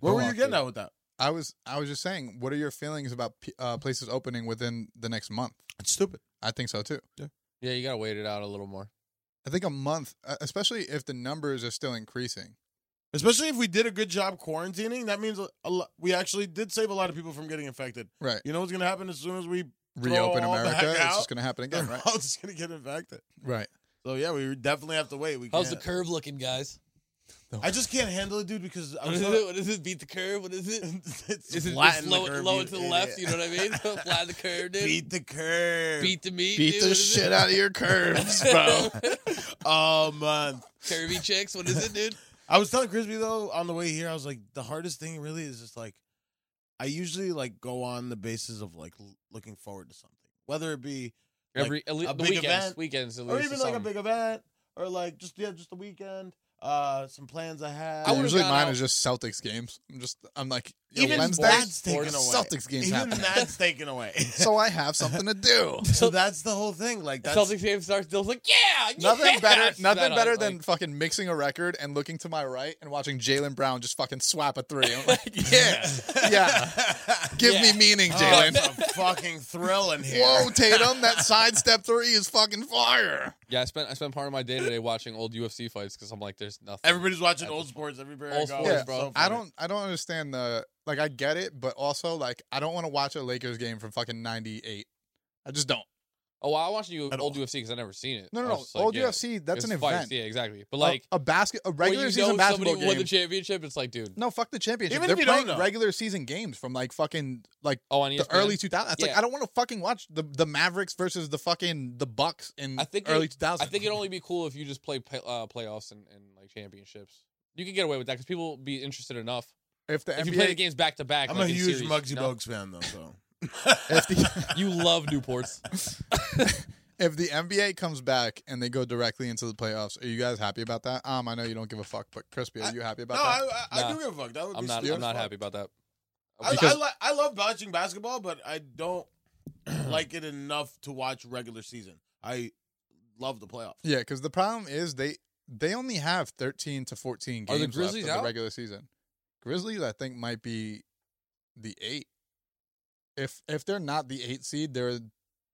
[SPEAKER 4] Where
[SPEAKER 2] Go
[SPEAKER 4] were you
[SPEAKER 2] off,
[SPEAKER 4] getting
[SPEAKER 2] dude.
[SPEAKER 4] at with that?
[SPEAKER 2] I was I was just saying, what are your feelings about p- uh, places opening within the next month?
[SPEAKER 4] It's stupid.
[SPEAKER 2] I think so too.
[SPEAKER 3] Yeah, you gotta wait it out a little more.
[SPEAKER 2] I think a month, uh, especially if the numbers are still increasing.
[SPEAKER 4] Especially if we did a good job quarantining, that means a, a lot, we actually did save a lot of people from getting infected.
[SPEAKER 2] Right.
[SPEAKER 4] You know what's going to happen as soon as we
[SPEAKER 2] Reopen
[SPEAKER 4] all back
[SPEAKER 2] America, it's
[SPEAKER 4] out.
[SPEAKER 2] just going to happen again,
[SPEAKER 4] they're
[SPEAKER 2] right?
[SPEAKER 4] all just going to get infected.
[SPEAKER 2] Right.
[SPEAKER 4] So yeah, we definitely have to wait. We
[SPEAKER 3] How's
[SPEAKER 4] can't.
[SPEAKER 3] the curve looking, guys?
[SPEAKER 4] I just can't handle it, dude, because I
[SPEAKER 3] What
[SPEAKER 4] was
[SPEAKER 3] is
[SPEAKER 4] so-
[SPEAKER 3] it? What is it? Beat the curve? What is it?
[SPEAKER 4] it's
[SPEAKER 3] Is it
[SPEAKER 4] flat
[SPEAKER 3] just
[SPEAKER 4] in
[SPEAKER 3] low,
[SPEAKER 4] the curve,
[SPEAKER 3] low
[SPEAKER 4] you
[SPEAKER 3] to the left?
[SPEAKER 4] idiot.
[SPEAKER 3] You know what I mean? Fly the curve, dude. Beat,
[SPEAKER 4] Beat the curve.
[SPEAKER 3] the meat.
[SPEAKER 2] Beat
[SPEAKER 3] dude.
[SPEAKER 2] the
[SPEAKER 3] What is
[SPEAKER 2] shit
[SPEAKER 3] it?
[SPEAKER 2] out of your curves, bro.
[SPEAKER 4] oh man.
[SPEAKER 3] Curvy chicks. What is it, dude?
[SPEAKER 4] I was telling Crispy though on the way here, I was like, the hardest thing really is just like, I usually like go on the basis of like l- looking forward to something, whether it be Like,
[SPEAKER 3] Every at least,
[SPEAKER 4] a
[SPEAKER 3] the
[SPEAKER 4] big
[SPEAKER 3] weekends,
[SPEAKER 4] event,
[SPEAKER 3] weekends, at
[SPEAKER 4] or
[SPEAKER 3] least,
[SPEAKER 4] even
[SPEAKER 3] or
[SPEAKER 4] like a
[SPEAKER 3] something.
[SPEAKER 4] big event or like just yeah, just a weekend, uh, some plans I have.
[SPEAKER 3] I would've
[SPEAKER 2] Usually
[SPEAKER 3] gone
[SPEAKER 2] mine
[SPEAKER 3] out-
[SPEAKER 2] is just Celtics games. I'm just I'm like yo,
[SPEAKER 4] even
[SPEAKER 2] Wednesday
[SPEAKER 4] that's taken away.
[SPEAKER 3] sports,
[SPEAKER 2] Celtics games
[SPEAKER 4] even
[SPEAKER 2] happen.
[SPEAKER 4] that's taken away. so,
[SPEAKER 2] so I have something to do.
[SPEAKER 4] that's the whole thing. Like that's
[SPEAKER 3] Celtics game starts. Dill's like, yeah,
[SPEAKER 2] Nothing
[SPEAKER 3] yeah!
[SPEAKER 2] better,
[SPEAKER 3] Shut
[SPEAKER 2] nothing
[SPEAKER 3] up,
[SPEAKER 2] better
[SPEAKER 3] like-
[SPEAKER 2] than fucking mixing a record and looking to my right and watching Jalen Brown just fucking swap a three. I'm like, yeah, yeah, give
[SPEAKER 3] Yeah.
[SPEAKER 2] me meaning,
[SPEAKER 4] Oh,
[SPEAKER 2] Jalen.
[SPEAKER 4] it's a fucking thrill in here.
[SPEAKER 2] Uh, Whoa, Tatum, that sidestep three is fucking fire.
[SPEAKER 3] Yeah, I spent I spent part of my day today watching old UFC fights because I'm like, there's nothing.
[SPEAKER 4] Everybody's watching old sports everywhere. I
[SPEAKER 3] Old
[SPEAKER 4] go.
[SPEAKER 3] sports,
[SPEAKER 4] It's
[SPEAKER 3] bro.
[SPEAKER 4] so
[SPEAKER 2] I
[SPEAKER 4] funny.
[SPEAKER 2] don't, I don't understand the like. I get it, but also like, I don't want to watch a Lakers game from fucking '98. I just don't.
[SPEAKER 3] oh, well, I watched you
[SPEAKER 4] At
[SPEAKER 3] old
[SPEAKER 4] all.
[SPEAKER 3] UFC because I never seen it.
[SPEAKER 2] No, no,
[SPEAKER 3] I
[SPEAKER 2] no.
[SPEAKER 3] was just like,
[SPEAKER 2] Old
[SPEAKER 3] yeah,
[SPEAKER 2] UFC, that's
[SPEAKER 3] it's
[SPEAKER 2] an event.
[SPEAKER 3] fights, Yeah, exactly. But like,
[SPEAKER 2] a, a basket, a
[SPEAKER 3] when
[SPEAKER 2] regular
[SPEAKER 3] you
[SPEAKER 2] season
[SPEAKER 3] know
[SPEAKER 2] basketball
[SPEAKER 3] somebody
[SPEAKER 2] game.
[SPEAKER 3] won the championship, it's like, dude.
[SPEAKER 2] no, fuck the championship.
[SPEAKER 4] Even if
[SPEAKER 2] They're
[SPEAKER 4] you don't
[SPEAKER 2] playing
[SPEAKER 4] know.
[SPEAKER 2] regular season games from like fucking like
[SPEAKER 3] Oh, on
[SPEAKER 2] the
[SPEAKER 3] ESPN?
[SPEAKER 2] early 2000s. It's like
[SPEAKER 3] Yeah.
[SPEAKER 2] I don't want to fucking watch the the Mavericks versus the fucking the Bucks in
[SPEAKER 3] I think
[SPEAKER 2] early
[SPEAKER 3] it-
[SPEAKER 2] 2000s.
[SPEAKER 3] I think it'd only be cool if you just play play- uh, playoffs and, and like championships. You can get away with that because people will be interested enough
[SPEAKER 2] if the
[SPEAKER 3] if
[SPEAKER 2] NBA,
[SPEAKER 3] you play the games back to back.
[SPEAKER 4] I'm
[SPEAKER 3] like
[SPEAKER 4] a
[SPEAKER 3] in
[SPEAKER 4] huge
[SPEAKER 3] series,
[SPEAKER 4] Muggsy
[SPEAKER 3] you know?
[SPEAKER 4] Bogues fan though, so
[SPEAKER 2] if the,
[SPEAKER 3] You love Newports.
[SPEAKER 2] if the NBA comes back and they go directly into the playoffs, are you guys happy about that? Um, I know you don't give a fuck, but Crispy, are you happy
[SPEAKER 4] no,
[SPEAKER 2] about that?
[SPEAKER 4] I, I, I
[SPEAKER 3] Nah.
[SPEAKER 4] do give a fuck. That would
[SPEAKER 3] I'm
[SPEAKER 4] be
[SPEAKER 3] not.
[SPEAKER 4] stupid
[SPEAKER 3] I'm not
[SPEAKER 4] as fuck.
[SPEAKER 3] happy about that.
[SPEAKER 4] I,
[SPEAKER 2] Because-
[SPEAKER 4] I, li- I love watching basketball, but I don't like it enough to watch regular season. I love the playoffs.
[SPEAKER 2] yeah, because the problem is they they only have 13 to 14
[SPEAKER 3] Are
[SPEAKER 2] games
[SPEAKER 3] the
[SPEAKER 2] left
[SPEAKER 3] Grizzlies
[SPEAKER 2] of the
[SPEAKER 3] out?
[SPEAKER 2] regular season. Grizzlies, I think, might be the eight. If if they're not the eight seed, they're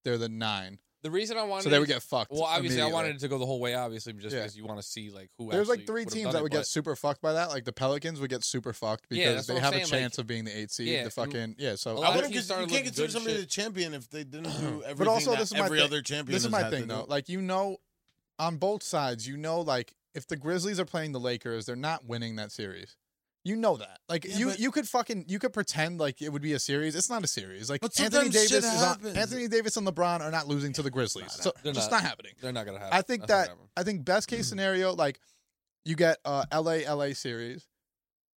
[SPEAKER 2] they're the nine.
[SPEAKER 3] The reason I wanted
[SPEAKER 2] So they would get fucked.
[SPEAKER 3] Well, obviously, I
[SPEAKER 2] immediately.
[SPEAKER 3] wanted it to go the whole way. Obviously, just
[SPEAKER 2] Yeah.
[SPEAKER 3] because you want to see like who.
[SPEAKER 2] There's like
[SPEAKER 3] actually
[SPEAKER 2] three
[SPEAKER 3] would've
[SPEAKER 2] teams
[SPEAKER 3] done
[SPEAKER 2] that
[SPEAKER 3] it,
[SPEAKER 2] would
[SPEAKER 3] but-
[SPEAKER 2] get super fucked by that. Like the Pelicans would get super fucked
[SPEAKER 3] Yeah,
[SPEAKER 2] because
[SPEAKER 3] that's
[SPEAKER 2] they
[SPEAKER 3] what I'm
[SPEAKER 2] have a
[SPEAKER 3] saying, like-
[SPEAKER 2] chance of being the eight seed.
[SPEAKER 3] Yeah,
[SPEAKER 2] the fucking yeah. So I
[SPEAKER 3] A lot
[SPEAKER 2] would-
[SPEAKER 3] of teams
[SPEAKER 4] wouldn't cons-
[SPEAKER 3] started
[SPEAKER 4] you can't
[SPEAKER 3] looking
[SPEAKER 4] consider
[SPEAKER 3] good
[SPEAKER 4] somebody
[SPEAKER 3] shit.
[SPEAKER 4] the champion if they didn't do everything
[SPEAKER 2] also,
[SPEAKER 4] that
[SPEAKER 2] this is my
[SPEAKER 4] every
[SPEAKER 2] thing.
[SPEAKER 4] other champion.
[SPEAKER 2] this is my
[SPEAKER 4] has had
[SPEAKER 2] thing
[SPEAKER 4] to
[SPEAKER 2] though.
[SPEAKER 4] do.
[SPEAKER 2] Like you know, on both sides, you know, like if the Grizzlies are playing the Lakers, they're not winning that series. You know that. Like
[SPEAKER 4] Yeah,
[SPEAKER 2] you,
[SPEAKER 4] but-
[SPEAKER 2] you could fucking you could pretend like it would be a series. It's not a series. Like
[SPEAKER 4] But
[SPEAKER 2] Anthony
[SPEAKER 4] sometimes shit
[SPEAKER 2] Davis is on,
[SPEAKER 4] happens.
[SPEAKER 2] Anthony Davis and LeBron are not losing to the Grizzlies. So
[SPEAKER 3] They're
[SPEAKER 2] just
[SPEAKER 3] not.
[SPEAKER 2] not happening.
[SPEAKER 3] They're not gonna happen.
[SPEAKER 2] I think
[SPEAKER 3] That's not
[SPEAKER 2] that
[SPEAKER 3] gonna happen.
[SPEAKER 2] I think best
[SPEAKER 4] Mm-hmm.
[SPEAKER 2] case scenario, like you get uh LA LA series.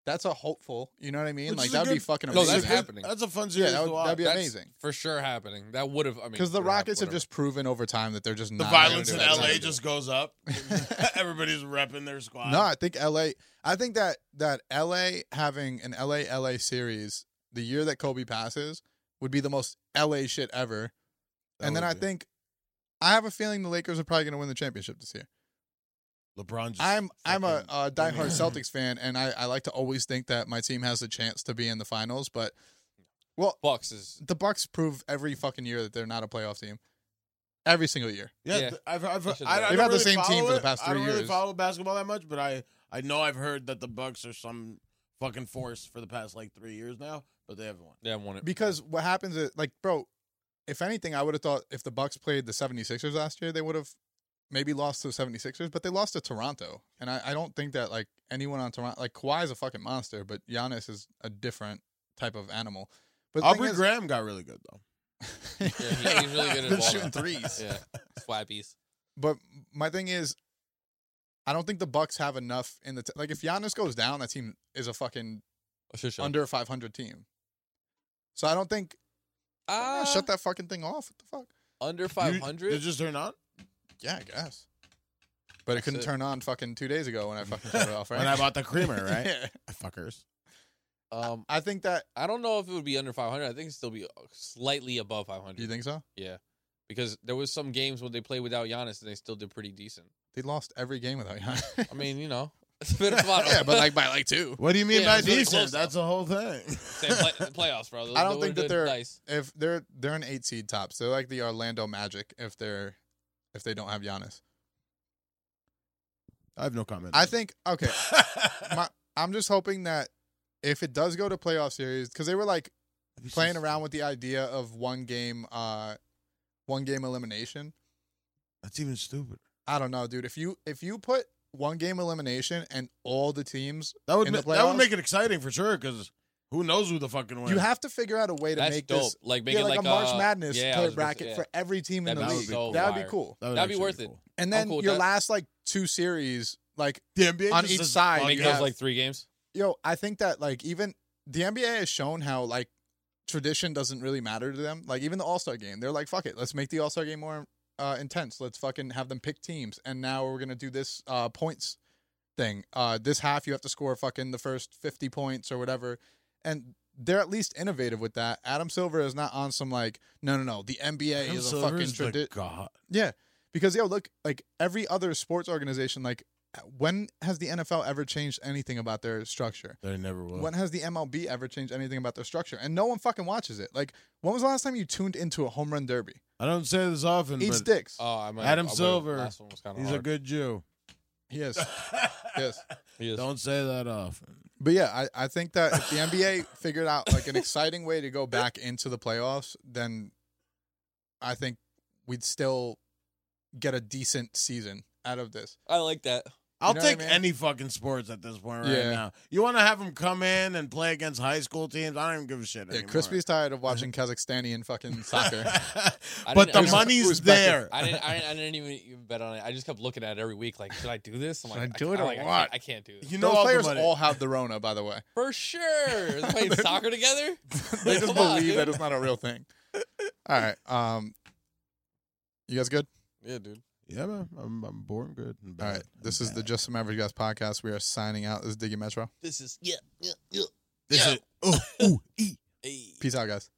[SPEAKER 2] That's a hopeful. You know what I mean?
[SPEAKER 4] Which
[SPEAKER 2] like
[SPEAKER 4] is a
[SPEAKER 2] that'd be
[SPEAKER 4] good-
[SPEAKER 2] fucking
[SPEAKER 3] No,
[SPEAKER 2] amazing.
[SPEAKER 3] that's
[SPEAKER 4] It's a good-
[SPEAKER 3] happening.
[SPEAKER 4] That's a fun
[SPEAKER 2] yeah,
[SPEAKER 4] series
[SPEAKER 2] that
[SPEAKER 4] to
[SPEAKER 2] would,
[SPEAKER 4] watch.
[SPEAKER 2] that'd be
[SPEAKER 3] That's
[SPEAKER 2] amazing.
[SPEAKER 3] for sure happening. That would have. I mean,
[SPEAKER 2] Because the
[SPEAKER 3] would've happened,
[SPEAKER 2] Rockets have
[SPEAKER 3] whatever.
[SPEAKER 2] just proven over time that they're just
[SPEAKER 4] the
[SPEAKER 2] not gonna
[SPEAKER 4] violence
[SPEAKER 2] do
[SPEAKER 4] in
[SPEAKER 2] it. It's not
[SPEAKER 4] LA
[SPEAKER 2] gonna do
[SPEAKER 4] just goes up. Everybody's repping their
[SPEAKER 2] it.
[SPEAKER 4] squad.
[SPEAKER 2] No, I think LA. I think that that LA having an LA LA series the year that Kobe passes would be the most LA shit ever.
[SPEAKER 4] That
[SPEAKER 2] and then
[SPEAKER 4] would
[SPEAKER 2] I
[SPEAKER 4] be.
[SPEAKER 2] think I have a feeling the Lakers are probably going to win the championship this year.
[SPEAKER 4] LeBron. Just
[SPEAKER 2] I'm I'm a
[SPEAKER 4] fucking-
[SPEAKER 2] uh, diehard
[SPEAKER 4] I
[SPEAKER 2] Celtics fan, and I, I like to always think that my team has a chance to be in the finals. But
[SPEAKER 3] Bucks is
[SPEAKER 2] the Bucks prove every fucking year that they're not a playoff team, every single year.
[SPEAKER 4] Yeah,
[SPEAKER 3] Yeah.
[SPEAKER 4] th- I've, I've,
[SPEAKER 3] They should
[SPEAKER 4] I, I
[SPEAKER 3] have.
[SPEAKER 4] don't
[SPEAKER 2] They've had the
[SPEAKER 4] really
[SPEAKER 2] same team
[SPEAKER 4] follow
[SPEAKER 2] for the
[SPEAKER 4] it.
[SPEAKER 2] past
[SPEAKER 4] I
[SPEAKER 2] three
[SPEAKER 4] don't really
[SPEAKER 2] years.
[SPEAKER 4] follow basketball that much, but I, I know I've heard that the Bucks are some fucking force for the past like three years now, but they haven't won.
[SPEAKER 3] they haven't won it.
[SPEAKER 2] Because what happens is, like, bro, if anything, I would have thought if the Bucks played the 76ers last year, they would have maybe lost to the 76ers, but they lost to Toronto. And I, I don't think that, like, anyone on Toronto, like, Kawhi's a fucking monster, but Giannis is a different type of animal. But the
[SPEAKER 4] Aubrey
[SPEAKER 2] thing is-
[SPEAKER 4] Graham got really good though.
[SPEAKER 3] yeah, he, he's really good at
[SPEAKER 2] Been
[SPEAKER 3] ball
[SPEAKER 2] shooting
[SPEAKER 3] now.
[SPEAKER 2] threes.
[SPEAKER 3] Yeah, swappies.
[SPEAKER 2] But my thing is, I don't think the Bucks have enough in the t- like. If Giannis goes down, that team is a fucking
[SPEAKER 3] Oh, shit, shit.
[SPEAKER 2] under a 500 team. So I don't think
[SPEAKER 3] Ah,
[SPEAKER 2] Ah, shut that fucking thing off. What the fuck?
[SPEAKER 3] under
[SPEAKER 4] You-
[SPEAKER 3] five
[SPEAKER 4] Did it
[SPEAKER 3] hundred.
[SPEAKER 4] just turn on?
[SPEAKER 2] Yeah, I guess. But it couldn't
[SPEAKER 3] it.
[SPEAKER 2] turn on fucking two days ago when I fucking shut it off. Right?
[SPEAKER 4] When I bought the creamer, right?
[SPEAKER 2] yeah.
[SPEAKER 4] Fuckers.
[SPEAKER 3] Um,
[SPEAKER 2] I think that.
[SPEAKER 3] I don't know if it would be under five hundred. I think it'd still be uh, slightly above five
[SPEAKER 2] Do you
[SPEAKER 3] hundred.
[SPEAKER 2] think so?
[SPEAKER 3] Yeah, because there was some games when they played without Giannis and they still did pretty decent.
[SPEAKER 2] They lost every game without you.
[SPEAKER 3] I mean, you know, it's a bit of fun.
[SPEAKER 2] yeah, but like by like two.
[SPEAKER 4] What do you mean
[SPEAKER 3] Yeah,
[SPEAKER 4] by
[SPEAKER 3] it's really
[SPEAKER 4] decent?
[SPEAKER 3] close, though.
[SPEAKER 4] That's the whole thing.
[SPEAKER 3] Same play- playoffs, bro. Those-
[SPEAKER 2] I don't
[SPEAKER 3] those
[SPEAKER 2] think
[SPEAKER 3] were
[SPEAKER 2] that
[SPEAKER 3] the
[SPEAKER 2] they're-
[SPEAKER 3] dice.
[SPEAKER 2] If they're they're an eight seed tops, they're like the Orlando Magic if they're if they don't have Giannis.
[SPEAKER 4] I have no comment.
[SPEAKER 2] I think okay. my, I'm just hoping that if it does go to playoff series, because they were like playing around with the idea of one game, uh, one game elimination.
[SPEAKER 4] That's even stupid.
[SPEAKER 2] I don't know, dude. If you if you put one game elimination and all the teams,
[SPEAKER 4] That would
[SPEAKER 2] In
[SPEAKER 4] ma-
[SPEAKER 2] the
[SPEAKER 4] that would
[SPEAKER 2] playoffs?
[SPEAKER 4] make it exciting for sure. Because who knows who the fucking wins?
[SPEAKER 2] you have to figure out a way to
[SPEAKER 3] That's
[SPEAKER 2] make
[SPEAKER 3] dope.
[SPEAKER 2] this
[SPEAKER 3] like
[SPEAKER 2] yeah,
[SPEAKER 3] making
[SPEAKER 2] like, a March
[SPEAKER 3] uh,
[SPEAKER 2] Madness
[SPEAKER 3] yeah, I
[SPEAKER 2] play
[SPEAKER 3] was about to
[SPEAKER 2] bracket
[SPEAKER 3] say,
[SPEAKER 2] for every team in
[SPEAKER 3] That'd
[SPEAKER 2] the
[SPEAKER 3] be
[SPEAKER 2] league.
[SPEAKER 3] so
[SPEAKER 2] that would be
[SPEAKER 3] fire.
[SPEAKER 2] cool.
[SPEAKER 4] would
[SPEAKER 3] That'd be
[SPEAKER 4] actually
[SPEAKER 3] worth it.
[SPEAKER 4] cool.
[SPEAKER 2] And then
[SPEAKER 3] I'm cool with
[SPEAKER 2] your
[SPEAKER 3] that.
[SPEAKER 2] last like two series, like
[SPEAKER 4] The NBA
[SPEAKER 2] On
[SPEAKER 4] just
[SPEAKER 2] each
[SPEAKER 4] does
[SPEAKER 2] side,
[SPEAKER 3] yeah.
[SPEAKER 4] fuck
[SPEAKER 3] Make
[SPEAKER 2] you
[SPEAKER 3] those
[SPEAKER 2] have-
[SPEAKER 3] like three games.
[SPEAKER 2] yo, I think that like even the NBA has shown how like tradition doesn't really matter to them. Like even the All Star game, they're like, fuck it, let's make the All Star game more uh, intense. Let's fucking have them pick teams, and now we're gonna do this uh, points thing. Uh, this half you have to score fucking the first fifty points or whatever, and. They're at least innovative with that. Adam Silver is not on some like no no no. The NBA
[SPEAKER 4] Adam
[SPEAKER 2] is a
[SPEAKER 4] Silver
[SPEAKER 2] fucking
[SPEAKER 4] is the
[SPEAKER 2] tradition.
[SPEAKER 4] god.
[SPEAKER 2] Yeah, because yo, look, like every other sports organization, like when has the NFL ever changed anything about their structure?
[SPEAKER 4] They never will.
[SPEAKER 2] When has the MLB ever changed anything about their structure? And no one fucking watches it. Like, when was the last time you tuned into a home run derby?
[SPEAKER 4] I don't say this often,
[SPEAKER 2] Eats
[SPEAKER 4] but uh,
[SPEAKER 2] dicks.
[SPEAKER 3] Oh, I might, I
[SPEAKER 4] Adam
[SPEAKER 3] would've-
[SPEAKER 4] Silver,
[SPEAKER 3] Last one was kind of
[SPEAKER 4] he's a
[SPEAKER 3] hard.
[SPEAKER 4] good Jew.
[SPEAKER 2] yes, yes.
[SPEAKER 3] He is.
[SPEAKER 4] Don't say that often.
[SPEAKER 2] But yeah, I, I think that if the NBA figured out like an exciting way to go back into the playoffs, then I think we'd still get a decent season out of this.
[SPEAKER 3] I like that.
[SPEAKER 4] I'll
[SPEAKER 2] know what I
[SPEAKER 4] take
[SPEAKER 2] mean?
[SPEAKER 4] any fucking sports at this point right
[SPEAKER 2] Yeah.
[SPEAKER 4] now. You want to have them come in and play against high school teams? I don't even give a shit
[SPEAKER 2] Yeah,
[SPEAKER 4] anymore.
[SPEAKER 2] Crispy's tired of watching Kazakhstanian fucking soccer.
[SPEAKER 3] I didn't-
[SPEAKER 4] but the
[SPEAKER 3] I didn't-
[SPEAKER 4] money's
[SPEAKER 2] Uzbek-
[SPEAKER 4] there.
[SPEAKER 3] I didn't, I didn't. I didn't even- even bet on it. I just kept looking at it every week. Like, should I do this? I'm
[SPEAKER 2] Should
[SPEAKER 3] like,
[SPEAKER 2] I do
[SPEAKER 3] ca-
[SPEAKER 2] it
[SPEAKER 3] I'm
[SPEAKER 2] or
[SPEAKER 3] like, I can't-
[SPEAKER 2] what?
[SPEAKER 3] I can't do this.
[SPEAKER 4] You know,
[SPEAKER 2] Those
[SPEAKER 4] all
[SPEAKER 2] players
[SPEAKER 4] the money.
[SPEAKER 2] all have the Rona, by the way.
[SPEAKER 3] For sure. They're playing soccer together.
[SPEAKER 2] They just
[SPEAKER 3] Come on,
[SPEAKER 2] believe that
[SPEAKER 3] dude.
[SPEAKER 2] it's not a real thing. All right. Um, you guys good?
[SPEAKER 3] Yeah, dude.
[SPEAKER 4] Yeah, man. I'm, I'm born good. and
[SPEAKER 2] All
[SPEAKER 4] bad
[SPEAKER 2] right. This
[SPEAKER 4] and
[SPEAKER 2] is the
[SPEAKER 4] bad.
[SPEAKER 2] Just Some Average Guys podcast. We are signing out. This is Diggy Metro.
[SPEAKER 3] This is yeah, yeah, yeah.
[SPEAKER 4] This
[SPEAKER 3] Yeah.
[SPEAKER 4] is. Ooh, ooh, ee.
[SPEAKER 3] Hey.
[SPEAKER 2] Peace out, guys.